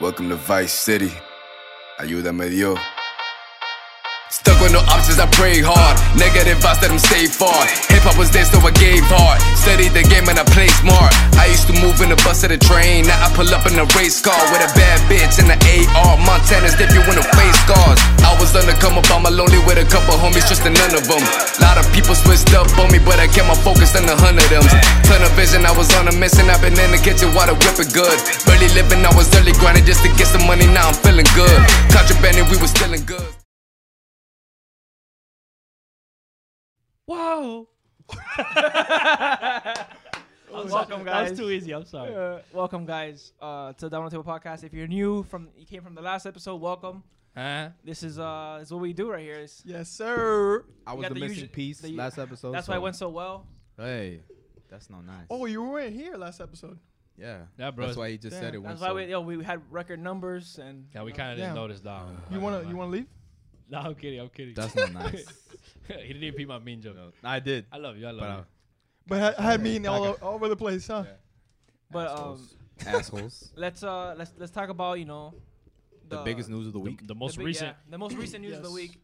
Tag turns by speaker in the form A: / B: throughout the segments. A: Welcome to Vice City. Ayúdame Dios. Stuck with no options, I prayed hard. Negative vibes that I'm stay far. Hip hop was there, so I gave hard. Studied the game and I played smart. I used to move in the bus or the train. Now I pull up in a race car with a bad bitch and an AR. Montana's dip you in the face scars. I was undercover by my lonely with a couple homies, just none of them. Lot of people switched up on me, but I kept my focus on a hundred of them. Ton of vision, I was on a mission. I've been in the kitchen while the whip it good. Barely living, I was early grinding just to get some money. Now I'm feeling good. Contrabanding, we was stealing goods.
B: Wow.
C: Welcome,
B: That was
C: guys.
B: too easy. I'm sorry.
C: Uh, welcome, guys, uh, to the Down Table Podcast. If you're new from, you came from the last episode. Welcome.
D: Uh-huh.
B: Huh?
C: This is uh, this is what we do right here. It's-
B: Yes, sir.
D: I
C: You
D: was
C: got
D: the,
C: the
D: missing
C: usu-
D: piece
C: the u-
D: last episode.
C: that's
D: so.
C: why it went so well.
D: Hey, that's not nice.
B: Oh, you weren't here last episode.
D: yeah.
E: Yeah, bro.
D: That's why he just
B: Damn,
D: said it went
C: That's why
D: so.
C: we, yo, we had record numbers and
E: Yeah, we kind of didn't
B: Yeah.
E: notice that. One.
B: You wanna you wanna leave?
E: No, I'm kidding. I'm kidding.
D: Uh, that's not nice.
E: he didn't even beat my mean joke.
D: No, I did,
E: I love you. I love
D: but uh,
B: But I, I had me in all, o- all over the place, huh?
C: but um,
D: assholes. assholes.
C: let's uh, let's let's talk about you know
D: The, biggest news of the
E: you.
D: week.
E: The, the most
C: big- yeah,
E: recent.
C: the most recent news of the
B: Yes.
C: week.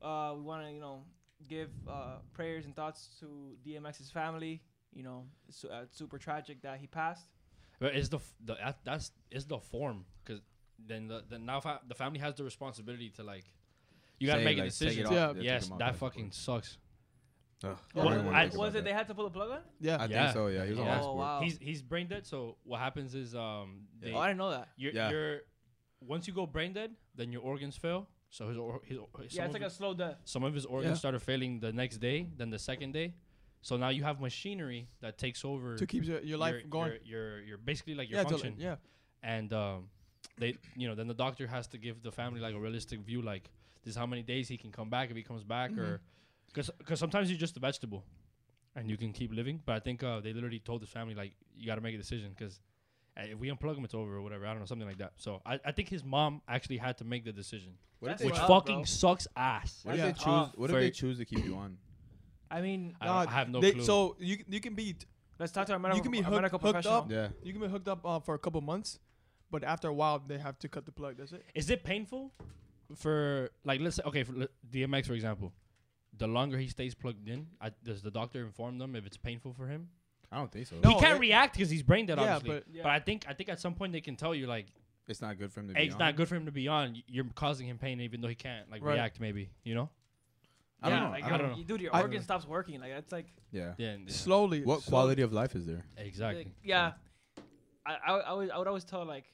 C: Uh, we want to you know give uh, prayers and thoughts to DMX's family. You know, it's su- uh, super tragic that he passed.
E: But it's the f- the that, that's it's the form because then the, the now fa- the family has the responsibility to like you gotta
D: Say,
E: make
D: like,
E: a
D: take it
E: decision.
D: off,
B: Yeah.
D: take
E: Yes,
D: him off,
E: that
D: like,
E: fucking sucks.
D: Ugh,
B: Yeah.
D: I don't wanna
E: I-
D: think about
C: was it
D: that.
C: they had to pull the plug on? it?
B: Yeah.
D: I
E: Yeah.
D: think so. Yeah, he was on
E: Yeah.
D: life
C: Oh,
D: support.
C: wow.
E: He's he's brain dead. So what happens is um they,
C: Oh, I didn't know that.
E: you're,
D: Yeah.
E: you're once you go brain dead, then your organs fail. So his or, his, or- his
C: yeah,
E: some
C: it's
E: of
C: like a slow death.
E: some of his organs
B: Yeah.
E: started failing the next day, then the second day. So now you have machinery that takes over
B: To keep your, your life going.
E: Your, your your basically like your
B: yeah, to, like-
E: function.
B: yeah.
E: And um, they you know then the doctor has to give the family like a realistic view like this is how many days he can come back if he comes back
B: Mm-hmm.
E: or because because sometimes you're just a vegetable and you can keep living. But I think uh, they literally told the family like you got to make a decision because. If we unplug him, it's over or whatever. I don't know, something like that. So I, I think his mom actually had to make the decision,
D: What if
C: That's
D: they,
E: which
C: wild,
E: fucking
C: bro.
E: sucks ass.
D: what if
B: Yeah.
D: they
C: Uh,
D: choose? What if
E: very-
D: they choose to keep you on?
C: I mean,
E: I, don't,
B: Nah,
E: I have no
B: they,
E: clue.
B: So you c- you can be t-
C: let's talk to our medical,
B: you can be
C: our
B: hooked,
C: medical
B: hooked
C: professional.
B: up.
D: Yeah.
B: You can be hooked up uh, for a couple months, but after a while they have to cut the plug. That's it.
E: Is it painful for like let's say okay for li- DMX for example? The longer he stays plugged in, I, does the doctor inform them if it's painful for him?
D: I don't think so.
B: No.
E: he can't
B: it-
E: react because he's brain dead,
B: Yeah,
E: obviously.
B: but-
E: But,
C: Yeah.
E: I think I think at some point they can tell you like,
D: It's not good for him to be
E: hey, it's
D: on.
E: not good for him to be on. Y- You're causing him pain, even though he can't like
B: Right.
E: react. Maybe you know.
D: I don't
C: yeah,
D: know.
C: Like,
D: I
C: your-
D: don't
E: know.
C: you- Dude, your
D: I-
C: organ stops working. Like that's like
D: Yeah.
E: Yeah. and-
B: Slowly.
D: What
B: slowly.
D: quality of life is there?
E: Exactly.
C: like, yeah. I I, I, would, I would always tell like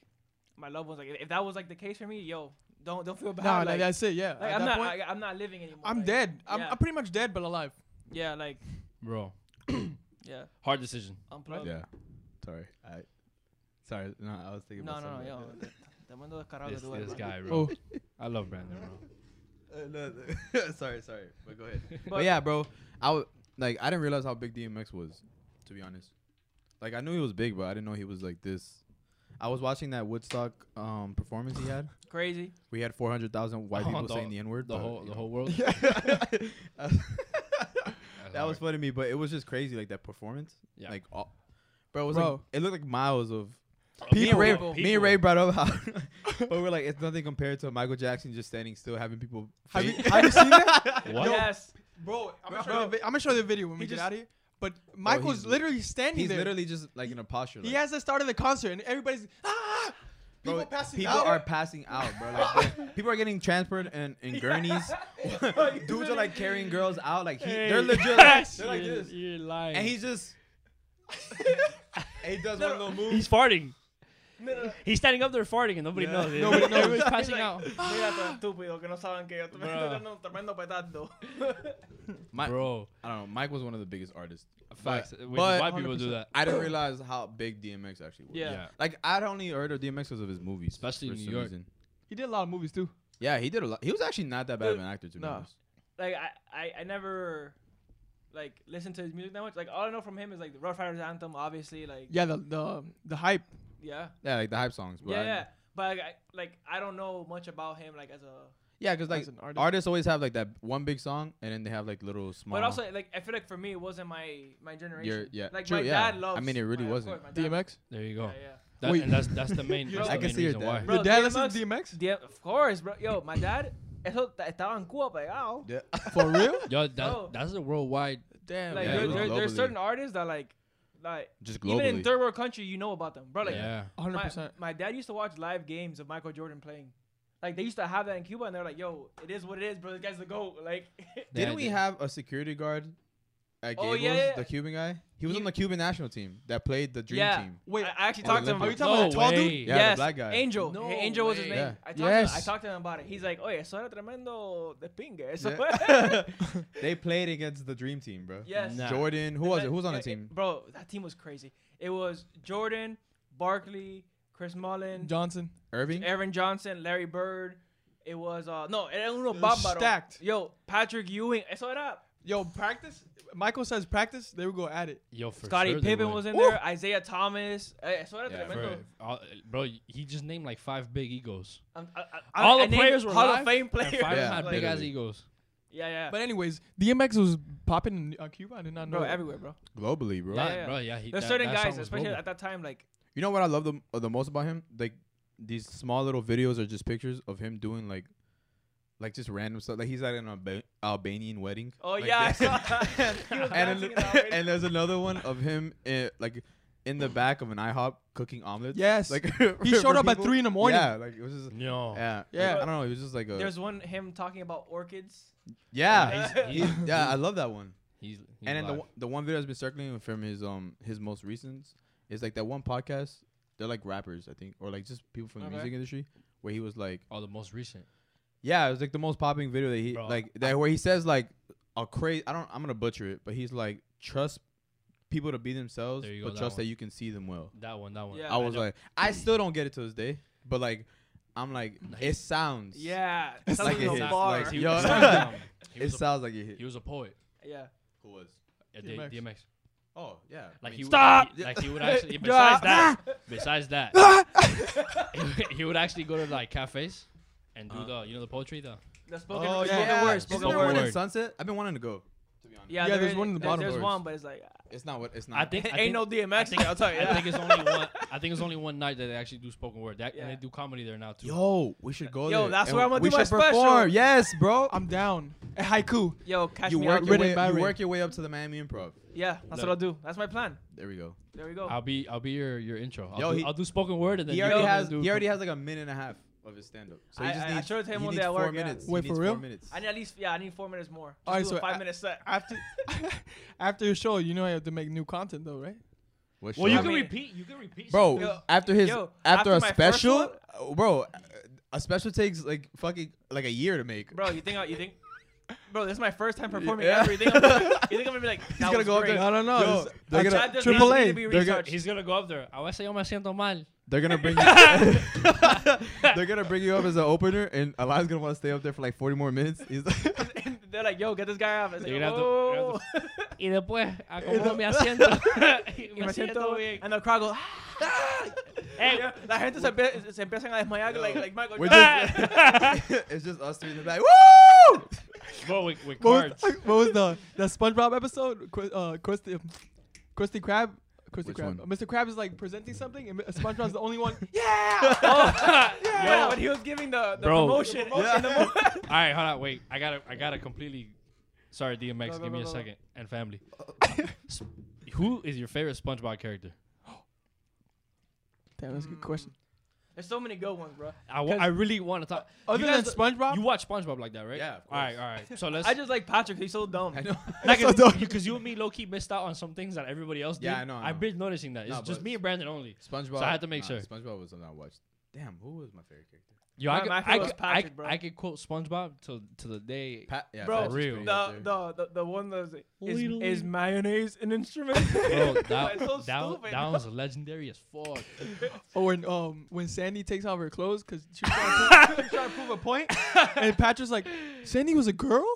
C: my loved ones like if, if that was like the case for me, yo, don't don't feel bad.
B: Nah, like,
C: like,
B: that's it. Yeah.
C: like,
B: At
C: I'm
B: that
C: not
B: point,
C: I, I'm not living anymore.
B: I'm
C: like,
B: dead. I'm,
C: yeah.
B: I'm pretty much dead but alive.
C: Yeah, like
E: bro.
C: yeah,
E: Hard decision.
C: unplugged.
D: Yeah. Sorry. I. Sorry. No, I was thinking
C: No,
D: about
C: no, no,
D: something.
C: yo. Te mando carajo
E: This,
C: de duelo,
E: this
C: bro.
E: guy,
B: Oh,
D: Oh.
E: bro. I love Brandon, bro.
D: Uh, no, no. sorry, sorry. But go ahead. But, yeah, bro. I w- like I didn't realize how big DMX was, to be honest. Like I knew he was big, but I didn't know he was like this. I was watching that Woodstock um performance he had.
C: Crazy.
D: We had 400,000 white
E: Oh,
D: people
E: the-
D: saying the N-word.
E: The
D: but,
E: whole
D: you
E: the
D: know.
E: whole world.
D: That was funny to me, but it was just crazy like that performance.
E: Yeah.
D: Like all, Bro, it was like
B: Bro.
D: it looked like miles of me and
E: people.
D: Ray,
E: people.
D: me and Ray brought up how, but we're like, it's nothing compared to Michael Jackson just standing still, having people.
B: Have you,
D: faint.
B: have you seen that?
E: What?
C: Yes.
B: Bro, I'm gonna,
D: Bro.
B: show you the vi- I'm gonna show you the video when
D: He
B: we get
D: just-
B: out of here. But Michael's
D: he's-
B: literally standing
D: He's
B: there.
D: literally just like in a posture.
B: he
D: like,
B: has the start of the concert, and everybody's ah,
D: bro,
B: people passing
D: people
B: out.
D: are passing out, bro. Like, they're- people are getting transferred in, in gurneys. Dudes are like carrying girls out. Like he, they're legit. Like, they're like
E: you're,
D: this,
E: you're lying.
D: and he's just. and he does one little move.
E: He's farting. He's standing up there farting and nobody
D: Yeah.
E: knows.
B: Nobody knows.
E: Everyone's passing
C: Like,
E: out.
C: Mira, tan estúpido que no saben que yo te
E: Bro.
C: estoy dando un tremendo petardo.
D: My-
E: Bro.
D: I don't know. Mike was one of the biggest artists.
E: Facts.
D: But,
E: Wait,
D: but
E: why people do that?
D: I didn't realize how big DMX actually was.
C: Yeah.
D: Like I'd only heard of DMX because of his movies,
E: Especially
D: for
E: in New
D: some
E: York.
D: reason.
B: He did a lot of movies too.
D: Yeah, he did a lot. He was actually not that bad of
C: Dude,
D: an actor to be
B: nah.
D: honest.
C: like I, I, I never like listened to his music that much. Like all I know from him is like the Rough Riders anthem, obviously. Like yeah,
B: Yeah, the the the hype.
C: yeah,
D: Yeah, like the hype songs. But
C: yeah.
D: I-
C: But like I, like I don't know much about him like as a.
D: yeah, because like
B: As an artist.
D: artists always have like that one big song, and then they have like little small.
C: But also like I feel like for me it wasn't my my generation.
D: yeah,
C: like
D: true,
C: my
D: yeah.
C: dad
D: I
C: loves.
D: mean, it really
C: my- of
D: wasn't.
C: course, my dad-
B: DMX.
E: There you go.
D: Oh.
C: Yeah, yeah.
E: That,
B: Wait.
E: and that's that's the main.
B: You
E: that's the
B: know- I
E: main
D: can see your
E: reason
D: dad.
E: why.
D: Bro,
B: Your dad listens to DMX?
C: DM, of course, bro. Yo, my dad, eso ta- estaba en Cuba ah, pegado.
D: Yeah.
B: For real?
E: Yo, that,
C: Bro.
E: that's a worldwide.
B: Damn.
C: Like,
E: Yeah,
C: there,
E: it was
C: there, there's
D: globally.
C: certain artists that like, like
D: Just
C: even in
D: globally.
C: third world country, you know about them, bro. Like,
E: yeah.
B: hundred
C: my,
B: percent.
C: my dad used to watch live games of Michael Jordan playing. Like they used to have that in Cuba, and they're like, "Yo, it is what it is, bro. This guy's the goat." Like,
E: Yeah,
D: Didn't we
E: they-
D: have a security guard at
C: Oh,
D: Gables,
C: yeah, yeah.
D: the Cuban guy? He was
C: He-
D: on the Cuban national team that played the Dream
C: yeah.
D: Team.
B: Wait,
C: I, I actually
D: on
C: talked to him.
D: Olympic.
B: Are you
C: about-
B: talking
E: No
B: about that tall dude?
E: way.
D: Yeah, the
C: yes,
D: black guy.
C: Angel.
B: No
C: Hey, Angel was his
B: way.
C: name.
D: Yeah.
C: I talked
B: Yes.
C: to, I talked to him about it. He's like, "Oye, eso era tremendo de pingue." Eso
D: Yeah. they played against the Dream Team, bro.
C: yes.
E: Nah.
D: Jordan, who was it? Who was on the
C: it-
D: team?
C: it- bro, that team was crazy. It was Jordan, Barkley, Chris Mullen,
B: Johnson.
D: Irving?
C: Aaron Johnson, Larry Bird. It was uh no, era uno
B: was
C: bárbaro.
B: stacked.
C: Yo, Patrick Ewing. Eso era.
B: Yo, practice. Michael says practice. They will go at it.
E: Yo, for
C: Scottie
E: sure they
C: Pippen
E: would.
C: was in
B: Ooh.
C: there. Isaiah Thomas. Eh, Eso era
D: Yeah,
E: For-
C: tremendo.
E: all- bro, he just named like five big egos.
C: I'm- I, I,
E: All
C: I
E: the
C: named
E: players were
C: Hall
E: live,
C: of Fame
E: And
C: players.
E: five of
D: Yeah,
E: them had big ass
D: literally.
E: egos.
C: yeah, yeah.
B: But anyways, DMX was popping in uh, Cuba. I did not know.
C: bro,
B: that.
C: everywhere, bro.
D: Globally, bro.
E: Yeah,
C: yeah.
E: bro, yeah. He,
C: There's
E: that-
C: certain
E: that song
C: guys,
E: was
C: especially
E: global.
C: at that time, like
D: You know what I love the uh, the most about him? Like these small little videos are just pictures of him doing like like just random stuff. Like he's at an Alba- Albanian wedding.
C: oh
D: Like,
C: yeah, I
D: this-
C: saw that. He was dancing
D: and, then-
C: in the outfit.
D: and there's another one of him in, like in the back of an IHOP cooking omelets.
B: Yes.
D: Like
B: He
D: for
B: showed up at
D: people.
B: three in the morning.
D: Yeah, like it was just
E: No.
D: yeah,
B: Yeah.
D: yeah. I don't know. It was just like a
C: there's one him talking about orchids.
D: yeah,
E: He's, he's,
D: He- yeah. I love that one.
E: he's, he's
D: and then the
E: live.
D: one- the one video that's been circulating from his um his most recent is like that one podcast. They're like rappers, I think, or like just people from the
C: Okay.
D: music industry, where he was like,
E: Oh, the most recent.
D: yeah, it was like the most popping video that he
E: Bro,
D: like that where he says like a crazy. I don't. I'm gonna butcher it, but he's like trust people to be themselves,
E: There you go,
D: but
E: that
D: trust that
E: one.
D: you can see them well.
E: That one. That one.
C: Yeah.
D: I was
E: don't-
D: like, I still don't get it to this day, but like, I'm like, it sounds.
C: Yeah,
D: It's
C: sounds
D: like it
C: a
D: hits,
C: bar.
D: like,
E: He,
D: Yo.
E: was, um, he,
D: It
E: was a,
D: sounds like it hit.
E: he was a poet.
C: yeah.
D: Who was?
E: Uh, D-
B: DMX.
E: DMX.
D: Oh yeah.
E: Like he
C: Stop!
E: Would, he, like he would actually. Besides that,
D: ah!
E: besides that, he- he would actually go to like cafes and do the you know the poetry though.
C: The spoken,
D: oh
C: spoken
D: yeah.
C: word,
D: Isn't
C: spoken
D: there
C: word.
D: one in
E: word.
D: Sunset? I've been wanting to go. To be honest.
C: Yeah,
B: Yeah,
C: there
B: there's
C: is-
B: one in the
C: there-
B: bottom
C: There's
D: boards.
C: one, but it's like
D: It's not what it's not.
E: I think I
C: ain't
E: think,
C: no
E: I
C: DMX.
E: think,
C: I'll tell you.
E: I
C: that.
E: think it's only one. I think it's only one night that they actually do spoken word. That, And
C: Yeah.
E: they do comedy there now too.
D: Yo, we should go
C: Yo,
D: there.
C: that's
D: and
C: where I'm gonna
D: we
C: do my
D: should perform.
C: special.
D: Yes, bro.
B: I'm down. A haiku.
C: Yo, catch
D: you
C: me
D: work
C: out.
D: your
B: written
D: way.
B: by
D: You
B: Ray.
D: work your way up to the Miami Improv.
C: Yeah, that's
E: Look.
C: what I'll do. That's my plan.
D: There we go.
C: There we go.
E: I'll be I'll be your your intro. I'll,
D: Yo,
E: do,
D: he-
E: I'll do spoken word and then
D: He
E: you
D: already
E: come in
D: has.
E: and do-
D: He already has like a minute and a half of his stand up. So he
C: I-
D: just
C: I- I
D: needs.
C: showed him
D: he
C: one day
D: needs
C: at
D: four
C: work, yeah.
D: minutes.
B: Wait,
D: he needs
B: for
D: four
B: real?
D: minutes.
C: I need at least yeah, I need four minutes more. Just
B: Alright,
C: do
B: so
C: a five
B: I-
C: minute set.
B: After after your show, you know you have to make new content though, right?
D: What
E: Well, you
D: show?
E: can
C: mean-
E: repeat. You can repeat.
D: bro.
C: Yo,
D: after his,
C: yo,
D: after,
C: after
D: a
C: my first
D: special,
C: one-
D: uh, bro, uh, a special takes like fucking like a year to make.
C: Bro, you think I- you think? Bro, this is my first time performing
D: Yeah.
C: ever. You think I'm gonna, you think I'm gonna be like? He's
D: gonna go up there.
B: I don't know.
D: Yo,
B: It's-
D: they're
B: I
D: gonna-
B: tried this
C: Chad
B: Triple
C: doesn't need
B: A.
C: to be
D: They're gonna-
C: retouched.
E: He's gonna go up there. I was yo me siento mal.
D: They're gonna bring you. they're gonna bring you up as an opener, and Eli's gonna want to stay up there for like forty more minutes. He's like,
C: And They're like, yo, get this guy off. I was
E: You're
C: like,
E: gonna have to- you're gonna
C: oh.
E: have Y después acomodo mi asiento.
C: Y me siento- And the crowd goes. hey, la gente se, empe- se empiezan a desmayar like like Michael.
D: We're
C: Jordan.
D: just, it's just us three in the back. Woo!
E: Bro, with, with
B: What
E: cards.
B: was, what was the the SpongeBob episode? Cri- Uh, Krusty, Krusty Krab. Krusty
D: Which
B: Krab.
D: one?
B: Mr. Krab is like presenting something, and SpongeBob's the only one.
C: Oh, yeah. When he was giving the, the
E: Bro.
C: promotion.
D: Yeah.
E: All right, hold on, wait. I gotta, I gotta completely. Sorry, DMX.
C: Go, go,
E: give me
C: go, go,
E: a
C: go.
E: second and family. S- Who is your favorite SpongeBob character?
B: Damn, that's a good question.
C: There's so many good ones, bro.
E: I, wa-
B: 'Cause-
E: I really want to talk.
B: Other
E: you
B: than
E: guys-
B: SpongeBob,
E: you watch SpongeBob like that, right?
D: Yeah, of
E: all right, all right. So let's.
C: I just like Patrick. He's so dumb.
D: I know.
E: because you and me, low key, missed out on some things that everybody else did.
D: Yeah, I know, I
E: I've
D: know.
E: been noticing that. It's
D: No,
E: just
D: but-
E: me and Brandon only.
D: SpongeBob.
E: So I had to make sure.
D: SpongeBob was something I watched. Damn, who was my favorite character?
E: Yo,
C: My-
E: I, could,
C: my
E: I,
C: favorite
E: could,
C: was
E: I,
C: Patrick,
E: could,
C: bro.
E: I could quote SpongeBob till to the day.
D: Pat, yeah,
C: Bro,
D: Pat's
E: real.
D: pretty
C: the,
D: up
C: the,
D: there.
C: the, the one that's like, is,
E: Little-
C: is mayonnaise an instrument?
E: Bro, that,
C: That's so
E: that, was-
C: stupid.
E: that was legendary as fuck.
B: Or when um when Sandy takes off her clothes because she was trying to prove, she was trying to prove a point, and Patrick's like, Sandy was a girl.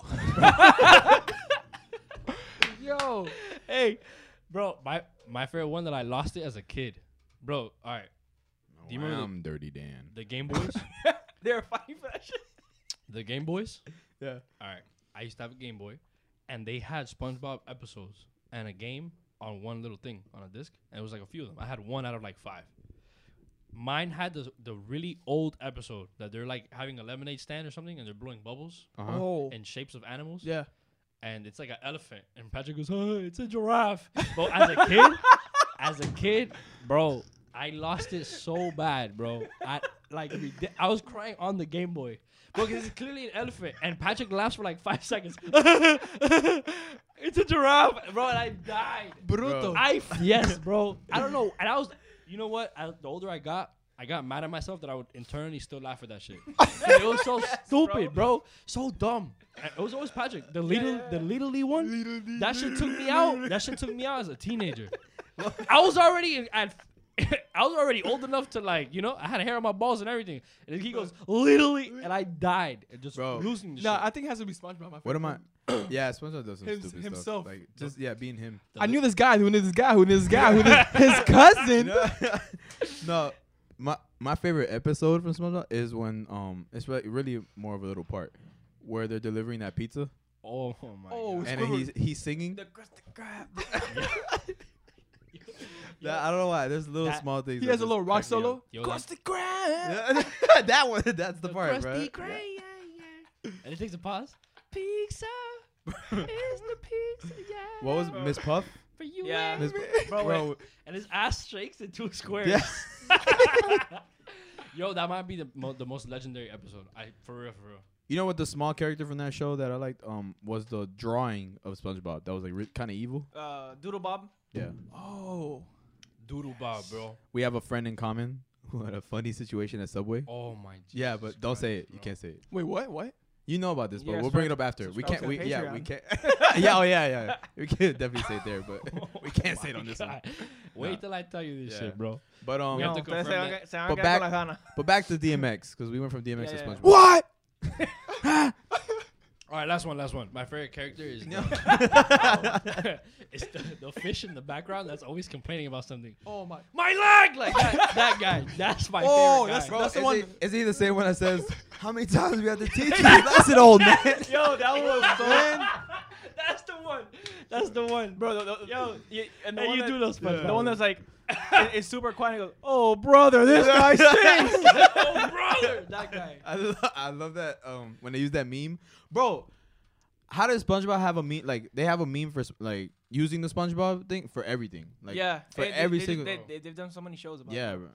B: Yo,
E: hey, bro, my my favorite one that I lost it as a kid, bro. All right, Do you
D: Oh,
E: remember the-
D: I'm Dirty Dan.
E: the Game Boys,
C: They're fighting for that shit.
E: the Game Boys.
D: Yeah.
E: All right, I used to have a Game Boy, and they had SpongeBob episodes and a game on one little thing on a disc, and it was like a few of them. I had one out of like five. Mine had the the really old episode that they're like having a lemonade stand or something, and they're blowing bubbles
D: Uh-huh.
B: Oh.
E: in shapes of animals.
B: yeah.
E: and it's like an elephant, and Patrick goes, "Oh, it's a giraffe." But as a kid, as a kid, bro, I lost it so bad, bro. I like rede- I was crying on the Game Boy. Because it's clearly an elephant, and Patrick laughs for like five seconds. it's a giraffe, bro, and I died.
B: Bruto.
E: I f- yes, bro. I don't know, and I was, you know what? I, the older I got, I got mad at myself that I would internally still laugh at that shit. it was so stupid, bro. So dumb. And It was always Patrick, the little, the little Lee one. that shit took me out. That shit took me out as a teenager. I was already at. I was already old enough to like, you know, I had hair on my balls and everything. And he goes, literally, and I died, and just
D: Bro.
E: losing the
B: Nah,
E: shit.
B: I think it has to be SpongeBob. My
D: What am I?
B: favorite.
D: yeah, SpongeBob does some
B: Hims-
D: stupid
B: himself.
D: stuff. Like just yeah, being him.
B: I knew this guy who knew this guy who knew this guy who knew his cousin.
D: no, my my favorite episode from SpongeBob is when um it's really, really more of a little part where they're delivering that pizza
E: oh, oh my
B: Oh,
E: god.
D: and then he's he's singing.
C: The crust the crab.
D: That- I don't know why. There's little
E: That-
D: small things.
B: He
D: that
B: has a
D: just
B: little rock
D: crack me
B: solo.
D: up.
E: Yo,
B: Cross the ground.
D: Yeah, that one. That's the, part, bro.
E: And it takes a pause. Pizza is the pizza, yeah.
D: What was Miss Puff?
E: for you?
C: Yeah.
E: and
D: Miss
E: me.
D: Puff.
E: Bro,
D: Bro,
E: and his ass shakes into two squares.
D: yeah.
E: Yo, that might be the mo- the most legendary episode. I for real, for real.
D: You know what? The small character from that show that I liked um was the drawing of SpongeBob. That was like re- kind of evil.
C: Uh, Doodle Bob.
D: Yeah.
B: Oh.
E: Doodle Bob, bro.
D: We have a friend in common who had a funny situation at Subway.
E: Oh my. Jesus
D: yeah, but don't say it.
E: Christ,
D: You
E: bro.
D: can't say it.
B: Wait, what? What?
D: You know about this, but
C: Yeah,
D: we'll bring
C: subscribe-
D: it up after. We
C: subscribe
D: can't.
C: to
D: We
C: the
D: yeah, we can't. yeah, oh yeah, yeah. We can definitely say it there, but we can't say it
E: Oh My
D: on this one.
E: God. Wait
D: Nah.
E: till I tell you this
D: Yeah.
E: shit, bro.
D: But um,
E: We have to confirm that.
D: But back- but back to DMX because we went from
C: Yeah,
D: DMX to
C: yeah, yeah.
D: SpongeBob.
B: What?
E: All right, last one, last one. My favorite character is the, it's the, the fish in the background that's always complaining about something.
B: Oh my.
E: My leg, like that, that guy. That's my
B: Oh,
E: favorite
B: that's-
E: guy.
B: bro, That's the
D: is
B: one-
D: He, is he the same one that says, "How many times we have to teach you?" That's an old man.
C: Yo, that was
B: Man.
C: That's the one. That's the one, bro. the- the- yo, y- and the
E: Hey,
C: one
E: you
C: that,
E: do know SpongeBob.
C: The one that's like, it- it's super quiet. And goes, oh brother, this guy stinks.
E: oh, brother.
C: that guy.
D: I, lo- I love that um when they use that meme, bro. How does SpongeBob have a meme? Like they have a meme for sp- like using the SpongeBob thing for everything. Like
C: yeah,
D: for
C: they- they-
D: every
C: they-
D: single.
C: They, they, have done so many shows about.
D: yeah, bro.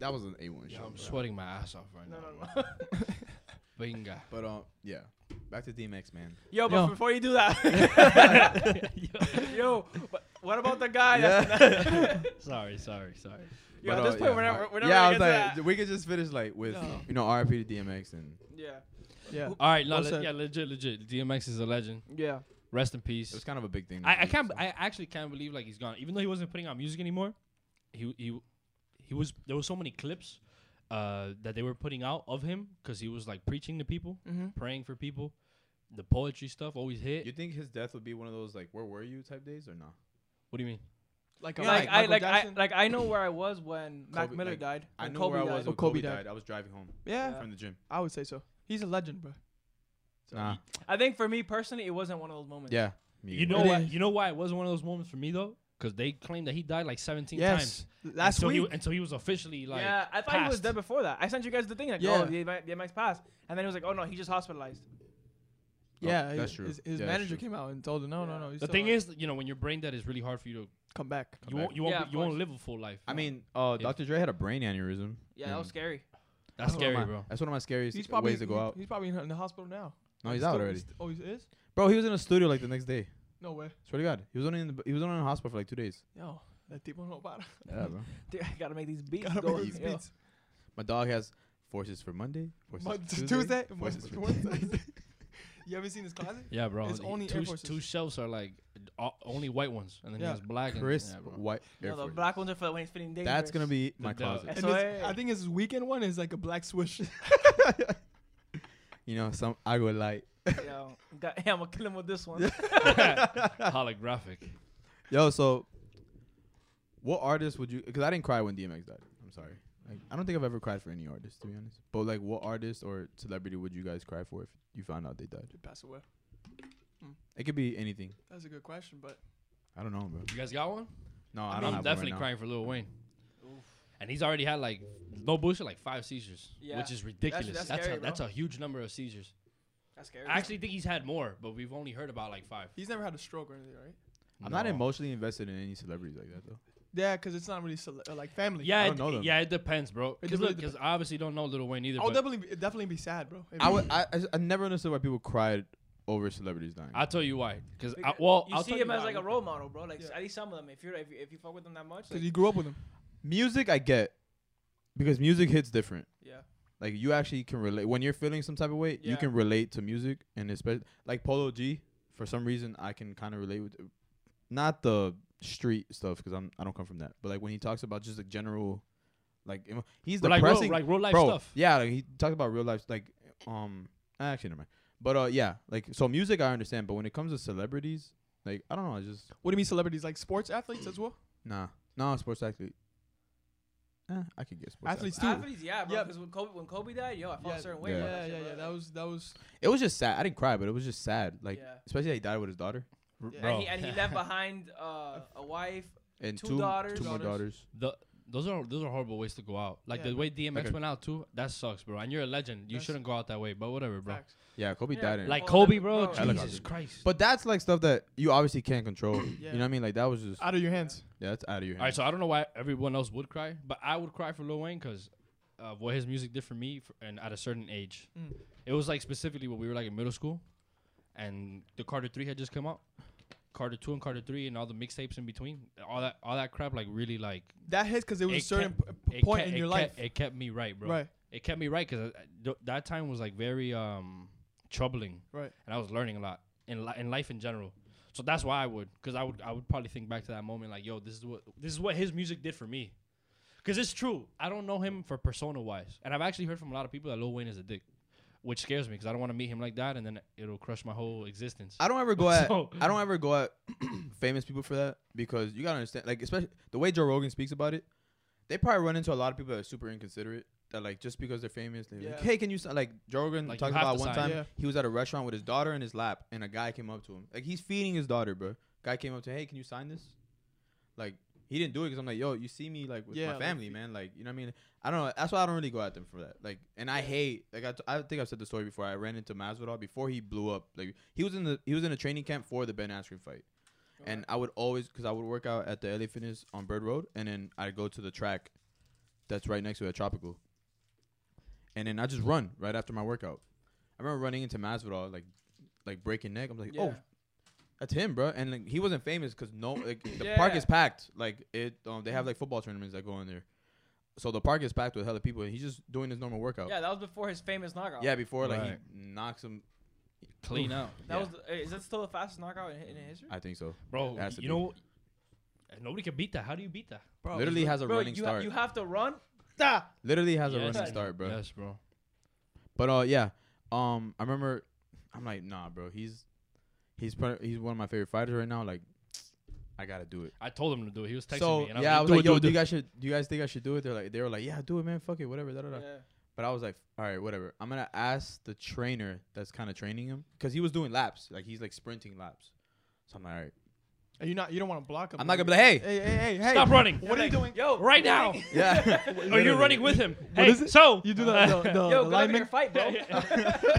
D: That was an A one
E: Yo,
D: show.
E: I'm
D: bro.
E: sweating my ass off right
C: it. No,
E: now.
C: no, no.
E: Binga.
D: But um, yeah. Back to DMX, man.
C: Yo, but
B: Yo.
C: before you do that, yo, but what about the guy? That's,
E: sorry, sorry, sorry.
C: yo,
D: But,
C: at this
D: uh,
C: point,
D: yeah,
C: we're
D: I-
C: not. We're not
D: yeah, I
C: really
D: was like,
C: into
D: we could just finish like with
B: No.
D: you know RIP to DMX and
C: that. Yeah.
B: Yeah.
E: All right, no,
B: Well
E: le-
B: said.
E: yeah, legit, legit. DMX is a legend.
C: Yeah.
E: Rest in
D: it was
E: peace.
D: kind of a big thing.
E: I, I can't. I actually can't believe like he's gone. Even though he wasn't putting out music anymore, he he he was. There was so many clips uh, that they were putting out of him because he was like preaching to people,
B: Mhm.
E: praying for people. The poetry stuff always hit.
D: you think his death would be one of those like where were you type days or not?
E: what do you mean?
B: Like,
C: You
B: a
C: know, like I
B: Michael
C: like I
B: Jackson?
C: like I know where I was when Mac
D: Kobe-
C: Miller
D: like,
C: died.
D: I
C: when
D: knew
C: Kobe
D: where I
C: died.
D: was
B: Oh,
D: when
B: Kobe
D: Kobe,
B: died.
D: died. I was driving home
B: yeah.
C: Yeah.
D: from the gym.
B: I would say so. He's a legend, bro.
D: Nah.
C: I think for me personally, it wasn't one of those moments.
D: Yeah.
E: You know
B: It
E: why?
B: is.
E: You know why it wasn't one of those moments for me though? Because they claimed that he died like 17 times.
B: Yes. Last
E: until
B: week.
E: He, until he was officially like.
C: yeah, I thought he was
E: passed.
C: dead before that. I sent you guys the thing like,
B: Yeah.
C: oh, the DMX DMX passed, and then he was like, oh no, he just hospitalized.
B: yeah.
D: Oh,
B: he-
D: that's true.
B: His, his
D: Yeah, that's
B: manager
D: true.
B: came out and told him, no, no,
C: Yeah.
B: no. he's
E: The
B: still
E: thing
B: alive.
E: is, you know, when you're brain dead, it's really hard for you to
B: come back.
E: you
D: back.
E: won't you won't
C: Yeah,
E: be-
C: of
E: you won't
C: course.
E: live a full life.
D: I mean, uh,
E: Yeah.
D: Dr. Dre had a brain aneurysm.
C: Yeah, that was
B: Mm.
D: and
C: scary.
E: that's
D: one of
E: scary,
D: my-
E: bro.
D: That's one of my scariest
B: He's probably
D: ways to go
B: he's-
D: out.
B: He's probably in the hospital now.
D: no, he's out
B: Still-
D: already.
B: st- Oh, he is.
D: Bro, he was in a studio like the next day.
B: No way.
D: Swear to God, he was only in the, he was only in the hospital for like two days.
B: Yo, that tipo no para.
D: Yeah, bro.
C: Dude, I gotta make these beats.
B: Gotta
C: go.
B: make these
C: Yo.
B: beats.
D: My dog has forces for Monday, forces
B: Mon-
D: for Tuesday,
B: Tuesday, Mon-
D: forces for
B: Wednesday. You haven't seen his closet?
E: Yeah, bro.
B: It's
E: the
B: only
E: two,
B: Air
E: s-
B: Forces.
E: two shelves are like uh, only white ones, and then he
B: Yeah.
E: has black. and-
D: crisp
E: yeah, bro.
D: white Air
C: No, the
D: Forces.
C: black ones are for when he's feeling dangerous.
D: That's gonna be my
E: The- the-
D: closet.
B: And
C: So,
B: his-
C: hey.
B: I think his weekend one is like a black swish.
D: You know, some I go light.
C: Yo, God, yeah, I'm gonna kill him with this one.
E: holographic.
D: Yo, so what artist would you? Because I didn't cry when DMX died. I'm sorry. Like, I don't think I've ever cried for any artist, to be honest. But like, what artist or celebrity would you guys cry for if you found out they died?
B: Did pass away.
D: It could be anything.
B: That's a good question, but
D: I don't know, bro.
E: You guys got one?
D: No, I,
E: I
D: don't
E: am
D: have
E: definitely
D: one right
E: crying
D: now.
E: for Lil Wayne. And and he's already had like no bullshit, like five seizures,
C: Yeah.
E: which is ridiculous. That's
C: that's
E: that's,
C: scary,
E: a,
C: bro.
E: that's a huge number of seizures.
C: That's scary.
E: I actually think he's had more, but we've only heard about like five.
B: He's never had a stroke or anything, right?
D: I'm not
E: No.
D: emotionally invested in any celebrities like that though.
B: Yeah, because it's not really cele- uh, like family.
E: Yeah,
D: don't
E: it,
D: know them.
E: yeah, it depends, bro.
B: It
E: Because
B: really
E: look, 'cause I obviously don't know Little Wayne either.
C: Oh,
B: I'll
E: but
B: definitely be, definitely be sad, bro.
D: I would. I, I, I never understood why people cried over celebrities dying.
E: I'll tell you why. Because
C: Because
E: I, well,
C: you
E: I'll
C: see
E: tell you
C: him as
E: why.
C: like a role model, bro. Like
B: Yeah.
C: at least some of them. If you if you, if you fuck with them that much,
B: because
C: like,
B: you grew up with him.
D: music, I get, because music hits different.
C: yeah,
D: Like you actually can relate when you're feeling some type of way. You
C: Yeah.
D: can relate to music, and especially like Polo G. For some reason, I can kind of relate with, not the street stuff because I'm I don't come from that. But like when he talks about just like general, like emo- he's
E: But like real,
D: depressing.
E: like real life
D: bro,
E: stuff.
D: Yeah, like he talked about real life, like um, actually never mind. But uh, yeah, like so music I understand, but when it comes to celebrities, like I don't know, I just
B: What do you mean celebrities? Like sports athletes as well?
D: nah, no sports athlete. Eh, I could get sports
B: athletes
D: athlete.
B: too.
C: athletes, yeah, bro.
B: Yeah.
C: Because when Kobe when Kobe died, yo, I felt
B: Yeah,
C: a certain way.
D: Yeah.
C: about
B: Yeah,
C: shit,
B: yeah,
C: bro.
B: yeah. That was that was.
D: It was just sad. I didn't cry, but it was just sad. Like
C: Yeah.
D: especially that he died with his daughter
B: Yeah.
E: Bro.
C: And he,
D: Oh.
C: and he left behind uh, a wife.
D: and
C: Two
D: two
C: daughters.
D: two more
B: Daughters.
E: The,
D: daughters.
E: those are those are horrible ways to go out. Like
B: Yeah,
E: the way DMX
D: Okay.
E: went out too, that sucks, bro. And you're a legend. You
B: That's-
E: shouldn't go out that way. But whatever, bro.
B: Facts.
D: Yeah, Kobe
C: Yeah.
D: died. In.
E: Like
C: Oh,
E: Kobe,
C: that-
E: bro.
C: bro.
E: Jesus
D: Helicopter.
E: Christ.
D: but that's like stuff that you obviously can't control.
B: Yeah.
D: You know what I mean? Like that was just
B: Out of your hands.
D: yeah, that's out of your
E: All right,
D: hands.
E: so I don't know why everyone else would cry, but I would cry for Lil Wayne because uh, what his music did for me, for, and at a certain age,
B: Mm.
E: it was like specifically when we were like in middle school, and the Carter Three had just come out, Carter Two and Carter Three, and all the mixtapes in between, all that all that crap, like really like
B: That hit because it was
E: It
B: a certain p- p-
E: it
B: point
E: kept-
B: in
E: it
B: your life.
E: kept- it kept me right, bro.
B: right,
E: It kept me right because that time was like very um troubling,
B: right.
E: and I was learning a lot in li- in life in general. So that's why I would, because I would I would probably think back to that moment like, yo, this is what this is what his music did for me. Cause it's true. I don't know him for persona wise, and I've actually heard from a lot of people that Lil Wayne is a dick, which scares me because I don't want to meet him like that, and then it'll crush my whole existence.
D: I don't ever go at
E: So-
D: I don't ever go at famous people for that because you gotta understand like especially the way Joe Rogan speaks about it, they probably run into a lot of people that are super inconsiderate that like just because they're famous they're like,
B: Yeah.
D: hey can you sign-" like Joe Rogan
E: Like, you
D: talks
E: have
D: about
E: to
D: one
E: sign.
D: time
B: Yeah.
D: he was at a restaurant with his daughter in his lap and a guy came up to him like he's feeding his daughter bro guy came up to him, hey can you sign this like he didn't do it because I'm like yo you see me like with
B: Yeah,
D: my
B: like,
D: family man like you know what I mean I don't know that's why I don't really go at them for that like and I hate like I, t- I think I've said the story before I ran into Masvidal before he blew up like he was in the he was in a training camp for the Ben Askren fight and I would always because I would work out at the LA Fitness on Bird Road, and then I go to the track that's right next to the Tropical, and then I just run right after my workout. I remember running into Masvidal like like breaking neck. I'm like, oh,
C: Yeah.
D: that's him, bro. And like, he wasn't famous because no, like, the
C: Yeah.
D: park is packed. Like it, um, they have like football tournaments that go in there, so the park is packed with hella people, and he's just doing his normal workout.
C: Yeah, that was before his famous knockout.
D: Oh. Yeah, before like
E: Right.
D: he knocks him.
E: Clean out,
C: that
D: yeah.
C: was. The, is that still the fastest knockout in, in history?
D: I think so.
E: bro.
D: Has to
E: You
D: be.
E: know, eh, nobody can beat that. How do you beat that?
B: Bro,
D: Literally has a
C: Bro,
D: running
C: you, ha-
D: start.
C: you have to run.
D: Literally has a
E: Yes.
D: running start, bro.
E: Yes, bro.
D: But uh, yeah, um, I remember, I'm like, nah, bro, he's, he's pro- he's one of my favorite fighters right now. Like, I gotta do it.
E: I told him to do it. He was texting
D: so
E: me, and
D: yeah, I
E: I
D: was
E: was
D: like,
E: do it,
D: yo, do
E: do it,
D: you
E: do it.
D: guys should, do you guys think I should do it? They're like, they were like, yeah, do it, man, fuck it, whatever. Da, da, da.
C: Yeah.
D: But I was like, all right, whatever. I'm gonna ask the trainer that's kind of training him because he was doing laps, like he's like sprinting laps. So I'm like, all right,
B: And you not you don't want to block him.
D: I'm not gonna be like, hey,
B: Hey, hey, hey, hey.
E: Stop running.
B: What are you doing?
C: Yo,
E: Right now.
D: yeah.
E: Are you
D: Literally.
E: running with him? hey,
B: is it?
E: so uh,
B: You do that. The, the,
C: Yo,
B: the
C: go out your
B: lineman.
C: fight, bro.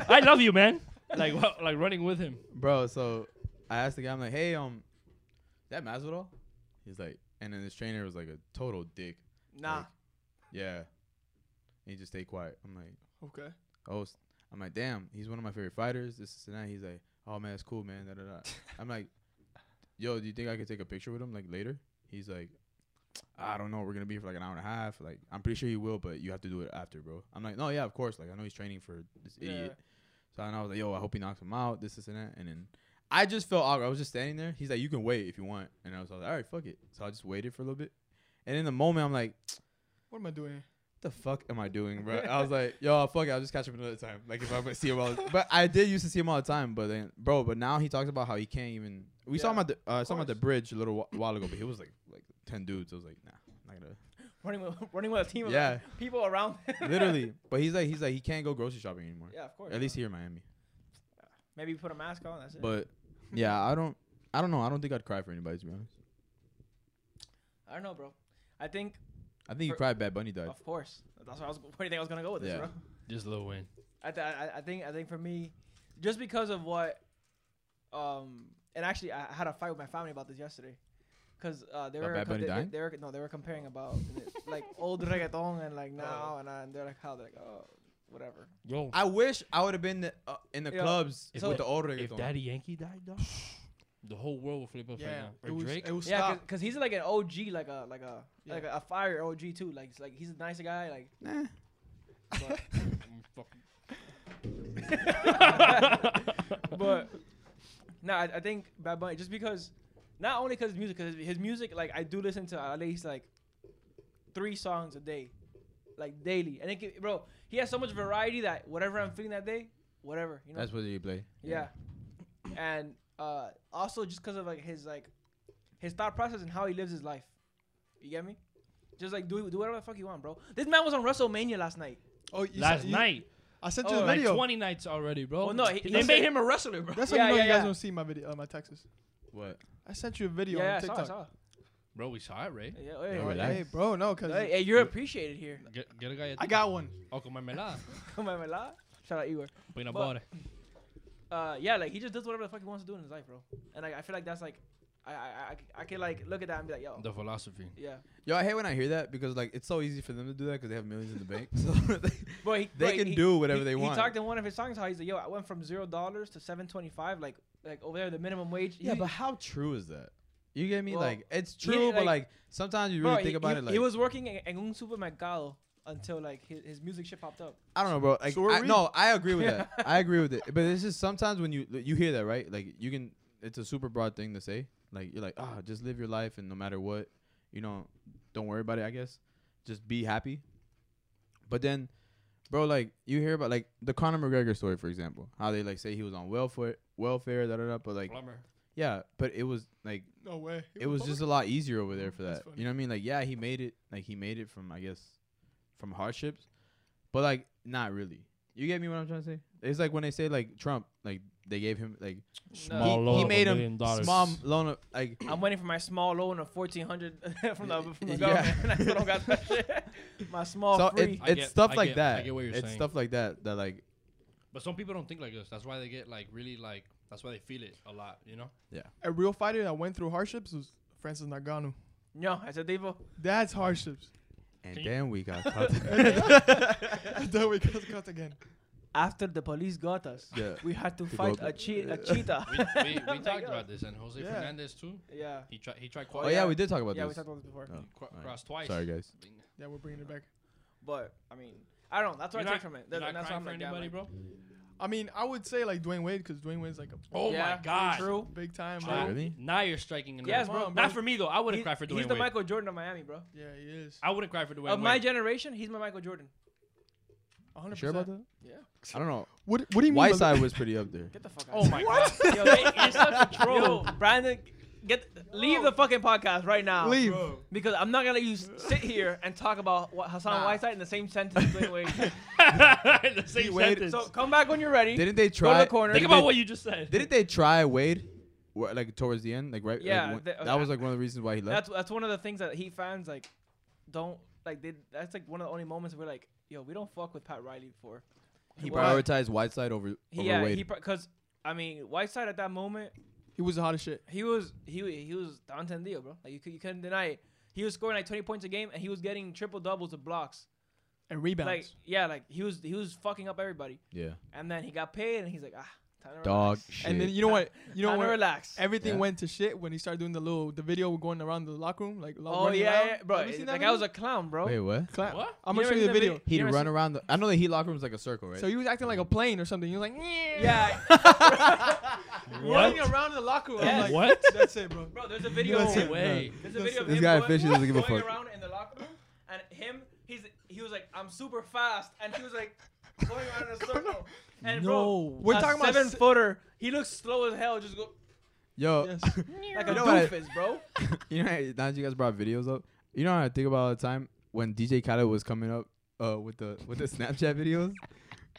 E: I love you, man. Like, wha- like running with him.
D: bro. So I asked the guy, I'm like, hey, um, that Masvidal? He's like, and then this trainer was like a total dick.
C: nah.
D: Like, yeah. And he just stayed quiet. I'm like,
B: Okay.
D: oh, s- I'm like, damn, he's one of my favorite fighters. This is that. He's like, oh man, it's cool, man. Da, da, da. I'm like, yo, do you think I could take a picture with him like later? He's like, I don't know. We're gonna be here for like an hour and a half. Like, I'm pretty sure he will, but you have to do it after, bro. I'm like, no, yeah, of course. Like, I know he's training for this idiot. So and I was like, yo, I hope he knocks him out. This, this, and that. And then I just felt awkward. I was just standing there. He's like, you can wait if you want. And I was like, all right, fuck it. So I just waited for a little bit. And in the moment, I'm like,
B: What am I doing? here?
D: the fuck am I doing, bro? I was like, yo, fuck it, I'll just catch him another time. Like if I would see him all, but I did used to see him all the time. But then, bro, but now he talks about how he can't even. We saw him
C: Yeah,
D: at the uh, saw him at the
C: course.
D: bridge a little wh- while ago, but he was like like ten dudes. I was like, nah, I'm not gonna.
C: Running with running with a team of
D: Yeah.
C: like, people around. him.
D: Literally, but he's like he's like he can't go grocery shopping anymore.
C: yeah, of course.
D: at least
C: bro.
D: here in Miami.
C: Maybe put a mask on. That's it.
D: But yeah, I don't, I don't know. I don't think I'd cry for anybody to be honest.
C: I don't know, bro. I think
D: I think he
C: For- Oh.
D: cried. Bad Bunny died.
C: Of course. That's what I was. Where do you think I was gonna go with this,
D: Yeah.
C: bro?
E: Just Lil Wayne.
C: I, th- I I think I think for me, just because of what, um, and actually I had a fight with my family about this yesterday, because uh, they
D: About
C: were
D: Bad
C: co-
D: Bunny
C: they, they,
D: dying?
C: they were no they were comparing about like old reggaeton and
D: Oh.
C: like now and, uh, and they're like how they're like oh whatever.
E: Yo,
D: I wish I would have been the, uh, in the
C: Yeah.
D: clubs
E: If
D: with
E: we-
D: the old
E: if
D: reggaeton.
E: Daddy Yankee died, dog, the whole world will flip up right
B: Yeah,
E: now.
B: it
E: Or
B: was,
E: Drake.
B: It was
C: Yeah,
B: stop.
C: because he's like an OG, like a like a
B: Yeah.
C: like a, a fire OG too. Like it's like he's a nice guy. Like
E: Mm, fuck.
C: but no, I, I think Bad Bunny just because not only because music, because his music like I do listen to at least like three songs a day, like daily, and it can, bro he has so much variety that whatever I'm feeling that day, whatever you know.
D: That's what he play.
C: yeah. and uh, also just because of like his like his thought process and how he lives his life. You get me? Just like do do whatever the fuck you want, bro. This man was on WrestleMania last night.
B: Oh, you
E: Last
B: said- you-
E: night,
B: I sent
C: Oh,
B: you the
E: like
B: video.
E: 20 nights already, bro.
C: Well, no, he-
E: Oh, they
C: he
E: made
C: said-
E: him a wrestler, bro.
B: That's
C: Yeah,
B: how you know
C: yeah,
B: you guys
C: yeah.
B: don't see my video, uh, my taxes.
D: What?
B: I sent you a video
C: yeah,
B: on
C: I saw,
B: TikTok.
C: I saw.
E: Bro, we saw it, right?
C: Yeah,
D: Yeah,
C: yeah,
D: relax.
B: Hey, bro, no, cause
C: Hey, hey, you're appreciated here.
E: Get, get a guy.
B: I got one.
E: Oh, come on, mela.
C: Come on, my la. Shout out Igor.
E: Pina
C: But-
E: bora.
C: Uh, yeah, like he just does whatever the fuck he wants to do in his life, bro. And like, I feel like that's like, I I I, I can like look at that and be like, yo,
E: The philosophy.
C: yeah.
D: Yo, I hate when I hear that because like it's so easy for them to do that because they have millions in the bank. So they,
C: But he,
D: they
C: but
D: can
C: he-
D: do whatever
C: he-
D: they want.
C: He talked in one of his songs how he's like, yo, I went from zero dollars to seven twenty five, like like over there the minimum wage.
D: yeah,
C: He-
D: but how true is that? You get me?
C: Well,
D: like it's
C: he-
D: true, but
C: like-
D: like sometimes you
C: bro,
D: really
C: he-
D: think about
C: he,
D: it. Like
C: he was working in, in un supermercado until like his, his music shit popped up.
D: I don't know, bro. Like,
B: So are
D: I,
B: we.
D: no, I agree with that. I agree with it. But it's just sometimes when you you hear that, right? Like you can, it's a super broad thing to say. Like you're like, ah, just live your life, and no matter what, you know, don't worry about it. I guess just be happy. But then, bro, like you hear about like the Conor McGregor story, for example, how they like say he was on welfare, welfare, da da da. But like,
E: Plumber.
D: yeah, but it was like
B: No way.
D: it was just a lot easier over there for
B: That's
D: that.
B: funny.
D: You know what I mean? Like, yeah, he made it. Like, he made it from, I guess, from hardships, but like, not really. You get me what I'm trying to say? It's like when they say like Trump, like they gave him like
E: Small
D: he,
E: loan
D: he
E: of a
D: made
E: million
D: him
E: dollars.
D: small loan of like
C: I'm waiting for my small loan of fourteen hundred from the from the
D: Yeah.
C: government. and I still don't got that shit. My small
D: so
C: free.
D: it,
E: I
D: it's
E: get-
D: stuff
E: I
D: like
E: get- I
D: that.
E: get what you're
D: it's
E: saying.
D: stuff like that that like
E: But some people don't think like this. That's why they get like really like. That's why they feel it a lot. You know.
B: a real fighter that went through hardships was Francis Nagano.
C: no, I said Devo.
B: That's hardships.
D: and
E: Can you-
D: then we got caught.
B: then we got cut again.
C: After the police got us,
D: yeah.
C: we had to
D: To
C: fight
D: go-
C: a, che- a cheetah.
E: We, we, we
C: Like,
E: talked
C: yo.
E: about this, and Jose
B: Yeah.
E: Fernandez too.
C: Yeah.
E: He tried. He tried.
C: Oh,
D: Oh,
E: Quite,
D: yeah,
C: yeah.
D: we did talk about
C: yeah, we
D: this.
C: talked about this before.
D: Oh,
E: qu-
D: alright.
E: crossed twice.
D: Sorry guys.
E: Bing.
B: Yeah, we're bringing it back.
C: But I mean, I don't. know. That's what
E: You're
C: I
E: not-
C: take from it.
E: you're
C: That,
E: not
C: that's why
E: crying
C: I'm
E: for
C: like, damn,
E: anybody,
C: like,
E: bro.
B: I mean, I would say like Dwayne Wade because Dwayne Wade's like a
E: Oh
C: yeah,
E: my God.
C: True.
B: big time.
E: Nah,
B: Bro.
D: True. Really?
E: Now you're striking. a
C: Yes,
E: nerve.
B: bro.
E: Not for me though. I wouldn't
C: He's-
E: cry for Dwayne
C: He's the
E: Wade.
C: Michael Jordan of Miami, bro.
B: Yeah, he is.
E: I wouldn't cry for Dwayne
C: of my
E: Wade.
C: generation, he's my Michael Jordan.
B: 100%.
D: You sure about that?
C: Yeah.
D: I don't know.
B: What What do you mean? by
D: Whiteside was pretty up there.
C: Get the fuck out.
E: Oh my God.
C: god. Yo, they- you're such a troll. Yo, Brandon, get leave the fucking podcast right now.
B: that? Leave.
C: Because I'm not gonna let you s- sit here and talk about what Hassan
B: Nah.
C: Whiteside in the same sentence. Dwayne Wade.
E: the same
D: waited-
E: sentence.
C: so come back when you're ready.
D: Didn't they try?
C: corner.
E: Think
D: didn't
E: about
D: they-
E: what you just said.
D: Didn't they try Wade, Wha- like towards the end, like right? like,
C: Yeah,
D: one-
C: the-
D: that was like one of the reasons why he left.
C: that's that's one of the things that Heat fans like don't like. They, that's like one of the only moments where like, yo, we don't fuck with Pat Riley for.
D: he
C: Why?
D: prioritized Whiteside over over
C: He- yeah,
D: Wade.
C: he because I mean Whiteside at that moment
B: He was the hottest shit.
C: he was he wa- he was Don Tendio, bro. Like you cou- you couldn't deny it. He was scoring like 20 points a game and he was getting triple doubles with blocks.
B: And rebounds.
C: Like yeah, like he was he was fucking up everybody.
D: yeah,
C: And then he got paid and he's like ah time to
D: dog
C: relax.
D: shit.
B: and then you know what? You know
C: time to
B: what?
C: relax.
B: Everything
D: Yeah.
B: went to shit when he started doing the little the video going around the locker room like lo-
C: oh
B: running
C: yeah,
B: around.
C: yeah, bro.
B: Have you
C: It,
B: seen
C: that
B: that
C: guy was
B: video?
C: a clown, bro.
D: wait, what?
B: Clap.
E: What?
B: I'm
C: You
B: gonna show
C: never
B: you the
C: seen that
B: video.
C: video?
D: He'd
C: You ever
D: run
C: seen-
D: around. The, I know the Heat locker room's like a circle, right?
B: So he was acting like a plane or something. He was like, yeah,
C: Yeah,
B: running
E: What?
B: around the locker room. I'm
C: Yes.
B: like,
E: What?
B: That's it, bro.
C: bro. There's a video.
B: That's
E: No
B: it.
E: way.
C: There's a video of
D: This
C: him
D: guy
C: going,
D: officially doesn't give a
C: going
D: fuck.
C: around in the locker room, and him, he's he was like, I'm super fast, and he was like going around in a circle. And bro,
B: We're
C: a
B: talking about
C: seven
B: se-
C: footer. He looks slow as hell. Just go
D: Yo,
B: Yes.
C: like
D: You
C: a
D: know what?
C: doofus, bro.
D: you know, how- now that you guys brought videos up, you know what I think about all the time when DJ Khaled was coming up uh, with the with the Snapchat videos.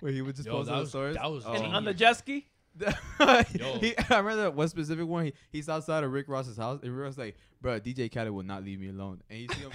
D: Where he would just
E: Yo,
D: post
E: that
D: on the
E: was-
D: stories.
E: that was
C: And
E: Oh.
C: on the jet ski.
E: Yo.
D: he, I remember that one specific one. He, he's outside of Rick Ross's house, and Rick Ross like, "Bro, DJ Khaled will not leave me alone." And you see him,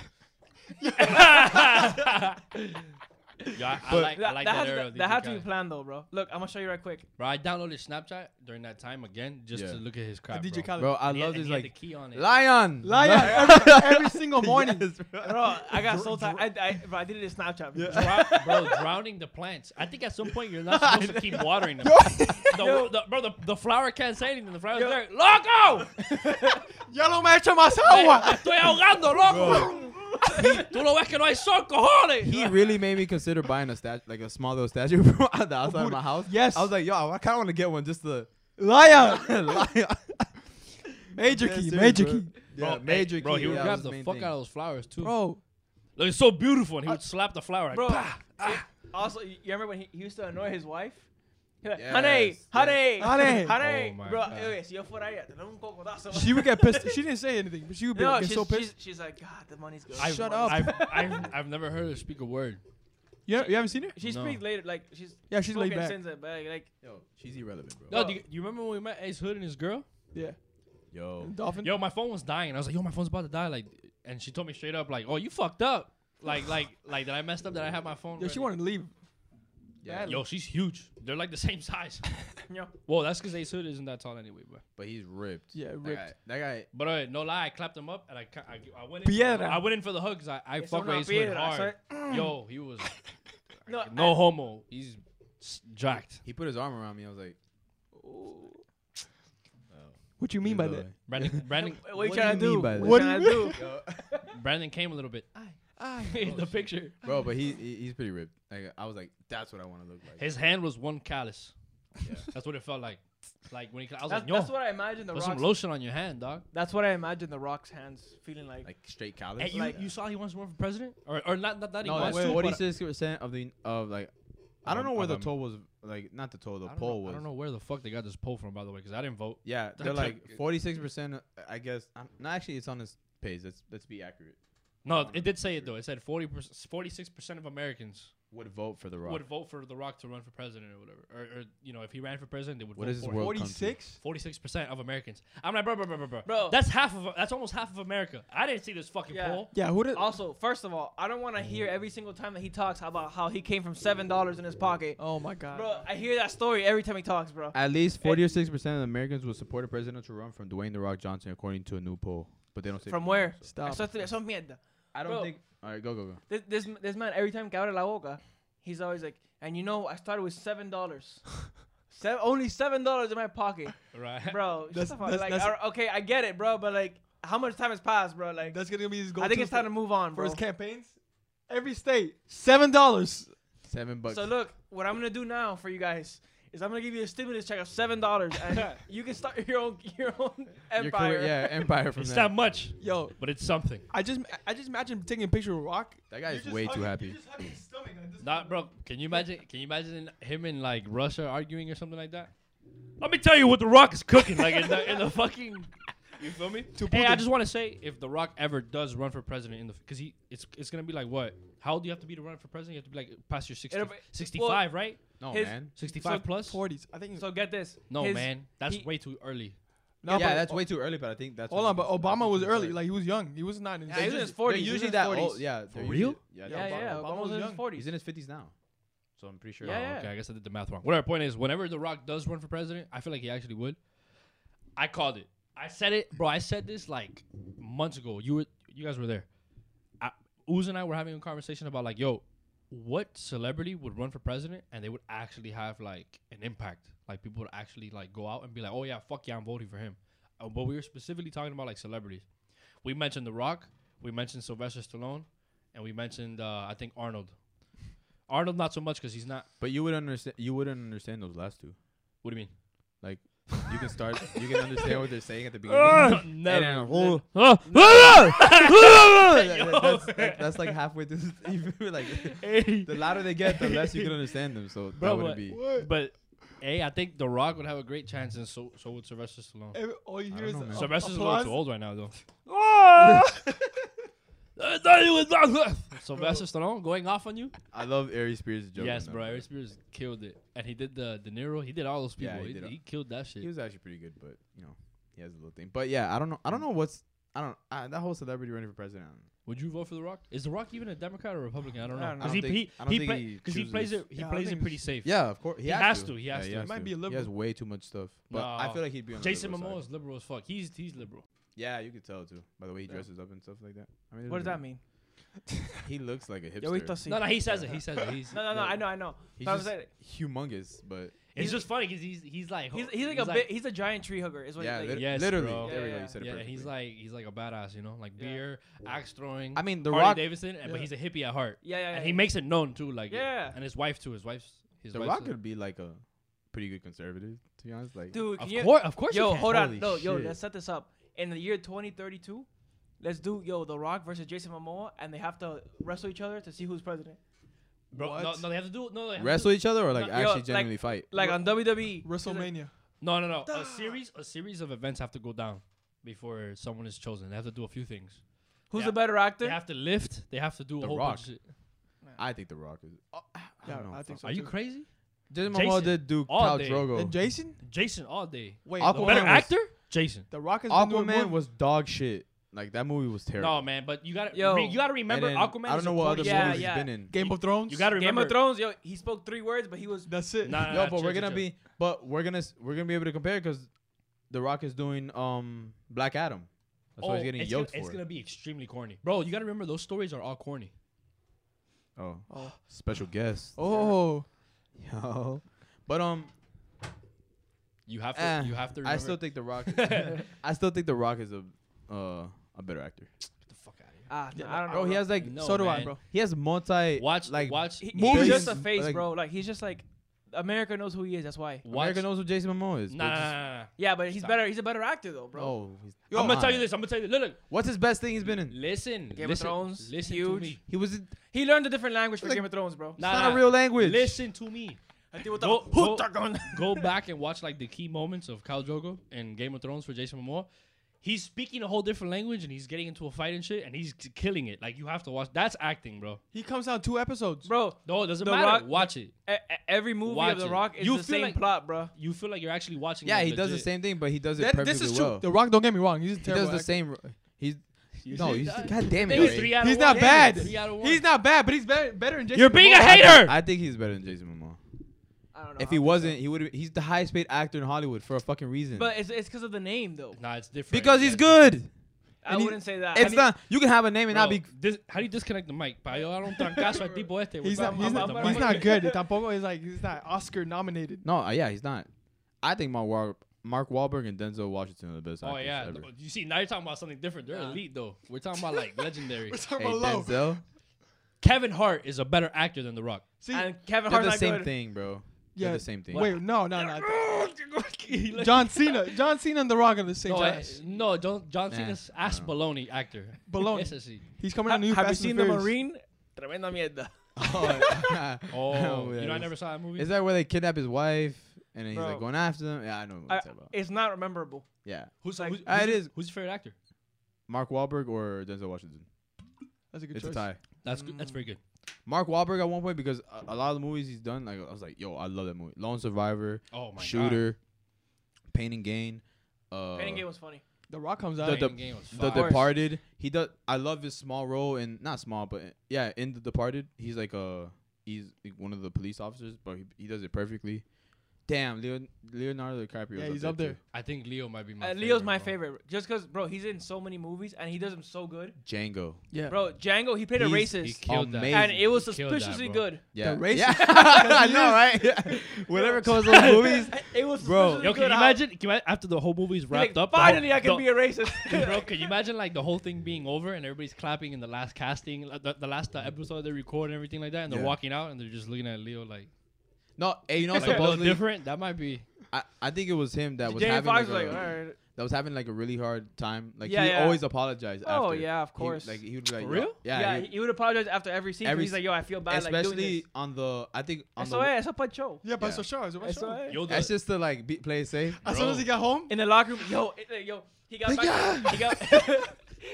E: Yeah, I, I
D: But-
E: like, I
C: That, that
E: like that,
C: has-
E: era.
C: that-
E: of the
C: that had to
E: Duke
C: be
E: guy.
C: planned though, bro. Look, I'm gonna show you right quick.
E: Bro, I downloaded Snapchat during that time again just
D: Yeah.
E: to look at his crap.
B: DJ
E: bro.
B: Khaled.
D: bro. I
E: And he had-
D: love
E: and
D: this
E: he had the
D: like
E: key on it.
D: lion,
B: Lion every, every single morning.
D: Yes, bro.
C: Bro, I got so tired. I, I, bro, I did it in Snapchat.
E: Drow- bro, drowning the plants. I think at some point you're not supposed to keep watering them. the, the, bro, the, the flower can't say anything. The flower's
C: Yo.
E: there. Loco!
B: Yellow man, echa más
E: Me
B: agua.
E: estoy ahogando, loco! Tú lo ves que no hay sol, cojones!
D: He really made me consider buying a statue, like a small little statue from the outside of my house.
B: Yes.
D: I was like, yo, I kind of want to get one just to
B: Lion.
D: lion.
B: Major key,
D: Yes,
B: major
D: bro.
B: key.
D: Yeah,
E: hey,
D: major
E: Bro,
D: key.
E: he would
D: yeah,
E: grab
D: was
E: the
D: main
E: fuck
D: thing.
E: out of those flowers, too.
B: Bro,
E: Look, it's so beautiful. And he would slap the flower. Like,
C: bro.
E: "Pah!"
C: Also, you you remember when he, he used to annoy his wife? He'd be like,
D: Yes,
C: honey,
D: yes.
C: honey,
B: Honey.
E: Oh
C: honey,
E: my
C: bro.
E: God.
C: Anyway, si yo fuera ella, te doy un cocotazo.
B: she would get pissed. She didn't say anything, but she would be
C: No,
B: like, get
C: she's,
B: so
C: she's,
B: pissed.
C: she's like, God, the money's good.
E: I've-
B: Shut
C: The
B: up.
C: money's
E: I've, I've, I've never heard her speak a word.
B: You, you haven't seen her?
C: good." She
E: No.
C: speaks later, like she's
B: Yeah, she's laid
C: spoken
B: back.
C: since then, but like, like
D: Yo, she's irrelevant, bro.
E: No,
C: Bro.
E: do you, you remember when we met Ace Hood and his girl?
B: Yeah.
D: Yo,
B: Dolphin.
E: Yo, my phone was dying. I was like, yo, my phone's about to die. Like, and she told me straight up, like, oh, you fucked up. Like, like, like that I messed up that I had my phone.
B: Yo, she
E: ready.
B: wanted to leave.
D: yeah,
E: Yo, she's huge. They're like the same size.
C: you know,
E: Well, that's because Ace Hood isn't that tall anyway, but
D: but he's ripped.
B: Yeah,
D: that
B: ripped.
D: Guy, that guy.
E: but uh, no lie, I clapped him up and I ca- I, I went in.
B: Piedra.
E: I went in for the hug 'cause I, I
C: It's
E: fuck with
C: una
E: Ace Hood
C: piedra, Mm.
E: hard. Yo, he was
C: no,
E: no
C: I-
E: homo. He's s- jacked.
D: He put his arm around me. I was like,
B: What you mean by that?
E: Brandon Brandon
C: What, you
D: What
C: trying to
D: do you
C: do?
D: mean by
C: What
B: that?
C: you trying to do?
D: Yo,
E: Brandon came a little bit. in the picture,
D: bro, but he, he he's pretty ripped. Like, I was like, that's what I want to look like.
E: his hand was one callus.
D: Yeah.
E: That's what it felt like. Like when he, cla- I was
C: That's,
E: like, yo,
C: that's what I imagine the
E: put some
C: rocks.
E: lotion on your hand, dog.
C: that's what I imagine the rocks' hands feeling like.
D: like straight callous.
E: Hey, you,
D: Like-
E: you saw he wants to run for president, or or not not that he
D: No,
E: wants
D: that's
E: to.
D: forty
E: but-
D: six percent of the of like. I don't
E: Of-
D: know where
E: of
D: the
E: them.
D: toll was like not the toll the
E: I don't know-
D: poll was.
E: I don't know where the fuck they got this poll from, by the way, because I didn't vote.
D: Yeah, they're like forty six percent. I guess. I'm, no, actually, it's on his page. Let's let's be accurate.
E: No, it did say it though. It said 40 46 percent of Americans
D: Would vote for the Rock.
E: would vote for The Rock to run for president or whatever, or, or you know, if he ran for president, they would
D: What
E: vote
D: is this
E: for
D: world?
E: him.
B: 46?
E: Forty-six percent of Americans. I'm like, bro, bro, bro, bro, bro,
C: Bro.
E: That's half of. That's almost half of America. I didn't see this fucking
C: Yeah.
E: poll.
B: Yeah, who did?
C: Also, first of all, I don't want to hear every single time that he talks about how he came from seven dollars in his pocket,
B: Oh Ah, my god.
C: bro. I hear that story every time he talks, bro.
D: At least forty or six percent of Americans would support a presidential run from Dwayne the Rock Johnson, according to a new poll. But they don't say
C: From where?
B: Stop.
C: Eso es- eso es mierda.
D: I don't
C: Bro.
D: think. All right, go go go.
C: This, this this man every time que abre la boca, he's always like, and you know I started with seven dollars, seven, only seven dollars in my pocket,
E: Right.
C: bro.
B: That's-
C: shut the fuck.
B: that's-
C: like,
B: that's-
C: I- okay, I get it, bro, but like, how much time has passed, bro? Like,
B: That's gonna be his goal.
C: I think it's time to move on,
B: for
C: bro.
B: his campaigns. Every state, seven dollars.
D: Seven bucks.
C: So look, what I'm gonna do now for you guys is I'm gonna give you a stimulus check of seven dollars, and you can start your own your own
D: Your career-
C: empire.
D: yeah, empire from
E: It's
D: that.
E: not much,
B: Yo,
E: but it's something.
B: I just I just imagine taking a picture of Rock.
D: That guy is way too happy.
E: Not, bro. Can you imagine? Can you imagine him and like Russia arguing or something like that? Let me tell you what The Rock is cooking, like in the in the fucking. You feel me? Hey, I just want to say, if The Rock ever does run for president in the, because he, it's it's gonna be like what? How old do you have to be to run for president? You have to be like past your 60,
C: It'll be-
E: 65, right?
D: No
C: His-
D: man.
E: 65 plus.
B: Forties. I think.
C: So get this.
E: no
C: his-
E: man, that's
C: he-
E: way too early.
B: no,
D: yeah,
B: but-
D: that's way too early. But I think that's.
B: Hold
D: when
B: on,
D: he
B: but
D: was- I
B: Obama
D: think
B: was
D: he
B: early. Like he was young. He was not in.
C: Yeah, he was in his
B: his
C: 40s.
D: They're
C: he was
D: usually
C: in his
D: that
C: 40s.
D: old. Yeah. they're
E: For real?
D: usually- Yeah.
C: Yeah,
D: they're-
C: yeah, yeah. Obama
B: Obama was
C: was in his
B: young.
C: forties.
D: He's in his fifties now. So I'm pretty sure.
C: Yeah,
E: Oh,
C: yeah.
E: Okay, I guess I did the math wrong. Whatever. Point is, whenever The Rock does run for president, I feel like he actually would. I called it. I said it, bro. I said this like months ago. You were, you guys were there. I, Uz and I were having a conversation about like, yo, what celebrity would run for president and they would actually have like an impact? Like people would actually like go out and be like, oh yeah, fuck yeah, I'm voting for him. Uh, but we were specifically talking about like celebrities. We mentioned The Rock. We mentioned Sylvester Stallone, and we mentioned uh, I think Arnold. Arnold not so much because he's not.
D: But you would understand. You wouldn't understand those last two.
E: What do you mean?
D: Like you can start. you can understand what they're saying at the beginning.
E: Ah, Never.
D: Yo. oh, That- that's, that- that's like halfway through. you feel like the louder they get, the less you can understand them. So
E: Bro,
D: that
E: but-
D: would be.
E: But hey, I think The Rock would have a great chance, and so so would Sylvester Stallone.
B: All you
D: I
B: hear
D: don't
B: is
D: know, man.
B: a-
E: Sylvester Stallone's a
B: applause.
E: little too old right now, though. Sylvester Stallone going off on you?
D: I love Aries Spears' joke.
E: yes,
D: on that,
E: bro. Eric Spears killed it, and he did the De Niro. He did all those
D: Yeah,
E: people.
D: he
E: he,
D: did all-
E: he killed that shit.
D: He was actually pretty good, but you know, he has a little thing. But yeah, I don't know. I don't know what's. I don't. I, that whole celebrity running for president. I don't know.
E: Would you vote for The Rock? Is The Rock even a Democrat or Republican? I don't
C: I
E: know.
C: don't
E: Because
D: know.
E: he,
D: I don't
E: he,
D: think- I
E: he,
D: don't think
E: play-
D: he
E: 'cause he plays
D: chooses.
E: it. He
B: Yeah, I
E: plays
B: think
E: it pretty
B: he's-
E: safe.
D: Yeah, of course. He,
E: He has to, he has to.
B: He might be a
D: He has
B: liberal.
D: way too much stuff. But I
E: No.
D: feel like he'd be on the
E: Jason
D: liberal
E: Momoa
D: side.
E: is liberal as fuck. He's he's liberal.
D: Yeah, you could tell too. By the way, he dresses up and stuff like that. I mean,
C: What does
D: there's
C: that mean?
D: a- He looks like a hipster.
C: Yo ahorita sí.
E: No, no, he says it. He says it. He's
C: No, no, no.
E: yeah.
C: I know, I know.
D: He's
C: But I'm
D: just
C: saying-
D: humongous, but
C: He's-
E: It's just funny because he's he's like
C: He's, he's like a bit. He's a giant tree hugger. Is what.
D: yeah,
C: he's
D: lit-
C: like.
E: Yes,
D: literally.
E: bro.
D: There we go.
C: Yeah,
D: You said it
E: yeah,
D: perfectly.
E: he's like he's like a badass, you know, like
C: Yeah.
E: beer, axe throwing.
D: I mean, The
E: Harley
D: Rock.
E: Davidson, and- but
B: Yeah.
E: he's a hippie at heart,
C: Yeah, yeah, yeah.
E: and he makes it known too, like
C: Yeah.
E: and his wife too. His wife's his
D: The
E: wife's
D: Rock
E: a-
D: could be like a pretty good conservative, to be honest. Like,
C: Dude, can
E: of
C: you,
E: course, of course.
C: yo,
E: you can.
C: hold on.
D: Holy
C: No, yo,
D: shit.
C: let's set this up. In the year 2032, let's do yo The Rock versus Jason Momoa, and they have to wrestle each other to see who's president.
E: bro. No,
D: What?
E: no, they have to do no. They have
D: wrestle
E: To,
D: each other or
C: No,
D: like
C: yo,
D: actually
C: like-
D: genuinely fight.
C: Like on
D: E.
C: WWE,
B: WrestleMania.
E: no, no, no. A series, a series of events have to go down before someone is chosen. They have to do a few things.
C: who's
E: Yeah.
C: the better
E: They
C: actor?
E: have to lift. They have to do
D: The
E: a whole
D: Rock.
E: bunch. Of shit.
D: I think The Rock is.
E: uh,
D: Oh, I
B: Yeah,
D: don't know.
B: I think so.
E: Are you
B: too.
E: crazy? Jason
D: Jason Momoa did do
E: all
D: Khal
E: day.
B: And
D: Drogo.
B: Jason?
E: Jason all day.
B: Wait,
D: Aquaman
E: The better
D: was-
E: actor, Jason.
B: The Rock has been doing
D: Aquaman
B: more-
D: was dog shit. Like that movie was terrible.
E: No man, but you got to
C: Yo.
E: re- you got to
D: And
E: remember
D: then
E: Aquaman.
D: I don't
E: is
D: know
E: a
D: what other
E: Cody-
C: Yeah,
D: movies
C: yeah.
D: he's been in.
B: Game of Thrones.
E: You got to
C: Game
E: remember.
C: of Thrones. Yo, he spoke three words, but he was.
B: That's it.
E: Nah, nah,
D: Yo,
E: nah,
D: but
E: chill,
D: we're gonna
E: chill, chill.
D: be, but we're gonna s- we're gonna be able to compare because The Rock is doing um Black Adam. That's why he's
E: Oh,
D: getting
E: it's
D: yoked
E: gonna, It's
D: for.
E: gonna be extremely corny, bro. You gotta remember those stories are all corny.
D: Oh,
B: Oh.
D: special guest.
B: Oh,
D: Yo. But um,
E: You have to.
C: Ah,
D: Eh,
E: you have to. Remember.
D: I still think The Rock. I still think The Rock is a uh a better actor.
E: Get the fuck out of
C: Ah, nah, I don't know.
D: Bro, he
C: bro.
D: has like
E: No,
D: so do I,
E: man.
D: bro. He has multi
E: here. Watch.
D: like
E: Like watch.
C: He-
D: Movies-
C: he's just a face,
D: like-
C: bro. Like he's just like America knows who he is. That's why.
E: watch.
D: America knows who Jason Momoa is.
E: Nah,
D: They
E: nah,
D: just-
E: nah, nah, nah.
C: Yeah, but he's
E: Stop.
C: better. He's a better actor though, bro.
D: Oh, he's,
E: I'm gonna tell you
D: Alright.
E: this. I'm gonna tell you. Look, look.
D: What's his best thing he's been in?
E: Listen.
C: Game of
E: listen,
C: Thrones,
E: Listen
C: huge.
E: to me.
D: He was. In,
C: He learned a different language for
D: Like-
C: Game of Thrones, bro.
E: Nah,
D: it's
E: nah,
D: not a real language.
E: Listen to me. Go- go- Go back and watch like the key moments of Khal Drogo and Game of Thrones for Jason Momoa. He's speaking a whole different language and he's getting into a fight and shit and he's k- killing it. Like you have to watch. That's acting, bro.
B: he comes out two episodes.
C: Bro,
E: No, it doesn't
C: The
E: matter.
C: Rock-
E: watch it.
C: e- e- every movie
E: Watch
C: of The
E: it.
C: Rock is
E: You
C: the
E: feel
C: same
E: like-
C: plot, bro.
E: You feel like you're actually watching.
D: Yeah,
E: it
D: he does the
E: legit.
D: same thing, but he does it
B: That-
D: perfectly
B: this is
D: well.
B: true. The Rock, don't get me wrong. He's a
D: He
B: terrible.
D: does the
B: actor.
D: same. He's
E: You
D: no.
E: see
D: He's,
E: that?
D: God damn it.
E: Think it's
D: Ray.
E: three out of
B: He's
E: one.
B: not bad.
E: Three out of one.
B: He's not bad, but he's better, better than Jason.
E: You're being a
B: Momoa.
E: hater.
D: I think he's better than Jason Momoa.
C: I don't know.
D: If he wasn't, he would. He's the highest paid actor in Hollywood for a fucking reason.
C: But it's it's because of the name though.
E: Nah, it's different
D: because
E: Yeah,
D: he's
E: it's
D: good.
C: I
D: And he-
C: wouldn't say that. I
D: It's
C: mean,
D: not. You can have a name and not
E: Bro,
D: be.
E: dis- how do you disconnect the mic? Pa, yo, I don't trancazo al tipo este.
B: He's
E: bro.
B: not. He's
E: I'm
B: not,
E: about
B: he's
E: to-
B: not good. Tampoco is like he's not Oscar nominated.
D: No, uh, yeah, he's not. I think Mark Wahlberg, Mark Wahlberg and Denzel Washington are the best
E: Oh
D: actors
E: yeah,
D: ever.
E: th- you see now you're talking about something different. They're
C: Nah.
E: elite though. We're talking about like legendary.
D: Hey,
B: talking
D: Denzel
E: Kevin Hart is a better actor than The Rock.
B: See,
C: And Kevin
D: did
C: Hart's
D: the
C: not
D: same
C: good.
D: thing, bro. Yeah,
B: Yeah.
D: the same thing.
B: wait, no, no, no.
C: "Oh,
B: John Cena, John Cena and The Rock are the same
E: No, I-
B: class.
E: no, John John
D: Nah,
E: Cena's ass
D: no.
E: baloney actor.
B: Baloney.
E: Ese sí.
B: He's coming
C: Have,
B: out new.
C: have you
B: Fast and
C: seen the
B: Furious.
C: Marine? Tremenda mierda.
D: Oh,
E: Oh,
D: yeah,
E: you know I
D: it's-
E: never saw that movie.
D: Is that where they kidnap his wife and then he's like
C: Bro.
D: going after them? Yeah, I know what
C: I-
D: you're talking about.
C: It's not memorable.
D: Yeah,
E: who's,
C: like-
E: who's,
D: Ah, it
E: who's-
D: is.
E: Who's your favorite actor?
D: Mark Wahlberg or Denzel Washington.
B: That's a good
D: It's
B: choice.
D: a tie.
E: That's good. That's very good.
D: Mark Wahlberg at one point because a, a lot of the movies he's done, like I was like, yo, I love that movie. Lone Survivor,
E: Oh my god.
D: Shooter, Pain and Gain, uh,
C: Pain and Gain was funny.
B: The Rock comes
D: The-
B: out.
D: the-
E: Pain Game was
D: The
E: fire.
C: Course.
D: Departed. He does. I love his small role in not small, but yeah, in The Departed, he's like a he's like one of the police officers, but he, he does it perfectly. Damn, Leon, Leonardo DiCaprio.
B: Yeah,
D: is
B: he's up there.
D: too.
E: I think Leo might be my.
C: Uh, Leo's
E: favorite,
C: my
E: bro.
C: favorite, just because bro, he's in so many movies and he does them so good.
D: Django.
B: yeah.
C: Bro, Django, he played a
D: He's-
E: He
C: racist,
E: killed that.
D: Amazing.
C: and it was
E: He killed that,
C: suspiciously
E: bro.
C: good.
D: Yeah,
B: racist-
D: Yeah. I know, right? Yeah. Whatever comes those movies.
C: It was
D: Bro.
C: suspiciously
E: Yo,
C: good
E: can you
C: how-
E: imagine? Can you, ima- after the whole movie's
C: Like,
E: wrapped up, the whole-
C: finally, I can
E: the-
C: be a racist.
E: Bro, can you imagine like the whole thing being over and everybody's clapping in the last casting, like, the, the last uh, episode they record and everything like that, and they're
D: Yeah.
E: walking out and they're just looking at Leo like,
D: No, hey, you know
E: like no
D: supposedly,
E: different. That might be.
D: I, I think it was him that was
C: Jamie
D: having
C: Foxx
D: like,
C: was like,
D: a,
C: alright.
D: that was having like a really hard time. Like
C: Yeah,
D: he
C: yeah.
D: always apologized.
C: Oh,
D: after.
C: yeah, of
D: He-
C: course.
D: like he would be like,
E: For
D: yo-
E: real?
D: Yeah,
C: Yeah,
D: he-
C: he, he would apologize after every scene. 'cause
D: Every
C: he's like, yo, I feel bad. like, doing
D: especially
C: this.
D: on the I think on
C: Eso
D: the
C: es, eso pa' show.
B: Yeah, but
D: Yeah.
B: it's a show. It's a
C: Eso
B: show.
C: es.
E: Yo, the,
D: That's just to like be, play it safe.
B: As soon as he got home,
C: In the locker room, yo, it, uh, yo, he got back.
B: Yeah.
C: He got,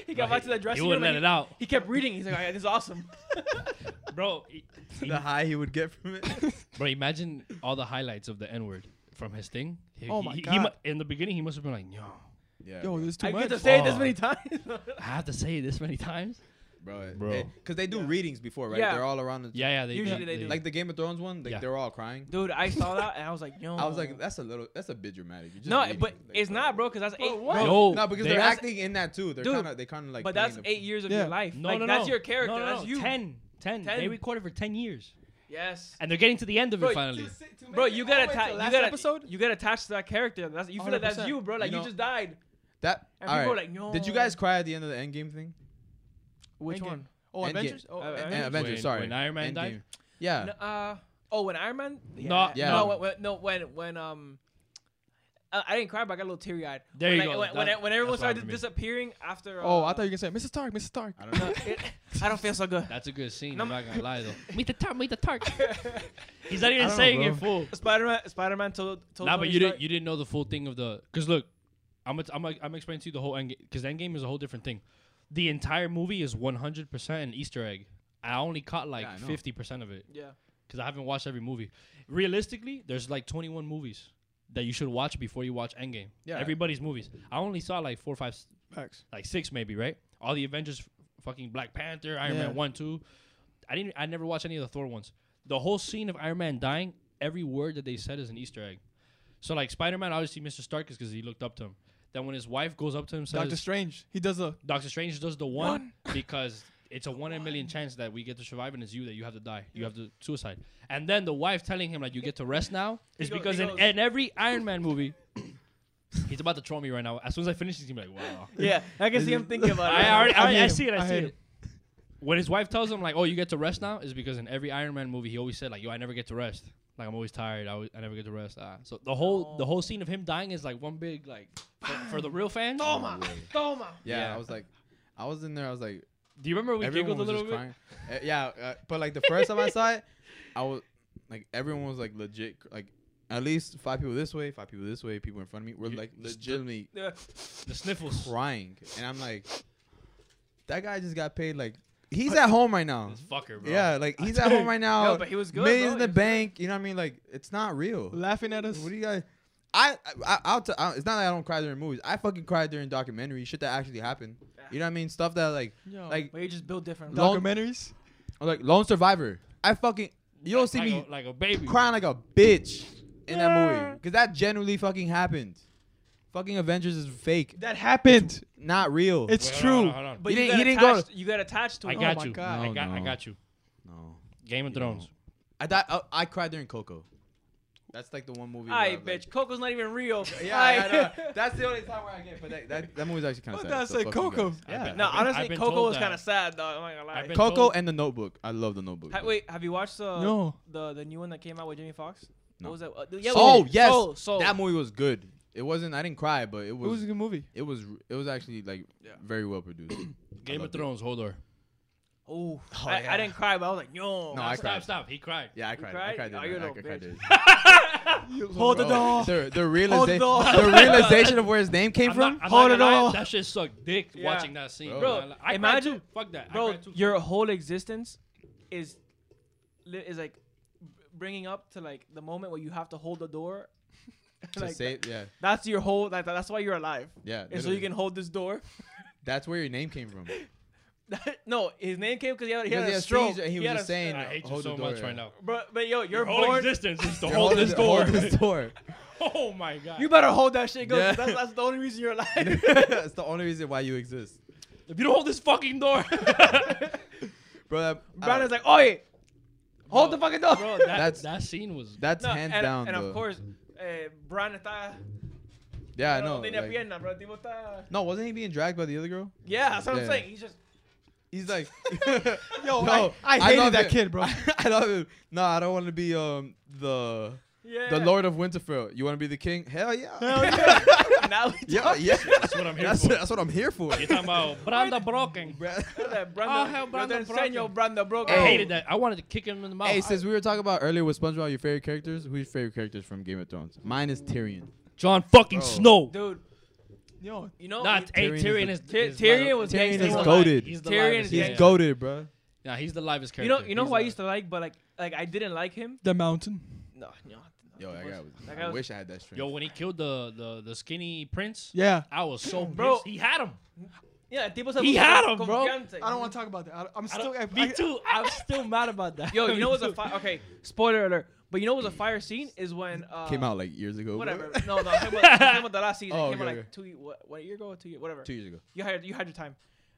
C: he got
E: Bro,
C: back to the dressing
E: he
C: room.
E: wouldn't let
C: and
E: it out,
C: He kept reading. He's like, "Alright, this is awesome.
E: bro. i-
D: the high he would get from it.
E: Bro, imagine all the highlights of the N word from his thing. He,
B: Oh
E: he-
B: my
E: he- he
B: God.
E: mu- in the beginning, he must have been like, "Yo,
D: yeah.
B: yo, this is too
C: I
B: much. Oh,
C: get to say it this
E: Fuck.
C: many times.
E: I have to say it this many times."
D: bro.
E: Bro.
D: Because they do readings before, right?
C: Yeah.
D: They're all around. The
E: Yeah, yeah. They,
C: Usually they do.
D: Like the Game of Thrones one, like
E: Yeah.
D: they're all crying.
C: Dude, I saw that and I was like, yo.
D: I was like, that's a little, that's a bit dramatic. You're just
C: no,
D: reading,
C: but
D: like, uh,
C: it's
D: bro.
C: not, bro, because that's eight.
E: what?
C: bro,
E: No,
D: No, because
E: they-
D: they, are
E: that's-
D: acting in that too. They're
C: Dude,
D: kind of, they kind of like.
C: but
D: playing
C: that's
D: the-
C: eight years of
B: Yeah.
C: your life.
E: No,
C: like,
E: no,
C: that's
E: no.
C: your character.
E: No, no,
C: That's
E: no.
C: you.
E: Ten. Ten. They
C: Ten.
E: recorded for ten years,
C: Yes.
E: and they're getting to the end of
C: Bro,
E: it finally.
C: Bro, you got
B: attached.
C: attached. You got episode. You got attached to that character. That's you feel like that's
B: 100%.
C: you, bro. Like
D: You
C: you,
D: know-
C: just died.
D: That.
C: And
D: all
C: people were
D: right.
C: like, no.
D: Did you guys cry at the end of the Endgame thing?
C: Which
B: Endgame.
C: one?
B: Oh,
D: Endgame.
B: Avengers. Oh,
C: Uh,
B: Avengers.
D: And Avengers.
E: When-
D: sorry.
E: when Iron Man died?
D: Endgame. Yeah.
C: No, uh, oh, when Iron Man. Yeah.
E: No,
D: Yeah.
C: No, when, when, no, when when um, uh, I, I didn't cry, but I got a little teary eyed.
E: There
C: when
E: you
C: like,
E: go.
C: When, when,
E: That-
C: when everyone
E: that's what
C: started
E: happened to me.
C: disappearing after. Uh,
B: Oh, I thought you were gonna say Mrs. Stark, Mrs. Stark.
D: I don't know.
C: it, I don't feel so good.
E: That's a good scene.
C: No,
E: I'm not gonna lie though.
F: Meet the Tark, meet the Tark.
E: He's not
D: I
E: even
D: don't know,
E: saying
D: bro.
E: it full.
C: Spider Man. Spider Man told. told
E: Nah, but
C: Tony
E: you
C: Stark-
E: didn't you didn't know the full thing of the because look, I'm gonna I'm gonna- I'm explaining to you the whole end because Endgame is a whole different thing. The entire movie is 100 percent an Easter egg. I only caught like
D: I know.
E: 50 percent of it
C: Yeah.
E: because I haven't watched every movie. Realistically, there's like 21 movies that you should watch before you watch Endgame.
D: Yeah.
E: everybody's movies. I only saw like four, five, s-
B: Facts.
E: like six maybe, right? All the Avengers, f- fucking Black Panther, Iron
B: Yeah.
E: Man one, two. I didn't. I never watched any of the Thor ones. The whole scene of Iron Man dying, every word that they said is an Easter egg. So like Spider Man, obviously Mr. Stark is because he looked up to him. Then when his wife goes up to him, says
B: Doctor
E: Doctor,
B: Strange. He does a.
E: Strange does the one, because it's a one in a million chance that we get to survive, and it's you that you have to die. You have to suicide. And then the wife telling him like you get to rest now is
C: go-
E: because
C: he
E: in,
C: goes-
E: in every Iron Man movie, he's about to troll me right now. As soon as I finish, he's gonna be like, wow.
C: Yeah, I can see him thinking about it.
E: I already,
B: I
E: I,
B: hate
E: I,
B: him.
E: see it. I,
B: I
E: see
B: hate
E: it. When his wife tells him like, "Oh, you get to rest now," is because in every Iron Man movie, he always said like, "Yo, I never get to rest. Like, I'm always tired. I, always, I never get to rest." Ah. So the whole the whole scene of him dying is like one big like for, for the real fans.
D: Oh
C: Toma, Toma.
D: Yeah,
E: Yeah.
D: I was like, I was in there. I was like,
E: Do you remember we
D: everyone
E: giggled a little
D: was just
E: bit?
D: crying. Uh, yeah, uh, but like the first time I saw it, I was like, everyone was like legit, cr- like at least five people this way, five people this way, people in front of me were
E: You-
D: like
E: just the-
D: legitimately
C: Yeah.
E: The sniffles.
D: crying, and I'm like, that guy just got paid. Like he's at home right now.
E: This fucker, bro.
D: Yeah, like he's at home right now.
C: No, but he was good, bro.
D: Millions in the
C: He was
D: bank. You know what I mean? Like it's not real.
B: Laughing at us.
D: What do you guys? I, I I'll t- I, it's not that I don't cry during movies. I fucking cry during documentaries, shit that actually happened. You know what I mean? Stuff that like
B: Yo.
D: like
C: But you just built different.
D: Long-
B: documentaries.
D: I'm like Lone Survivor. I fucking you don't see
E: like
D: me
E: a, like a baby.
D: crying like a bitch in that movie because that genuinely fucking happened. Fucking Avengers is fake,
B: That happened.
D: not real.
B: It's
E: Wait,
B: true.
E: Hold on, hold on, hold on.
C: But
D: He
C: you, got
D: didn't- he didn't go
C: attached, you got attached to
E: I
C: him.
E: got
B: my
E: you.
B: God.
E: I got. I
D: oh No,
E: got you.
D: no.
E: Game of Thrones.
D: I thought uh, I cried during Coco. That's like the one movie. where
C: Aye,
D: I'm like-
C: bitch. Coco's not even real.
D: yeah,
C: Aye.
D: I know. That's the only time where I get. But that that, that movie's actually kind of
B: What
D: sad.
B: did I
D: so
B: say?
D: fuck you
B: Coco.
D: guys.
E: I've been-
D: Yeah.
C: No,
E: I've been-
C: honestly,
E: I've been
C: Coco
E: told
C: was
E: that.
C: kind of sad, though. I'm not gonna lie.
E: I've been
D: Coco
E: told-
D: and the Notebook. I love the Notebook.
C: Ha- wait, have you watched uh, the
B: No.
C: the the new one that came out with Jamie Foxx?
D: No.
C: What was that? Uh, the-
D: Yeah,
C: yeah, Oh,
D: Soul,
C: wait,
D: Oh, yes,
C: Soul, Soul.
D: that movie was good. It wasn't. I didn't cry, but it
B: It was
D: was.
B: a good movie.
D: It was. r- It was actually like
C: Yeah.
D: very well produced.
E: Game
D: loved
E: of
D: it.
E: Thrones. Hold on.
C: Oh,
D: Oh,
C: I,
D: yeah.
C: I didn't cry, but I was like, yo.
D: No, I
E: Stop!
D: cried.
E: Stop! He cried.
D: Yeah, I
C: You
D: cried. I
C: cried?
D: cried.
C: Oh,
D: during
C: you're
D: that. I
C: no
D: cried
C: bitch.
D: during-
B: Hold the door.
D: Bro, The, the, realiza-
B: door.
D: the realization of where his name came
E: I'm
D: from.
E: not, I'm
B: Hold
E: not gonna
B: it
E: lie,
B: all.
E: That shit sucked dick
C: Yeah.
E: watching that scene.
D: Bro.
E: Bro, I cried
C: Imagine-
E: too. fuck that, I
C: bro,
E: cried too.
C: your whole existence is li- is like b- bringing up to like the moment where you have to hold the door.
D: to
C: like,
D: say, yeah,
C: That's your whole. Like, that's why you're alive.
D: yeah.
C: And so you
D: literally.
C: can hold this door.
D: That's where your name came from.
C: no, his name came because he had, he
D: Because
C: had
D: he
C: a
D: had
C: stroke.
D: seizure and he was
C: had
D: just
C: a-
D: saying-
E: I hate you
D: Hold the
E: so
D: door,
E: much
D: yeah.
E: right now.
C: But, but yo, you're
E: Your whole
C: born.
E: existence is to
D: You're
E: hold
D: holding
E: this
D: the-
E: door.
D: Hold this door.
E: oh my god.
C: You better hold that shit, go. 'cause
D: Yeah.
C: That's, that's the only reason you're alive.
D: That's the only reason why you exist,
E: if you don't hold this fucking door,
D: bro. That,
C: Brandon's like, oi, hold the fucking door.
E: bro, that,
D: That's-
E: that scene was.
D: that's
C: No,
D: hands
C: and,
D: down.
C: And
D: the-
C: of course, eh, Brian está.
D: yeah, I
C: no
D: know.
C: tenía
D: like-
C: pierna, bro. El tipo está-
D: no, wasn't he being dragged by the other girl?
C: Yeah, that's what
D: Yeah.
C: I'm saying. He's just.
D: He's like,
B: Yo,
D: No,
B: I, I
D: I
B: hated
D: love
B: that
D: it.
B: kid, bro.
D: I love him. No, I don't want to be um the
C: Yeah.
D: the Lord of Winterfell. You want to be the king? Hell yeah.
B: Hell yeah.
C: now we
D: yeah, yeah.
E: That's what I'm here
D: That's
E: for.
D: that's what I'm here for.
E: You're talking about Branda Broken.
C: talk that
E: Oh,
C: Brando.
E: hell,
C: yo te
E: Brando
C: enseño, Brando Broken.
E: I hated that. I wanted to kick him in the mouth.
D: Hey,
E: I-
D: since we were talking about earlier with SpongeBob, your favorite characters, who's your favorite characters from Game of Thrones? Mine is Tyrion.
E: John fucking
D: Bro.
E: Snow.
C: Dude,
B: Yo,
C: you know.
E: Nah,
C: you-
E: hey,
D: Tyrion is
E: Tyrion
D: the-
E: is.
C: Ty-
E: is
C: Tyrion
E: my-
C: was
D: Tyrion
C: gangsta.
D: is
E: he's the
D: goated.
E: li- He's the
C: Tyrion
E: livest.
C: is
D: He's
E: yeah.
D: goaded, bro.
E: Nah, he's the livest
C: you
E: character.
C: know, you know
E: He's
C: who I
E: the-
C: used to like, but like, like I didn't like him.
B: the mountain.
C: No, no.
D: Yo, that guy was.
C: That guy
D: I
C: was-
D: wish I had that strength.
E: Yo, when he killed the the the skinny prince,
B: Yeah.
E: I was so
C: Bro.
E: pissed. He had him.
C: Yeah, tipo se
E: He
C: puso
E: had
C: con-
E: him,
C: con
E: bro.
C: confiante.
B: I don't want to talk about that. I, I'm
E: I
B: still.
E: don't-
B: I,
E: me
B: I,
E: too. I'm still mad about that.
C: Yo, you
E: Me
C: know what's a
E: too.
C: fire? Okay, spoiler alert. But you know what's a fire scene is when uh,
D: Came out like years ago.
C: Whatever.
D: bro.
C: No, no. I'm talking about, I'm talking about the last season.
D: Oh,
C: it came out
D: okay,
C: like
D: okay.
C: two ye- what, what year ago? Two years, whatever.
D: Two years ago.
C: You had you had your time,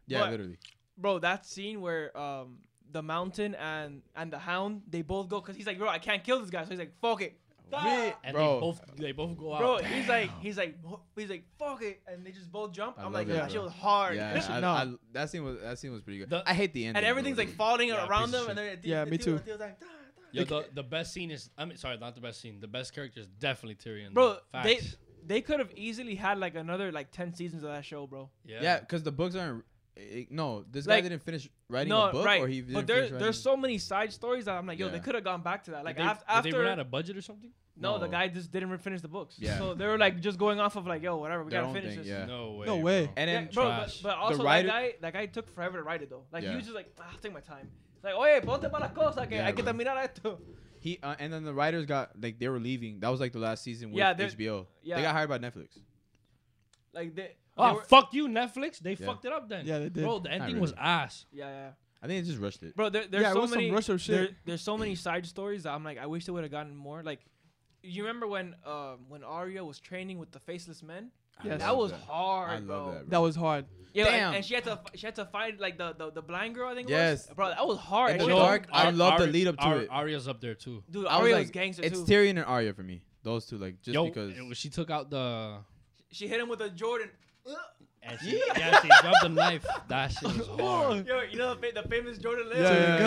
D: Yeah,
C: But-
D: literally.
C: bro. That scene where um the mountain and and the hound they both go because he's like, bro, I can't kill this guy, so he's like, fuck it.
D: Really?
E: And
D: Bro.
E: they both they both go out.
D: Oh,
C: Bro, he's like, he's like, "Wha- he's like, fuck it, and they just both jump.
D: I
C: I'm
D: love
C: like,
D: it,
C: yeah,
D: bro.
C: that shit was hard.
D: Yeah,
B: Listen,
D: I,
B: no.
D: I, that scene was that scene was pretty good.
E: The-
D: I hate the ending.
C: And
D: though,
C: everything's like
D: dude.
C: falling
E: Yeah,
C: around
E: piece of
C: them, and
E: shit.
C: then
B: Yeah, me too.
C: Theo's like, "Dah, dah."
E: Yo, the, the best scene is I mean sorry, not the best scene. The best character is definitely Tyrion.
C: Bro,
E: though.
C: they
E: Facts.
C: they could have easily had like another like ten seasons of that show, bro.
E: yeah.
D: Yeah, because the books aren't. eh, no, this
C: Like-
D: guy didn't finish writing
C: no,
D: a book,
C: right?
D: or he didn't
C: but there,
D: finish writing.
C: there's so many side stories that I'm like, yo, they
D: Yeah.
C: could have gone back to that. Like
E: Did they,
C: af-
E: did
C: after,
E: they run out of budget or something?
C: no, the
D: No.
C: guy just didn't finish the books.
D: Yeah.
C: So they were like just going off of like, yo, whatever, we
D: Their
C: gotta
D: own
C: finish
D: thing,
C: this.
D: yeah.
E: No way.
B: No way.
E: bro.
D: and
C: Yeah,
D: then
C: bro, but,
E: Trash.
C: but also
D: writer-
C: that guy, that guy took forever to write it though. Like he
D: Yeah.
C: was just like, ah, I'll take my time. It's Like, oye, ponte para la cosa, que
D: Yeah,
C: hay que
D: bro.
C: terminar esto.
D: he uh, and then the writers got like they were leaving. That was like the last season with
C: Yeah, they're-
D: HBO.
C: yeah.
D: They got hired by Netflix.
C: Like they,
E: Oh
C: they were-
E: fuck you, Netflix. They
D: Yeah.
E: fucked it up then.
B: Yeah, they did.
E: Bro, the ending
D: really.
E: was ass.
C: yeah, yeah.
D: I think they just rushed it.
C: Bro, there, there's
B: yeah, it
C: so
B: was
C: many.
B: some rush of
C: there-
B: shit.
C: there's so many side stories that I'm like, I wish they would have gotten more. Like, you remember when um when Arya was training with the faceless men?
D: I
B: Yes.
C: That
D: love
C: was
D: that.
C: hard,
D: I love
C: bro.
D: that,
B: That was hard.
C: Yeah, and-
D: Damn.
C: And, she had to fi- she had to fight like the, the the blind girl. I think.
D: Yes.
C: it was. bro, that was hard.
D: And
C: She
D: the
C: had to-
D: dark- I love the
E: Ari-
D: lead up to
E: Ar-
D: it.
E: Arya's up there too.
C: dude.
D: I
C: Arya
D: was
C: was,
D: like,
C: gangster
D: it's
C: too.
D: Tyrion and Arya for me. Those two, like, just
E: Yo,
D: because.
E: it was- she took out the
C: she hit him with a Jordan.
E: and she, yeah, she dropped the knife. That shit was hard.
C: Yo, you know the, fa- the famous Jordan. Live?
D: Yeah,
B: To the
D: yeah, yeah.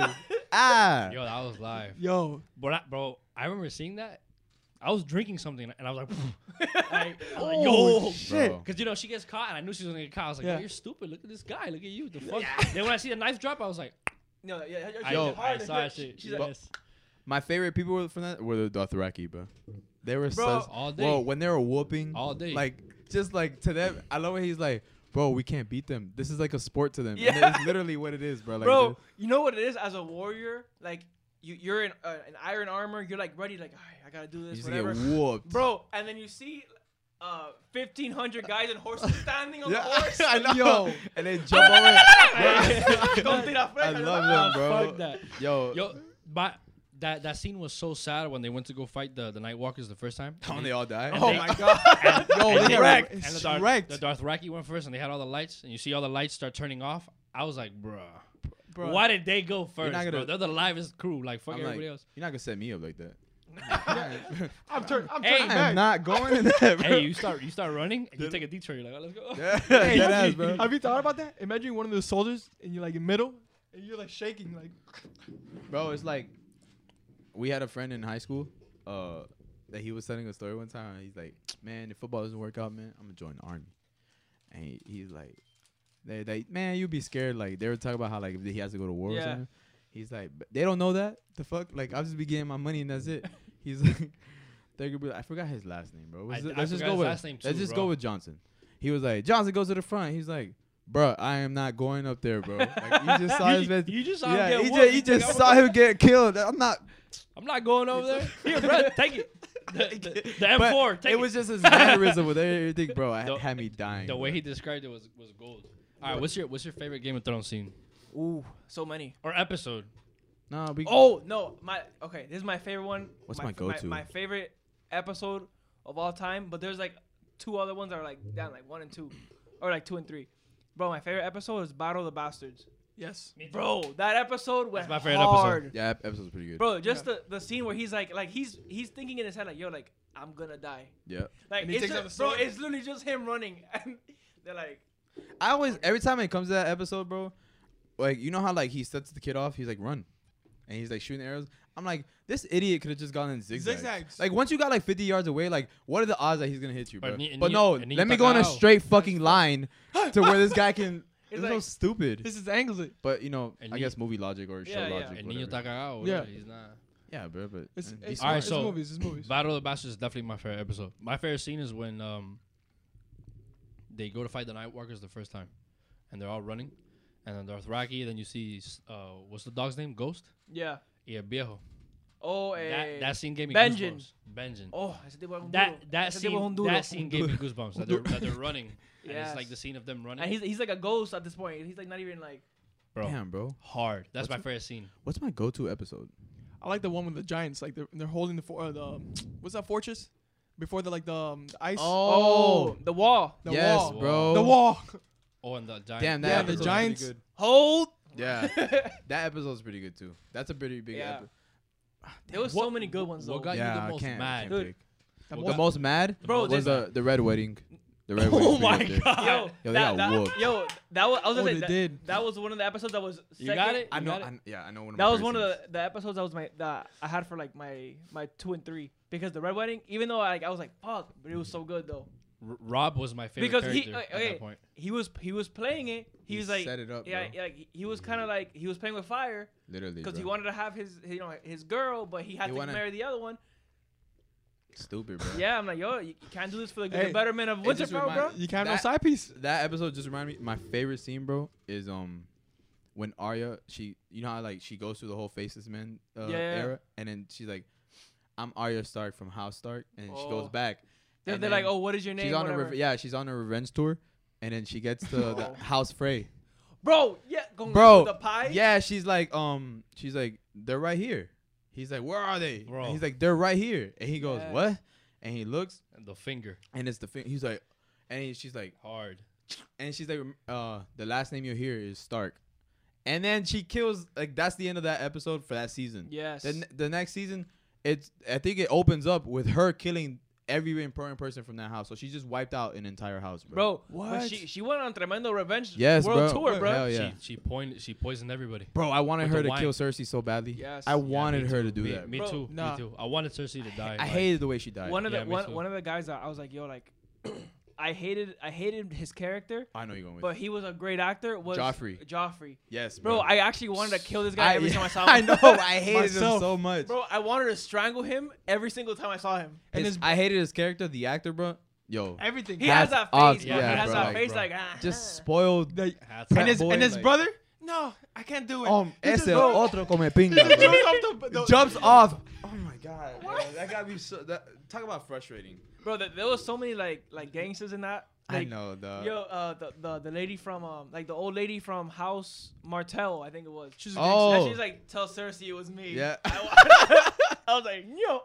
B: gut.
E: Bro.
D: ah,
E: Yo, that was live.
B: Yo,
E: But I, bro, I remember seeing that. I was drinking something and I was like, like, I was like, yo,
B: shit.
D: Bro.
E: Because you know she gets caught, and I knew she was gonna get caught. I was like,
B: Yeah.
E: "Yo, "You're stupid. Look at this guy. Look at you. The fuck." Then when I see the knife drop, I was like,
C: No, yeah, yeah,
E: "I,
D: Yo,
E: yo, I saw that shit."
C: She's like,
E: yes.
D: my favorite people were from that were the Dothraki, bro. They were
C: Bro.
D: such,
E: All
D: Bro,
E: day.
D: when they were whooping,
E: All day.
D: like just like to them. I love when he's like, bro, we can't beat them. This is like a sport to them.
C: Yeah.
D: Yeah, it's literally what it is, bro. Like,
C: bro, you know what it is as a warrior. Like you, you're in uh, an iron armor. You're like ready. Like "Alright, I gotta do
D: you
C: this.
D: just
C: Whatever.
D: get whooped,
C: bro. And then you see uh, fifteen hundred guys and horses standing on
D: Yeah,
C: the horse.
D: I know.
B: Yo.
D: and they jump over.
C: Don't think that
D: I
C: fresh.
D: love them, bro.
E: Fuck that.
D: Yo,
E: Yo, but that that scene was so sad when they went to go fight the the Night Walkers the first time.
D: when they all die.
E: And
D: Oh
E: they-
D: my-
B: god.
E: and-
B: Yo,
E: and
B: they
E: they-
B: got wrecked.
E: And the,
B: It's
E: Darth,
B: wrecked.
E: the Dothraki went first, and they had all the lights, and you see all the lights start turning off. I was like, bruh.
B: Bro.
E: Why did they go 1st
D: not
E: bro?
D: gonna-
E: They're the livest crew. Like, fuck
D: I'm like,
E: everybody
D: you're
E: else.
D: not gonna set me up like that.
B: I'm turning. I'm
E: Hey.
B: turning
D: I'm
B: back.
D: not going in that, bro.
E: Hey, you start you start running, and you take a detour. You're like, oh, let's go.
D: Yeah,
B: Hey,
D: dead
B: have,
D: ass,
B: you,
D: bro.
B: have you thought about that? Imagine one of those soldiers and you're like in middle and you're like shaking like.
D: Bro, it's like we had a friend in high school uh, that he was telling a story one time. and He's like, "Man, if football doesn't work out, man, I'm gonna join the army." And he, he's like, "They, they, man, you'd be scared." Like they were talking about how like if he has to go to war
C: Yeah.
D: or something. He's like, "But "They don't know that the fuck. Like I'll just be getting my money and that's it." he's like, "They're gonna be." Like, I forgot his last name, bro.
E: I-
D: Was it-
E: I
D: let's just
E: forgot
D: go
E: his
D: with
E: last name
D: let's
E: too,
D: just
E: bro.
D: go with Johnson. He was like, "Johnson goes to the front." He's like. Bro, I am not going up there, bro. Like, you just saw
E: You
D: his
E: ju-
D: best.
E: you just saw him
D: yeah,
E: get
D: he
E: whooped.
D: just, he
E: You think
D: just
E: I
D: saw
E: would-
D: him get killed. I'm not.
E: I'm not going over there. Here, bro, take it. The, the, the
D: But
E: M4, take
D: it
E: it.
D: was just his mannerism with everything, bro. I
E: The-
D: had me dying.
E: the way
D: bro.
E: he described it was was gold. All right, what's your what's your favorite Game of Thrones scene
C: Ooh, so many.
E: or episode?
D: No, we.
C: Oh no, my okay. This is my favorite one.
D: What's my go-to?
C: My, favorite episode of all time. But there's like two other ones that are like down, like one and two, or like two and three. Bro, my favorite episode is Battle of the Bastards.
B: Yes.
C: Bro, that episode went
E: my favorite episode.
C: hard.
D: Yeah, that episode's pretty good.
C: Bro, just the, the scene where he's like, like he's he's thinking in his head like, yo, like I'm gonna die.
D: Yeah.
C: Like
B: And he
C: it's
B: takes out
C: just-
B: the
C: bro,
B: sword.
C: it's literally just him running, and they're like,
D: I always every time it comes to that episode, bro. Like you know how like he sets the kid off. He's like run, and he's like shooting arrows. I'm like this idiot could have just gone in zigzags.
B: Zigzags.
D: Like once you got like 50 yards away, like what are the odds that he's gonna hit you,
E: But
D: bro?
E: ni-
D: but
E: ni-
D: no,
E: ni-
D: let me go in a
E: takao.
D: straight fucking line to where this guy can. It's, so
C: like-
D: stupid.
B: This is angles it.
D: But you know,
E: And
D: I
E: ni-
D: guess movie logic or show
C: Yeah, yeah.
D: logic.
E: El niño
D: whatever.
E: está cagado.
B: Yeah.
E: Yeah, he's not.
D: Yeah, bro, but
B: It's,
D: uh, be
B: it's,
E: All right,
B: it's
E: so-
B: movies. It's movies.
E: Battle of the Bastards is definitely my favorite episode. My favorite scene is when um they go to fight the Night Walkers the first time, and they're all running, and then Darth Raki. Then you see s- uh what's the dog's name? Ghost.
C: yeah,
E: Yeah, viejo.
C: Oh, eh,
E: That, that scene gave me
C: Benjin.
E: goosebumps. Benjin.
C: Oh, ese tipo es un
E: that
C: duro.
E: that
C: Ese
E: scene
C: tipo es un duro.
E: that scene gave me goosebumps that they're, that they're running. And
C: Yes.
E: it's like the scene of them running.
C: And he's he's like a ghost at this point. He's like not even like.
E: bro,
D: Damn, bro.
E: hard. That's my
D: What's
E: favorite scene.
D: What's my go-to episode?
B: I like the one with the giants. Like they're, they're holding the for uh, the what's that fortress? Before the like the, um, the ice.
C: Oh, the wall.
B: the
D: yes,
B: wall.
D: bro.
B: The wall.
E: Oh, and the giant.
D: Damn, that
B: Yeah, the
D: episode's pretty
B: Giants.
D: good.
C: Hold.
D: Yeah, that episode's pretty good too. That's a pretty big
C: Yeah.
D: episode.
C: There was so many good ones though.
E: what got you
D: Yeah,
E: the
D: I
E: most
D: can't, I
E: mad?
D: can't
C: Dude,
D: pick.
B: The
D: The
B: most-
D: most mad
C: Bro,
D: was
C: this-
D: the the red wedding. The red wedding.
E: oh my god!
C: Yo,
D: they
C: that,
D: got
C: that,
D: whooped.
C: yo, that was I was
B: Oh,
C: gonna say,
B: they
C: that,
B: did.
C: that was one of the episodes that was second.
E: You got it.
D: I
E: You
D: know.
E: got it?
D: I, yeah, I know. One of
C: That
D: my
C: was
D: favorite
C: one of the,
D: scenes.
C: the episodes that was my that I had for like my my two and three because the red wedding even though like I was like fuck but it was so good though
E: R- Rob was my favorite
C: because
E: character
C: he
E: at
C: okay
E: that point.
C: he was he was playing it he,
D: He
C: was like
D: set it up,
C: yeah,
D: bro.
C: yeah he- he was kind of like he was playing with fire
D: literally
C: because he
D: bro.
C: wanted to have his you know his girl but he had
D: He
C: to
D: wanna-
C: marry the other one
D: Stupid, bro.
C: yeah I'm like yo you, you can't do this for the,
B: Hey,
C: the betterment of
D: it
C: Winterfell
D: just
C: bro
D: remind-
B: you can't have no
D: That-
B: side piece.
D: that episode just reminded me. My favorite scene, bro, is um when Arya she you know how like she goes through the whole faces man uh,
C: Yeah.
D: era, and then she's like, "I'm Arya Stark from House Stark," and she
C: Oh.
D: goes back.
C: they're,
D: and
C: they're like
D: then
C: oh what is your name
D: she's on a
C: Whatever.
D: rev- yeah, she's on a revenge tour, and then she gets to the
C: Oh.
D: House Frey,
C: bro yeah going
D: bro.
C: the pie
D: Yeah, she's like um she's like they're right here. He's like, "Where are they?" And
E: Bro.
D: he's like, "They're right here," and he goes,
C: Yes.
D: "What?" And he looks,
E: And the finger
D: and it's the thing. He's like, and he, she's like.
E: hard.
D: and she's like, uh, the last name you'll hear is Stark. And then she kills. Like that's the end of that episode for that season.
C: yes
D: The, ne- the next season, it's I think it opens up with her killing every important person from that house. So she just wiped out an entire house, bro.
C: Bro, when
B: What?
C: she she went on tremendo revenge
D: yes,
C: world
D: bro.
C: tour, bro.
D: Hell Oh, yeah.
E: She she pointed. She poisoned everybody.
D: bro, I wanted
E: With
D: her
E: the
D: to
E: wine.
D: kill Cersei so badly.
C: Yes.
D: I
C: Yeah,
D: wanted
E: Me
D: her
E: too.
D: to do
E: me,
D: that.
E: Me
C: Bro,
E: too.
B: nah.
E: Me too. I wanted Cersei to die.
D: I
E: like-
D: hated the way she died.
C: One of the
E: Yeah, me
C: one,
E: too.
C: one of the guys that I was like, yo, like, I hated I hated his character,
D: I know you're going with.
C: but he was a great actor. Was
D: Joffrey.
C: Joffrey,
D: yes,
C: bro.
D: bro.
C: I actually wanted to kill this guy every time I saw him.
D: I know. I hated him
B: Myself.
D: so much.
C: bro. I wanted to strangle him every single time I saw him.
B: And
D: His-
B: his-
D: I hated his character, the actor, bro. Yo,
C: Everything. He has
D: Hats
C: that face.
D: off,
C: bro.
E: yeah,
C: he has
E: bro,
C: that
E: like,
C: face
E: bro.
C: like ah.
D: just spoiled
B: The-
E: Hats
D: Brat
B: and his
D: boy,
B: and his
D: like-
B: brother? No, I can't do it.
D: Um,
B: He just
D: ese
B: goes-
D: otro come pinga.
B: he jumps
D: bro.
B: off the- the-
D: Jumps off. Oh my god, bro. that got me so. That, talk about frustrating.
C: bro. th- There was so many like like gangsters in that.
D: I
C: Like,
D: know, dog.
C: Yo, uh, the, the the lady from um, like the old lady from House Martell, I think it was.
B: She's a
D: Oh.
C: And she's like, tell Cersei it was me.
D: Yeah.
C: I, wa- I was like, yo.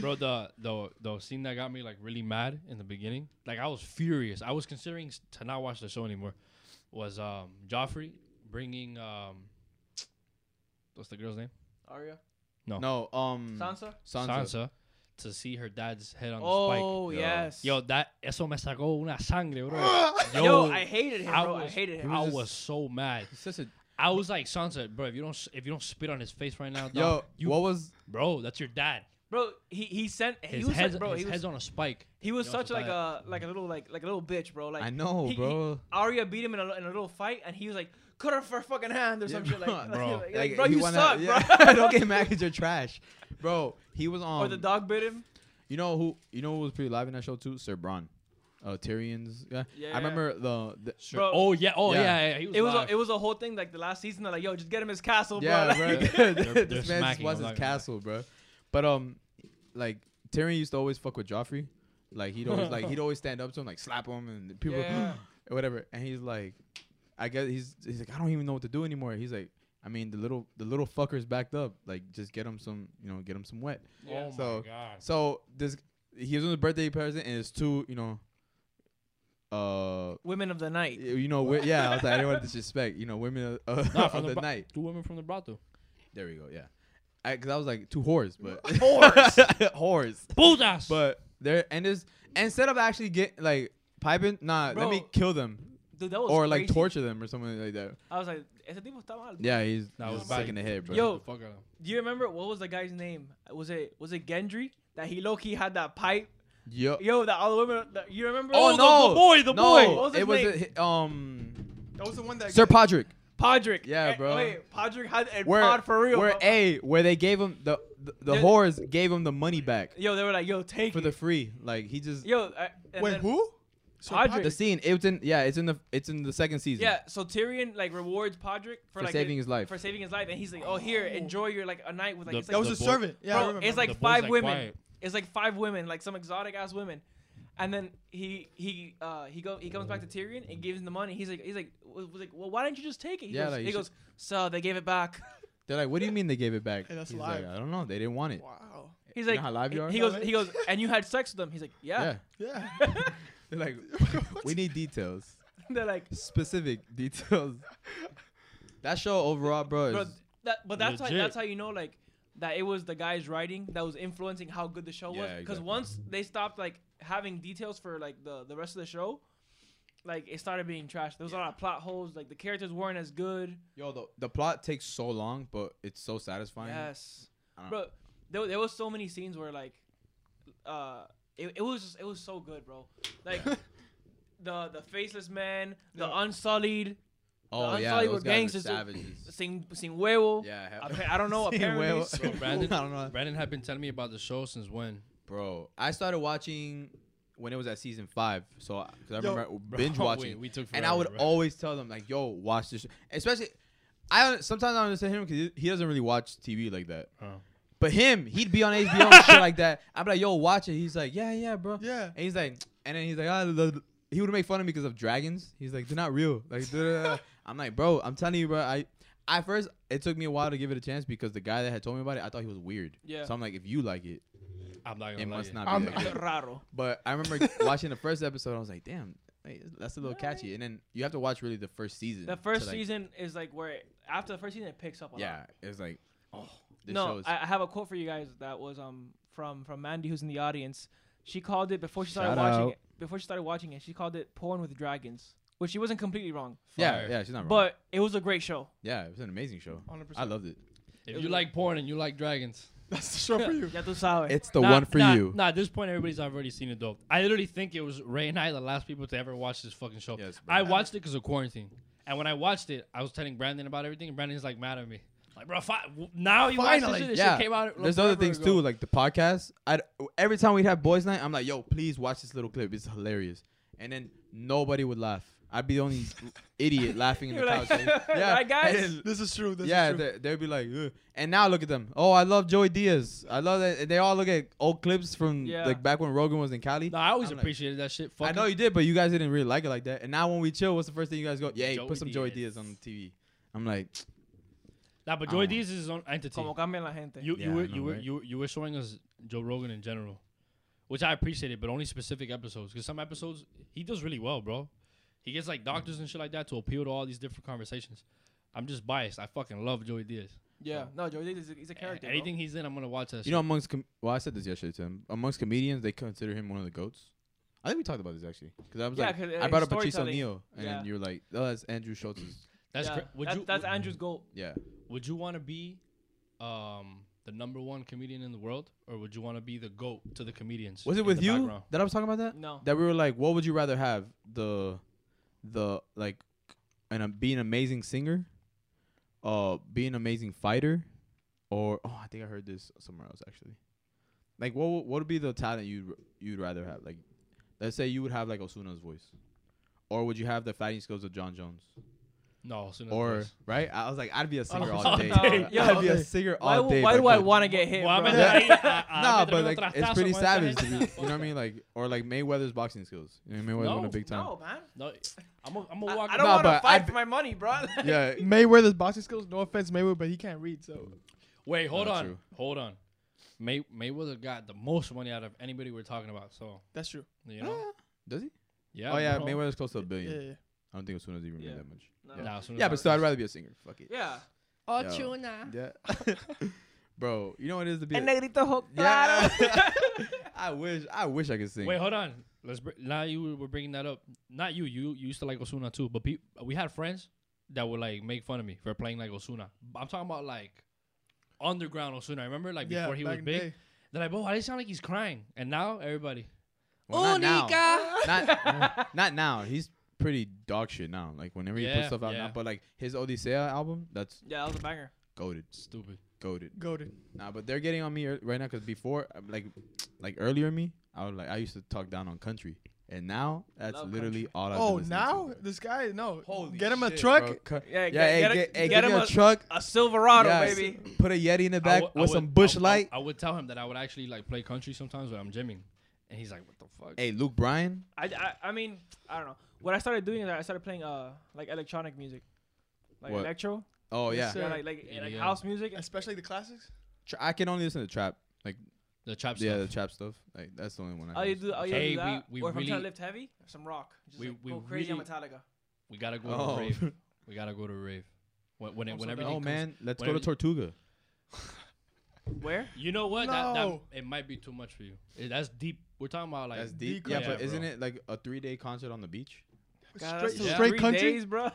E: bro the the the scene that got me like really mad in the beginning like i was furious i was considering s- to not watch the show anymore was um joffrey bringing um what's the girl's name
C: Arya.
D: No, um,
C: Sansa.
D: Sansa.
E: to see her dad's head on
C: Oh
E: the
D: Yo.
C: yes.
E: spike yo that eso me sacó una sangre bro
C: yo, I hated him,
E: I
C: bro. I,
E: was-
C: hated him.
E: i
C: I-
E: was so mad
D: He's such a
E: i was like sansa bro if you don't s- if you don't spit on his face right now
D: yo.
E: dog, you
D: what was?
E: bro that's your dad
C: bro. He he sent. He
E: his
C: was
E: head's,
C: such, bro.
E: his
C: He was,
E: head's on a spike
C: he was
E: Yo,
C: such like
E: Tobias.
C: a like a little like like a little bitch, bro. Like
D: I know,
C: he- he-
D: bro.
C: Arya beat him in a, in a little fight, and he was like, cut off her fucking hand or
D: Yeah,
C: some shit like, like,
E: Bro.
C: like, bro,
D: he
C: you
D: wanna-
C: suck,
D: yeah.
C: bro.
D: Don't get mad at your trash, bro. He was on.
C: or the dog bit him.
D: You know who? You know who was pretty live in that show too? Sir Bron, uh, Tyrion's guy.
C: Yeah.
D: I remember the. the
C: Bro,
E: oh yeah oh yeah,
D: Yeah.
E: yeah, he was
C: It was
E: live.
C: a, it was a whole thing like the last season. They're like, yo, just get him his castle,
D: yeah,
C: bro. Like,
E: They're- they're
D: bro. this man just
E: smacking,
D: wants
E: I'm
D: his
E: not gonna lie.
D: castle, bro. But um, like Tyrion used to always fuck with Joffrey. Like he'd always like he'd always stand up to him, like slap him, and the people
C: Yeah.
D: or whatever. And he's like, I guess he's he's like, I don't even know what to do anymore. He's like, I mean, the little the little fucker's backed up. Like just get him some, you know, get him some wet.
E: oh
D: so-
E: my god
D: So this he was on the birthday present, and it's two, you know. Uh,
C: Women of the night.
D: you know, wi- yeah. I was like, I didn't want to disrespect, you know, women of,
E: Nah,
D: of
E: from
D: the
E: the bu-
D: night.
E: Two women from the brothel.
D: There we go. Yeah, because I, was like two whores, but
C: Whores.
D: whores.
E: Putas.
D: But there and this instead of actually get like piping, nah, let me
C: Bro.
D: kill them
C: Dude, that was
D: or like
C: crazy.
D: torture them or something like that.
C: I was like, ese tipo está mal.
D: Yeah, he's
E: That
D: that was
E: was
D: sick
E: bad.
D: in the head, bro.
C: Yo.
E: the fuck out of him.
C: Do you remember what was the guy's name? Was it was it Gendry that he low key had that pipe?
D: yo.
C: Yo, that all the women. that- you remember?
E: Oh,
C: the-
E: no.
C: the boy, the
D: no,
C: boy. What was his
D: it was
C: name?
D: a, hi- um
B: That was the one that.
D: Sir Podrick.
C: Podrick.
D: Yeah,
C: Eh,
D: bro.
C: Wait, Podrick had a
D: Where
C: pod for real.
D: Where
C: bro.
D: a where they gave him the the, the
C: Yeah.
D: whores gave him the money back
C: Yo, they were like, yo, take
D: for
C: it.
D: the free. Like he just
C: Yo, uh, and
B: Wait,
C: then
B: who?
C: Podrick.
D: The scene. It was in. Yeah, it's in the. It's in the second season.
C: Yeah, so Tyrion like rewards Podrick for,
D: For
C: like the-
D: saving his life.
C: For saving his life, and he's like, "Oh, here, enjoy your like a night with like."
E: The-
C: it's, like
B: That was
E: The
B: a
E: boy-
B: servant. Yeah, I
C: Bro,
B: remember.
C: it's like
E: The boy's,
C: five
E: like,
C: women.
E: quiet.
C: It's like five women, like some exotic ass women. And then he he uh he go he comes back to Tyrion and gives him the money. He's like he's like was was like well why didn't you just take it? He
D: Yeah,
C: goes,
D: like, you
C: he
D: should-
C: goes so they gave it back.
D: They're like, what do you mean they gave it back?
B: Hey, that's
D: He's
B: live.
D: Like, I don't know. They didn't want it.
B: wow.
C: He's
D: You know
C: like
D: how live you are?
C: he goes he goes and you had sex with them. He's like yeah.
B: Yeah.
D: They're like, we need details.
C: They're like
D: Specific details. that show overall, bro.
C: bro
D: is-
C: that but that's how,
E: Legit.
C: that's how you know like that it was the guy's writing that was influencing how good the show
D: Yeah,
C: was because
D: exactly.
C: once they stopped like having details for like the the rest of the show like it started being trash there was a lot of plot holes like the characters weren't as good
D: yo, the, the plot takes so long, but it's so satisfying.
C: yes
D: I don't-
C: bro there, there was so many scenes where like uh it, it was just, it was so good bro like the the faceless man the
B: Yeah.
C: unsullied
D: Oh
C: the
D: yeah,
C: Unsullied
D: those
C: were
D: guys are
C: gangsters.
D: savages.
C: sing sing werewolf
D: yeah, hell-
C: Appa- I don't know,
D: Seen
C: apparently
D: whale-
C: so.
E: Bro, Brandon-
D: I don't know.
E: Brandon had been telling me about the show since when?
D: Bro, I started watching when it was at season five, so I- 'cause I
B: Yo,
D: remember
E: bro,
D: binge watching.
E: we- we took
D: and I would
E: forever, bro.
D: always tell them like, "Yo, watch this." Show. Especially, I don't- sometimes I don't understand him because he doesn't really watch TV like that.
E: Oh.
D: But him, he'd be on HBO and shit like that. I'm like, "Yo, watch it." He's like, "Yeah, yeah, bro."
B: Yeah.
D: And he's like, and then he's like, "Ah, the- the-" he would make fun of me because of dragons. He's like, "They're not real." Like, da, da, da. I'm like, "Bro, I'm telling you, bro." I, at first, it took me a while to give it a chance because the guy that had told me about it, I thought he was weird.
C: Yeah.
D: So I'm like, if you like it,
E: I'm not gonna
D: it
E: lie
D: must
E: you.
D: not be.
B: I'm-
D: like that.
C: raro
D: But I remember watching the first episode. I was like, damn, hey, that's a little catchy. And then you have to watch really the first season.
C: The
D: to,
C: first
D: like-
C: season is like where it, after the first season it picks up a
D: Yeah,
C: lot.
D: it was like, oh, this show
C: No,
D: is.
C: I, I have a quote for you guys that was um from from Mandy who's in the audience. She called it before she started
D: Shout
C: watching
D: out.
C: it. Before she started watching it, she called it "Porn with Dragons," which she wasn't completely wrong,
D: yeah,
E: Fire.
D: yeah, she's not wrong.
C: but it was a great show.
D: yeah, it was an amazing show.
B: 100%.
D: I loved it.
E: If you like porn and you like dragons,
B: That's the show for you.
C: Ya tú sabes.
D: It's the
E: Nah,
D: one for
E: nah,
D: you.
E: Nah, at this point, everybody's already seen it, though. I literally think it was Ray and I, the last people to ever watch this fucking show.
D: Yes, bro.
E: I watched it because of quarantine. And when I watched it, I was telling Brandon about everything, and Brandon's like mad at me. Like, bro, fi- w- now you watch
B: Finally,
E: this shit, this
D: yeah,
E: shit came out.
D: there's other
E: forever
D: things
E: ago.
D: too, like the podcast. I every time we'd have boys' night, I'm like, yo, please watch this little clip. It's hilarious. And then nobody would laugh. I'd be the only idiot laughing in the
C: You're like,
D: couch. like, yeah,
C: right, guys?
D: and-
B: This is true. This
D: yeah,
B: is true.
D: they, they'd be like, Ugh. and now look at them. Oh, I love Joey Diaz. I love that. And they all look at old clips from
C: Yeah.
D: like back when Rogan was in Cali.
E: Nah, I always
D: I'm like-
E: appreciated that shit.
D: I
E: Fucking-
D: know you did, but you guys didn't really like it like that. And now when we chill, what's the first thing you guys go? Yeah, hey,
E: Joey
D: put some Joey
E: Diaz.
D: Diaz on the TV. I'm like,
E: Nah, but
D: I
E: Joy
D: don't
E: D's is his own entity.
C: Como cambian la gente.
E: You,
D: Yeah,
E: you, were,
D: I know,
E: you, were,
D: right?
E: you, were- you were showing us Joe Rogan in general, which I appreciated, but only specific episodes. Because some episodes, he does really well, bro. He gets like doctors and shit like that to appeal to all these different conversations. I'm just biased. I fucking love Joey Diaz.
C: yeah, no, Joey Diaz is a, he's a character. bro.
E: Anything he's in, I'm gonna watch that.
D: you know, amongst com- well, I said this yesterday to him. Amongst comedians, they consider him one of the goats. I think we talked about this actually because I was
C: Yeah,
D: like,
C: 'cause, uh,
D: I brought up Patrice
C: storytelling.
D: O'Neill, and
C: Yeah.
D: you were like, oh, that's Andrew Schultz's.
E: that's
C: Yeah,
E: cra- would
C: that-
E: you
C: that's
E: would,
C: Andrew's goal.
D: Yeah,
E: would you want to be um, the number one comedian in the world, or would you want to be the goat to the comedians?
D: was it
E: in
D: with
E: the
D: you
E: background?
D: that I was talking about that?
C: No,
D: that we were like, what would you rather have the, the like, and um, be an amazing singer, uh, be an amazing fighter, or oh, I think I heard this somewhere else actually. Like, what would- what would be the talent you you'd rather have? Like, let's say you would have like Osuna's voice, or would you have the fighting skills of John Jones?
E: No, soon as
D: Or
E: this.
D: right? I was like, I'd be a singer all
E: all
D: day.
E: day.
D: bro.
C: Oh, Yo,
D: I'd be
B: okay.
D: a singer
C: why,
D: all
C: w-
D: day.
C: why
D: if
C: do
D: I
C: I
D: could.
C: want to get hit?
E: Well,
C: bro?
E: I'm
D: Yeah.
E: a- I- I-
D: Nah,
E: I'm a-
D: but like it's pretty
E: Nah,
D: savage. To be, you know
E: fuck
D: what I mean? Like, or like Mayweather's boxing skills. You know, Mayweather won
E: No,
D: a big time.
C: No, man.
E: No, I'm a, I'm a
C: I,
E: walk.
C: I don't
D: Nah,
C: want to
D: but
C: fight
D: I'd
C: for
D: be-
C: my money, bro.
D: Yeah,
B: Mayweather's boxing skills. No offense, Mayweather, but he can't read. So
E: Wait, hold
D: Not
E: on,
D: true.
E: hold on. May Mayweather got the most money out of anybody we're talking about. So
B: that's true.
E: you know,
D: Does he?
E: yeah.
D: oh yeah,
E: bro.
D: Mayweather's close to a
B: Yeah.
D: billion.
B: yeah, yeah.
D: I don't think Osuna's even
C: Yeah.
D: made that much.
C: No.
E: Nah, as soon as
D: Yeah,
E: I-
D: but still, I'd rather be a singer. Fuck it.
C: Yeah.
D: Ochuna. Yeah. Bro, you know what it is to be.
C: El
D: A,
C: negrito jo-
D: Yeah.
C: claro.
D: I wish, I wish I could sing.
E: Wait, hold on. Let's br- now you were bringing that up. Not you. You, you used to like Osuna too, but pe- we had friends that would like make fun of me for playing like Osuna. I'm talking about like underground Osuna. I remember like
B: Yeah,
E: before he
B: back
E: was
B: in the
E: big.
B: day.
E: They're like, "Bro, why does it sound like he's crying?" And now everybody.
D: Well, not now. Not, not now. He's pretty dog shit now. Like whenever he
E: Yeah,
D: puts stuff out now,
E: yeah.
D: but like his Odisea album, that's
C: yeah, that was a banger.
D: goaded,
E: Stupid.
D: goaded.
B: Goaded.
D: Nah, but they're getting on me ear- right now because before, uh, like, like earlier me, I was like, I used to talk down on country. And now that's
C: Love
D: literally all I.
B: Oh, now this guy, no.
D: Holy
B: get him a
D: shit,
B: truck.
D: Bro.
C: Yeah,
D: Yeah,
C: get-
D: hey,
C: get a-
D: get, hey,
C: get
D: give
C: him
D: me a,
C: a-
D: truck.
C: A Silverado,
D: yes.
C: baby.
D: Put a Yeti in the
E: I
D: back
E: would- I
D: with
E: would-
D: some
E: I
D: bush
E: would-
D: light.
E: I, would tell him that I would actually like play country sometimes when I'm gymming, and he's like, "What the fuck?"
D: Hey, Luke Bryan.
C: I, I, I mean, I don't know. What I started doing is I started playing uh like electronic music, like
D: What?
C: electro,
D: Oh yeah,
B: Yes, sir.
C: yeah, like like, like
E: EDM.
C: house music.
B: Especially the classics.
D: Tra- I can only listen to trap. Like
E: The trap
D: yeah,
E: stuff. Oh,
D: the trap stuff. Like that's the only one. I
C: All Oh, you
D: can
C: do, all you
E: Hey,
C: do that.
E: we- we
C: or if I'm trying
E: really-
C: to lift heavy, some rock. Just
E: We-
C: like,
E: we
C: go crazy on
E: really-
C: Metallica.
E: We gotta go to
D: Oh.
E: a rave. We gotta go to a rave. When, when, it,
B: I'm so
E: when
B: down.
E: everything
D: Oh
E: comes-
D: man, let's go
E: whenever
D: to
E: you-
D: Tortuga.
C: Where?
E: you know what? That, that
B: No.
E: it might be too much for you. Eh, That's deep. We're talking about like
D: That's deep.
B: deep
D: Yeah,
E: Yeah,
D: but
E: bro.
D: isn't it like a three-day concert on the beach?
C: God,
B: straight
C: that's
E: yeah.
B: straight
C: three
B: country.
C: days, bro.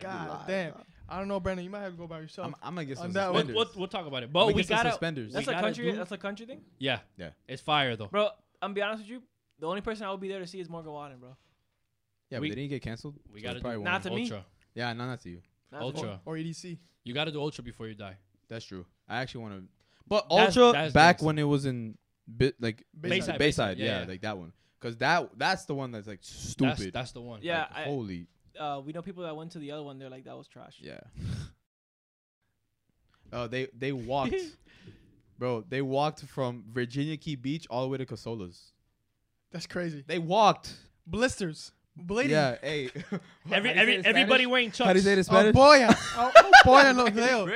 B: God
D: Live,
B: damn. I don't know, Brandon. You might have to go by yourself.
D: I'm, I'm gonna get
B: Oh. On
D: some
B: that
E: We'll,
D: suspenders.
E: we'll, we'll talk about it. But we,
D: get some
E: gotta.
D: suspenders.
C: that's
E: we
C: a
E: gotta
C: country.
E: do-
C: That's a country thing,
E: Yeah.
D: Yeah.
E: It's fire though.
C: bro. I'm be honest with you. The only person I will be there to see is Morgan Wallen, bro.
D: yeah,
E: we-
D: but they didn't get canceled.
E: We
D: so
E: gotta
D: it's
E: do
D: probably
C: Not
D: won't.
C: to me.
E: ultra.
D: Yeah, no, not to you.
C: That's
E: Ultra.
C: what-
B: or E EDC.
E: You gotta do ultra before you die.
D: That's true. I actually want to. But
E: That's-
D: Ultra
E: that's
D: back
E: gangsta.
D: when it was in bit like
E: Bayside,
D: Bayside,
E: Bayside, yeah,
D: yeah,
E: yeah.
D: like that one. Cause that that's the one that's like
E: That's,
D: stupid.
E: that's the one.
C: Yeah,
D: Like,
C: I,
D: holy
C: uh, we know people that went to the other one. They're like, that was trash.
D: yeah. Oh, they they walked, bro. They walked from Virginia Key Beach all the way to Casolas.
B: That's crazy.
D: They walked.
B: Blisters. Blading.
D: Yeah, hey.
E: Every, every, everybody wearing chucks.
D: How do you say it in
B: Oh
D: Spanish?
B: boy, I- oh, oh boy, I know hell.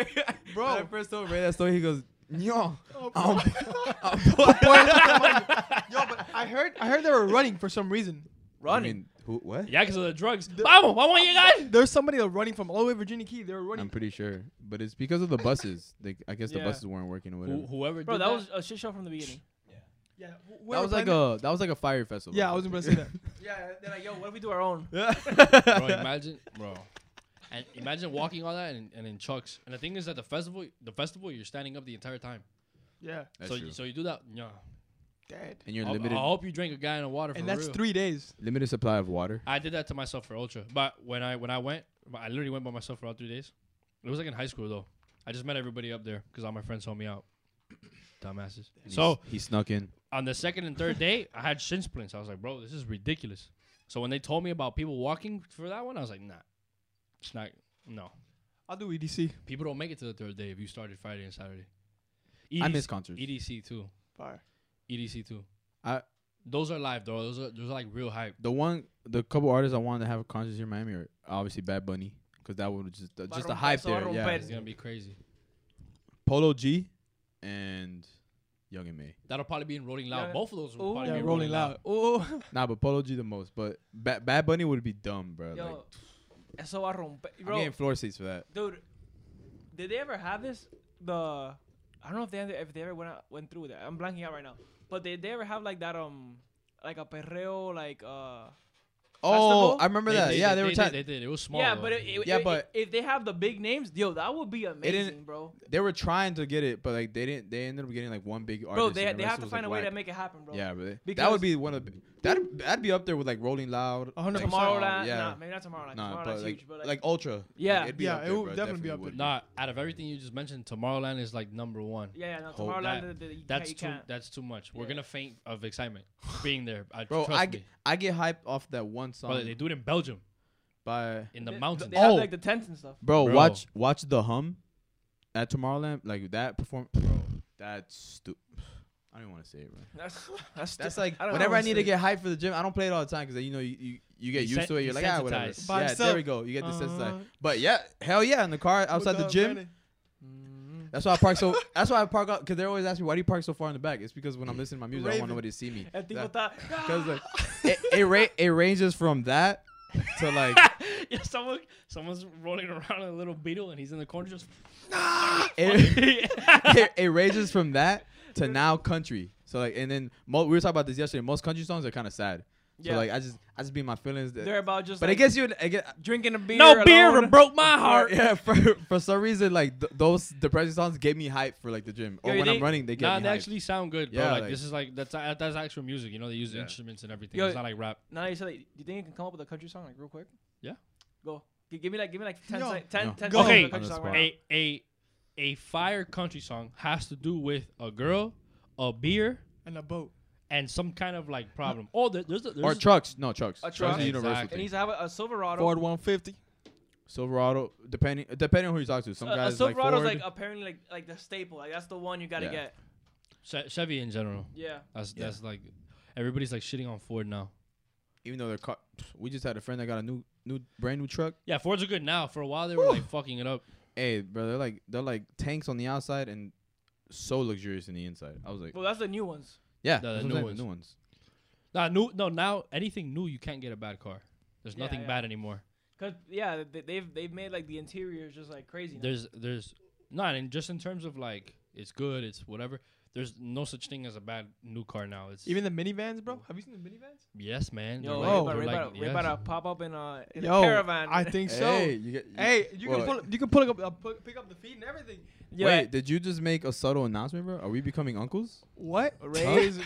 D: Bro, when I first told Ray that story, he goes, "No,
B: Oh,
D: I'm,
B: boy.
D: I'm
B: Yo, but I heard, I heard they were running for some reason.
D: I
C: running.
D: mean, who? What?
E: Yeah, because of the drugs. Vamos, vamos a llegar.
B: There's somebody that were running from all the way to Virginia Key. They were running.
D: I'm pretty sure, but it's because of the buses. They, I guess
C: Yeah.
D: the buses weren't working or whatever.
E: Who, whoever
C: Bro,
E: did
C: that was a shit show from the beginning.
B: yeah, wh-
D: that
B: whoever
D: was like
B: planned
D: a that was like a fire
B: it-
D: festival.
B: Yeah, I was gonna say that.
C: Yeah, they're like, yo, what if we do our own?
E: bro, imagine, bro, and imagine walking all that and, and in chucks. And the thing is that the festival, the festival, you're standing up the entire time.
B: Yeah,
D: That's
E: so,
D: true.
E: so you Oh, do that. Yeah.
B: dead.
D: and you're
E: I
D: limited
E: hope you drink a gallon of water. For
B: And that's
E: real.
B: three days.
D: limited supply of water.
E: I did that to myself for ultra, but when I when I went, I literally went by myself for all three days. It was like in high school though. I just met everybody up there because all my friends helped me out. Dumbasses.
D: And he
E: So
D: s- he snuck in.
E: on the second and third day, I had shin splints. I was like, bro, this is ridiculous. So when they told me about people walking for that one, I was like, nah, it's not. No,
B: I'll do E EDC.
E: people don't make it to the third day if you started Friday and Saturday. E
D: I
E: EDC
D: miss concerts.
E: EDC too.
B: Fire.
E: EDC too.
D: I-
E: those are live though. Those are those are like real hype.
D: The one, the couple artists I wanted to have a concert here in Miami are obviously Bad Bunny, because that would just uh, just the
C: Barrom-
D: hype there.
C: Barrom
D: Yeah,
E: It's gonna be crazy.
D: Polo G, and Young and May.
E: That'll probably be in Rolling Loud.
C: Yeah.
E: Both of those will
C: Ooh.
E: probably
B: Yeah,
E: be
B: rolling,
E: in Rolling Loud.
B: loud. Oh,
D: Nah, but Polo G the most. But ba- Bad Bunny would be dumb, bro. like,
C: Yo, eso va a romper.
D: I'm
C: Bro,
D: getting floor seats for that.
C: dude, did they ever have this? The I don't know if they ever, if they ever went out, went through with that. I'm blanking out right now. But did they ever have like that um like a perreo like uh
D: Oh,
C: Festival?
D: I remember that.
E: did,
D: yeah,
E: they,
D: they, were.
E: did,
D: Trying,
E: they
D: they,
E: did. It was small.
C: yeah
E: though.
C: but it, it,
D: Yeah,
C: it-
D: but-
C: if they have the big names yo that would be
D: didn't-
C: amazing bro
D: were trying to get it, but like they didn't. They ended up getting like one big artist.
C: bro
D: and
C: they,
D: the
C: they
D: rest
C: have to
D: was,
C: find
D: like,
C: a way to
D: whack.
C: make it happen bro
D: Yeah, but they- that
C: Because-
D: would be one of the, that that'd be up there with like Rolling Loud.
B: A hundred
D: like,
B: percent.
C: tomorrow
D: Sound,
C: night
D: Yeah,
C: nah maybe not tomorrow night
D: Nah,
C: tomorrow
D: but
C: night's
D: like,
C: huge but like,
D: like Ultra. Like,
C: Yeah.
D: it'd be
B: Yeah,
D: up
B: it
D: there,
B: would
D: bro,
B: definitely be up
D: would.
B: there.
E: Nah, out of everything you just mentioned, Tomorrowland is like number one.
C: yeah yeah no
D: Hold
C: tomorrow night
E: that.
C: the- the- you can't,
E: That's
C: you
E: too.
C: can't.
E: That's too much. We're
C: Yeah.
E: gonna faint of excitement being there. I,
D: Bro,
E: trust
D: I
E: me.
D: get, I get hyped off that one song
E: Brother, they do it in Belgium
D: by
E: in the
C: They-
E: mountains.
C: they have
D: Oh.
C: like the tents and stuff
D: bro,
E: Bro.
D: Watch watch the hum at Tomorrowland. Like that perform. Bro, that's stupid. I don't even want to say it, bro.
C: that's that's,
D: That's
C: stupid.
D: like
C: don't know
D: whenever
C: what
D: I
C: to
D: need to
C: say.
D: get hyped for the gym, I don't play it all the time because you know you, you, you get
E: You
D: used
E: sen-
D: to it. You're
E: you
D: like ah whatever.
E: sensitized.
B: By
D: Yeah,
B: himself.
D: there we go. You get desensitized.
B: Uh-huh.
D: But yeah, hell yeah, in the car outside the
B: Without
D: gym.
B: Brandon.
C: Mhm.
D: That's why I park so. That's why I park out because they always ask me why do you park so far in the back. It's because when I'm listening to my music, I want
B: Raven.
D: nobody to see me.
C: El tipo
D: That-
C: está-
D: Cause like, it it, ra- it ranges from that to like
C: "Ah."
E: yeah, someone, someone's rolling around in a little beetle, and he's in the corner just.
D: it, it, it ranges from that to now country. So like, and then mo- we were talking about this yesterday. Most country songs are kind of sad. So
C: Yeah.
D: like, I just I just be in my feelings. That,
C: they're about just
D: but
C: like,
D: I guess you. I guess,
C: drinking a beer
E: no beer
C: alone.
E: broke my heart.
D: Yeah, for for some reason, like th- those depressing songs get me hype for like the gym or
C: Yeah,
D: when
C: they-
D: I'm running. They get
E: Nah,
D: me
E: they
D: hype.
E: actually sound good, bro.
D: Yeah,
E: like,
D: like-
E: this is like that's uh, that's actual music. You know, they use
D: Yeah.
E: instruments and everything.
C: Yo,
E: it's not like rap.
C: Now you said, like, do you think you can come up with a country song like real quick?
E: Yeah.
C: Go. Gi- give me like, give me like 10,
B: Yo.
C: sec- 10,
D: No.
C: 10 seconds
E: Go.
C: of
E: Okay.
C: a country
D: On the
C: song
D: spot.
C: right
E: a a a fire country song has to do with a girl, a beer,
B: and a boat.
E: and some kind of like problem. Oh, there, there's a, there's
D: or trucks. No trucks.
C: A
D: Trucks
C: truck.
D: is a universal
E: Exactly.
C: It
D: thing.
C: needs to have a, a Silverado.
B: Ford 150.
D: Silverado, depending depending on who you talk to, some
C: a, a
D: guys like
C: Uh, Silverado's
D: Ford.
C: like, apparently like like the staple. Like that's the one you gotta
D: Yeah.
C: get.
E: Che- Chevy in general.
C: Yeah.
E: That's
D: Yeah.
E: that's like everybody's like shitting on Ford now.
D: even though their car, we just had a friend that got a new new brand new truck.
E: Yeah, Fords are good now. For a while they were like fucking it up.
D: Hey, bro, they're like they're like tanks on the outside and so luxurious in the inside. I was like,
C: Well, that's the new ones.
D: yeah,
E: the
D: that's what I'm
E: new
D: saying, the
E: ones.
D: new ones.
E: Nah, new no now anything new you can't get a bad car. There's
C: Yeah,
E: nothing
C: yeah.
E: bad anymore.
C: Cause yeah, they, they've they've made like the interiors just like crazy. now.
E: There's there's not and just in terms of like it's good, it's whatever. There's no such thing as a bad new car now. It's
B: Even the minivans, bro. Have you seen the minivans?
E: yes, man.
C: Yo,
E: They're
C: we
B: Oh.
C: about,
E: they're
C: we about, we
E: yes.
C: about to pop up in a, in
B: Yo,
C: a caravan.
B: I think so.
D: Hey,
B: Hey,
D: you get. You,
B: you
D: Well-
B: can pull you can pull up uh, pu- pick up the feed and everything.
C: yeah,
D: wait, did you just make a subtle announcement, bro? Are we becoming uncles?
B: What?
C: Ray's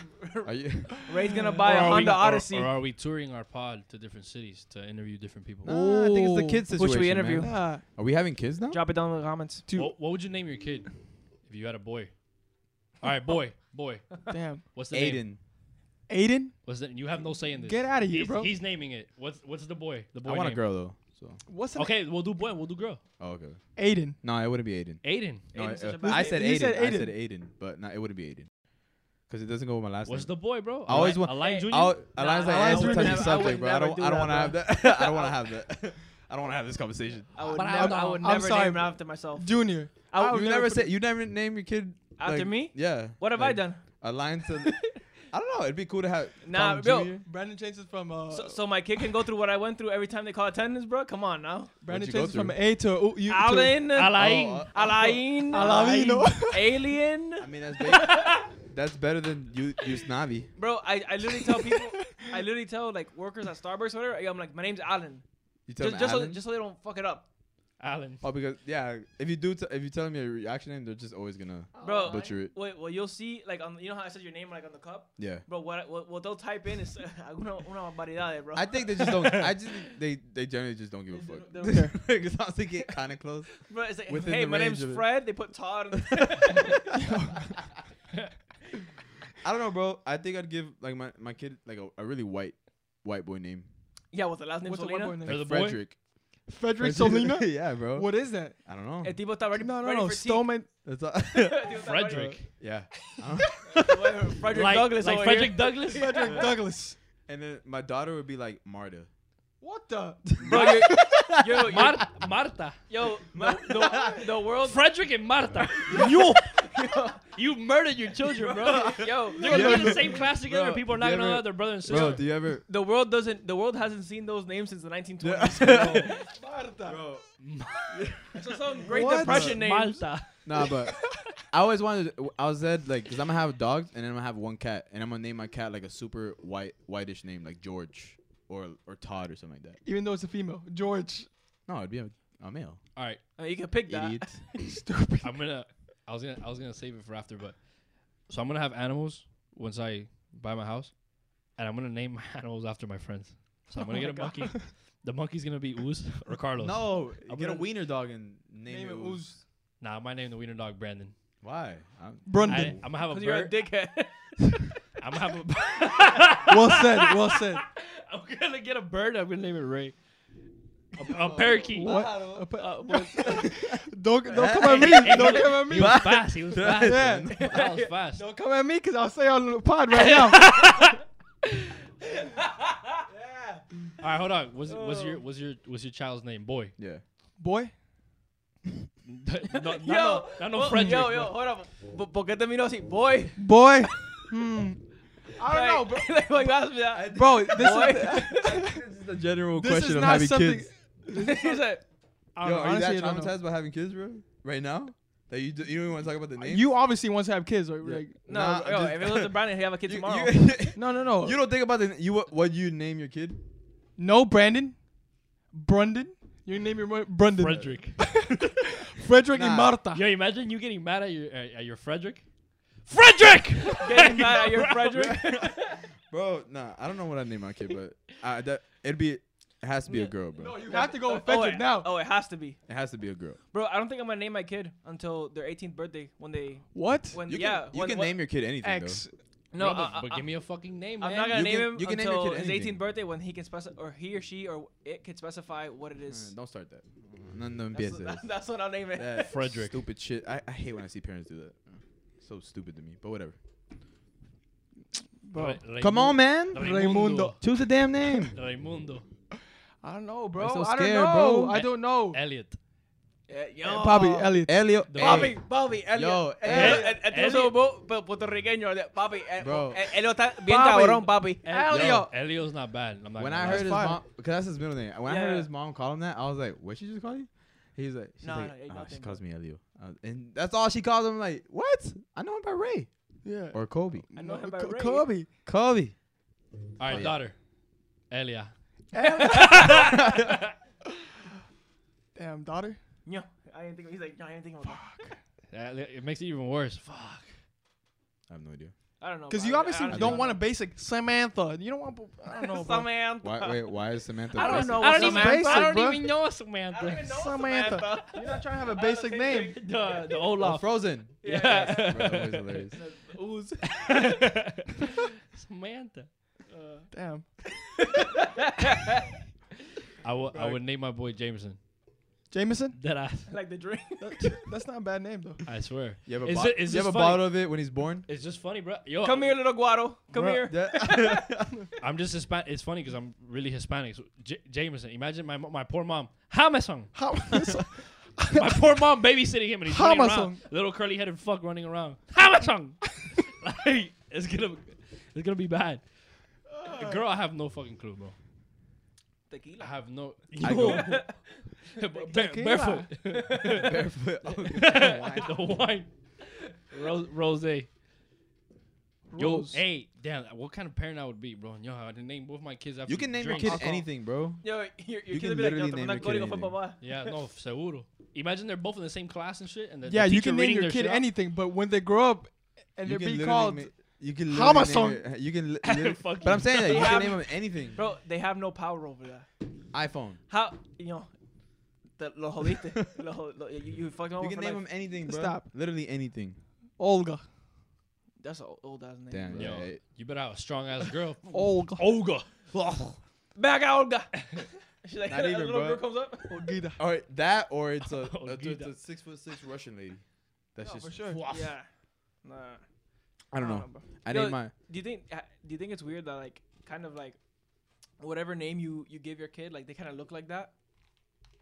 D: Are you?
C: Ray's gonna
E: Or
C: buy a
E: are we-
C: Honda
E: or-
C: Odyssey.
E: Or, are we touring our pod to different cities to interview different people?
B: No.
D: Nah, I think it's the
B: Ooh.
D: kids
C: Who
D: situation.
C: should we
D: man.
C: interview?
B: Nah,
D: Are we having kids now?
C: Drop it down in the comments.
B: dude.
E: What, what would you name your kid if you had a boy? All right, boy, boy.
B: Damn.
E: What's the name?
D: Aiden.
B: Aiden,
E: What's the, you have no say in this.
B: get out of here,
E: he's,
B: bro.
E: he's naming it. What's what's the boy? The boy.
D: I want a
E: name?
D: girl though. So.
B: What's okay?
E: Okay, we'll do boy. and We'll do girl.
D: Oh, okay.
B: Aiden.
D: No, it wouldn't be Aiden.
E: Aiden.
D: No,
C: Aiden's
D: I-
C: such a
D: uh,
C: bad
D: I
C: name.
D: said
B: You
D: Aiden.
B: said
D: I said
B: Aiden.
D: Aiden, but no, it wouldn't be Aiden. Because it doesn't go with my last
E: What's
D: name.
E: the boy, bro?
D: I always
E: Eli-
D: want-
E: Elijah Junior.
D: I'll, Alliance
C: nah,
D: like
C: I
D: answer
C: would
D: touchy
C: never- I
D: subject,
C: would
D: bro. I
C: never
D: don't.
C: do
D: I don't want to
C: that,
D: have that. I don't want to have that. I don't want to have this conversation.
C: I would
B: But I-
C: never, I,
B: I'm-
C: would
B: I'm
C: never
B: sorry.
C: name it after myself.
B: Junior.
C: I would
D: you never
C: put
D: said
C: it-
D: you never name your kid
C: After
D: like-
C: me?
D: Yeah.
C: What have I
D: like,
C: done?
D: Alliance. and- I don't know. It'd be cool to have.
C: Nah,
D: Tom
C: bro.
D: Jr.
B: Brandon changes from uh.
C: So, so my kid can go through what I went through every time they call attendance, bro. Come on now,
B: Brandon
D: What'd you go
B: changes from
D: through?
B: A to U. to-
C: Alan,
D: Oh, uh,
E: Alain.
C: Alain,
B: Alavino.
C: Alien,
D: I mean, that's ba- that's better than you Yusnavi.
C: bro. I, I literally tell people, I literally tell like workers at Starbucks, or whatever. I'm like, my name's Alan,
D: You tell
C: just
D: them
C: just so,
D: Alan?
C: just so they don't fuck it up,
E: Alan.
D: oh, because yeah, if you do, t- if you tell them your reaction name, they're just always gonna
C: bro.
D: butcher it.
C: Wait, well you'll see, like on you know how I said your name like on the cup,
D: Yeah.
C: bro. What what, what they'll type in is una, una variedad, bro.
D: I think they just don't. I just think they they generally just don't give a
B: They don't-
D: fuck.
B: they don't care.
D: Because I was thinking kind of close.
C: bro, it's like,
D: within
C: hey,
D: the
C: my
D: range
C: name's
D: of it.
C: Fred. They put Todd. on
D: I don't know, bro. I think I'd give like my, my kid like a, a really white white boy name,
C: yeah, what's the last name?
B: What's the white
C: Solina?
B: boy name?
E: Or
D: like
E: the boy?
D: Frederick.
B: Frederick
D: Frederick-
B: Solina.
D: yeah, bro.
B: What is that?
D: I don't know.
C: El tipo está ready,
B: No, no,
C: ready
B: no.
C: for
B: Stoneman.
D: That's all.
C: tea.
E: Frederick.
D: yeah. I don't know.
C: Frederick
E: like,
C: Douglass
E: Like
C: over
E: Frederick
C: here.
E: Douglass.
B: Frederick Douglass.
D: And then my daughter would be like Marta.
B: What the?
C: Bro, you're- yo, yo,
E: Mar- Marta.
C: yo, the, the, the world,
E: Frederick and Marta. you. You murdered your children, bro.
C: yo,
E: They're gonna be in
D: Bro,
E: the same class together.
D: bro,
E: People are not
D: you
E: gonna
D: ever-
E: know they're brother and
D: Bro,
E: sister.
D: do you ever?
C: the world doesn't, the world hasn't seen those names since the 1920s.
B: Marta.
D: Bro,
C: so some Great
B: What?
C: Depression names.
E: Malta.
D: nah, but I always wanted. To, I was said like, cause I'm gonna have dogs, and then I'm gonna have one cat, and I'm gonna name my cat like a super white whitish name like George or or Todd or something like that.
B: Even though it's a female, George.
D: No, it'd be a, a male.
E: All right,
C: Uh, you can pick that.
D: Idiot.
B: Stupid.
E: I'm gonna. I was gonna. I was gonna save it for after, but so I'm gonna have animals once I buy my house, and I'm gonna name my animals after my friends. So
B: Oh
E: I'm gonna get a monkey. The monkey's gonna be Ooze or Carlos.
D: No,
E: I'm
D: get a
E: gonna-
D: wiener dog and name,
B: Name
D: it
B: it
D: Uz.
B: Uz.
E: Nah, my name the wiener dog Brandon.
D: Why? I'm,
E: I,
B: Brandon.
E: am gonna have a
C: Because you're a
E: bird.
C: dickhead.
E: I'm gonna have a.
B: well said. Well said.
E: I'm gonna get a bird. I'm gonna name it Ray. A, a parakeet.
B: Oh. What? Uh, but-
E: Uh, what-
B: don't don't come at me. Don't come at
E: He
B: me.
E: was fast. He was fast.
B: Yeah.
E: That was fast.
B: Don't come at me because I'll say on the pod right now.
E: All right, hold on. What's, what's
C: Oh.
E: your what's your what's your child's name? Boy.
D: yeah.
B: Boy.
E: no, no,
C: yo,
E: no, not no
C: well,
E: Frederick.
C: yo,
E: bro.
C: yo, hold up. But ¿Por qué te miro así? Boy.
B: Boy. Hmm. I don't know,
C: Like-
B: bro.
C: like, when you ask me that,
B: Bro, this
C: Boy.
B: is
D: this is the general
B: this
D: question
B: is
D: of
B: not
D: having
B: something.
D: kids.
C: He's like,
B: I don't know,
D: Yo, are you that
B: honestly, I don't know.
D: traumatized by having kids, bro? Right now? That you, do, you don't even want to talk about the name?
B: You obviously want to have kids, right?
D: Yeah.
B: Like,
C: no,
D: Nah, I'm
C: yo,
D: just-
C: if it was the Brandon, he'd have a kid
D: You-
C: tomorrow.
D: You,
B: no, no, no.
D: you don't think about the you what, what you name your kid?
B: no, Brandon. Brandon. You name your mo- Brandon.
E: Frederick.
B: Frederick and
D: Nah.
B: Marta.
E: yo, imagine you getting mad at your uh, at your Frederick. Frederick.
C: Getting mad at your Frederick.
D: Bro, nah, I don't know what I name my kid, but I, that, it'd be it has to be a girl, bro.
B: No, you have to go with
C: Oh,
B: Frederick
C: it-
B: now.
C: Oh, it has to be.
D: It has to be a girl.
C: Bro, I don't think I'm gonna name my kid until their 18th birthday when they
B: What?
C: when
D: You can,
C: yeah
D: you
C: when,
D: can
C: when-
D: name your kid anything
B: X.
D: though. Uh,
C: No,
E: Bro, but,
C: I- I-
E: but give me a fucking name,
C: I'm
E: man.
C: not gonna
D: You
C: name
D: can-
C: him
D: you can name your
C: until
D: kid
C: his
D: anything.
C: 18th birthday when he can specify, or he or she, or it can specify what it
D: Uh,
C: is.
D: Don't start that. No, no
C: Mm. that's,
D: empieces.
C: that's what I'll name it.
D: That
E: Frederick.
D: Stupid shit. I, I hate when I see parents do that. Uh, So stupid to me. But whatever.
B: bro.
E: Ra-
D: Come on, man.
E: Raimundo.
D: Choose a damn name.
E: Raimundo.
B: I don't know, bro.
D: so
B: I don't
D: scared,
B: know.
D: bro.
B: I don't know.
E: Elliot.
C: Yeah, yo.
B: Bobby Elliot.
D: Elliot.
E: The
C: Bobby,
D: Hey,
C: Bobby, Elliot.
D: Yo,
C: Eh,
E: Elliot.
C: eh, entonces
E: Elliot.
C: vos, pu- puertorriqueño, de- papi, eh,
D: Bro.
C: eh, Elliot está bien
B: Bobby.
C: cabrón, papi.
E: El-
B: Elliot.
E: yo, Elio's not bad. I'm not
D: When
E: gonna
D: I
E: lie.
D: heard his
B: fine.
D: mom, because that's his middle name. When I
C: Yeah.
D: heard his mom call him that, I was like, "What she just call you?" He's like, she's
C: No,
D: like,
C: no, ain't
D: "Oh,
C: nothing,
D: she calls me Elio," Uh, and that's all she calls him. Like, what? I know him by Ray
B: Yeah.
D: or Kobe.
C: I know him by
B: Co-
C: Ray.
B: Kobe.
D: Kobe.
E: All right,
D: Oh, yeah.
E: daughter. Elia.
B: Damn um, daughter.
C: Ño. I didn't think, he's like, no, I didn't think about that.
E: That- It makes it even worse. Fuck.
D: I have no idea.
C: I
E: Oh,
C: don't know.
B: Because
C: bro.
B: you
C: I- I
B: obviously
C: honestly
B: don't want a basic Samantha. You don't want. I don't know, bro.
C: Samantha.
D: Why? Wait, why is Samantha?
C: I don't
D: basic?
C: know.
E: I
C: what
E: don't, even,
B: Samantha-
E: I don't
B: bro.
E: even know a
C: I don't even
E: Samantha.
C: know
B: Samantha.
C: Samantha.
B: You're not trying to have a
C: I don't
B: basic
C: think
B: name.
E: The, the
D: Oh,
E: Olaf.
D: Frozen.
E: yeah.
D: Bro, that was hilarious.
C: Ooze.
E: Samantha. Uh,
B: Damn.
E: I would I would name my boy Jameson.
B: Jameson.
E: That I
C: like the drink.
B: That- that's not a bad name though.
E: I swear.
D: You have a,
E: Is
D: bo-
E: it- is
D: you have
E: this
D: a
E: funny?
D: bottle of it when he's born.
E: It's just funny, bro. Yo,
C: Come here, little Guado. Come
E: Bro,
C: here.
E: I'm just Hispan. It's funny because I'm really Hispanic. So J- Jameson, imagine my mo- my poor mom, Jameson.
B: How?
E: My poor mom babysitting him and he's running around.
B: Jameson.
E: Little curly headed fuck running around. Jameson. like it's gonna it's gonna be bad. Girl, I have no fucking clue, bro. I
C: Tequila.
E: have no.
D: I go-
E: Yo. Bare- barefoot.
D: Barefoot. Oh, wine.
E: the wine. Rose. Rose. Yo,
B: Rose.
E: hey, damn, what kind of parent I would be, bro? Yo, I didn't name both my kids after
D: You can name your
E: drinks.
D: kid
B: Alcohol.
D: anything, bro.
C: Yo, your, your kid
D: You can
C: will be like,
D: literally
C: yo,
D: name
C: I'm
D: your
C: not
D: kid
C: going
D: anything.
C: papá.
E: Yeah, no, seguro. Imagine they're both in the same class and shit. And the,
B: yeah,
E: the
B: you
E: teacher
B: can name
E: reading
B: your
E: their
B: kid
E: shit out.
B: anything, but when they grow up and
D: You
B: they're
D: can
B: being
D: literally
B: called,
D: ma- you can
B: How
D: literally
B: about
D: name it- You can. Li- literally-
E: Fuck
D: but I'm
E: you.
D: saying that you
C: Yeah,
D: can
C: I'm-
D: name him anything.
C: Bro, they have no power over that.
D: iPhone.
C: How, you know, te, lo jodiste. lo, jo- lo, you, you fucked him
D: You
C: over
D: can
C: for
D: name
C: life.
D: him anything, bro.
B: Stop.
D: Literally anything.
B: Olga,
C: That's an old ass name.
D: Damn.
C: bro.
E: Yo,
D: Right.
E: you better have a strong ass girl.
B: Olga,
E: Olga.
C: Back out, Olga. She's like,
D: Not
C: a
D: even,
C: little
D: bro.
C: girl comes up.
B: Olgida.
D: All right, that or it's a,
E: Oh,
D: a-
E: dude,
D: it's a
E: that-
D: six foot six Russian lady. That's
B: No,
D: just.
B: for sure.
C: Yeah. Nah.
D: I don't know.
C: bro.
D: I
C: Um, Yo,
D: named my.
C: Do you think uh, do you think it's weird that like kind of like whatever name you you give your kid like they kind of look like that?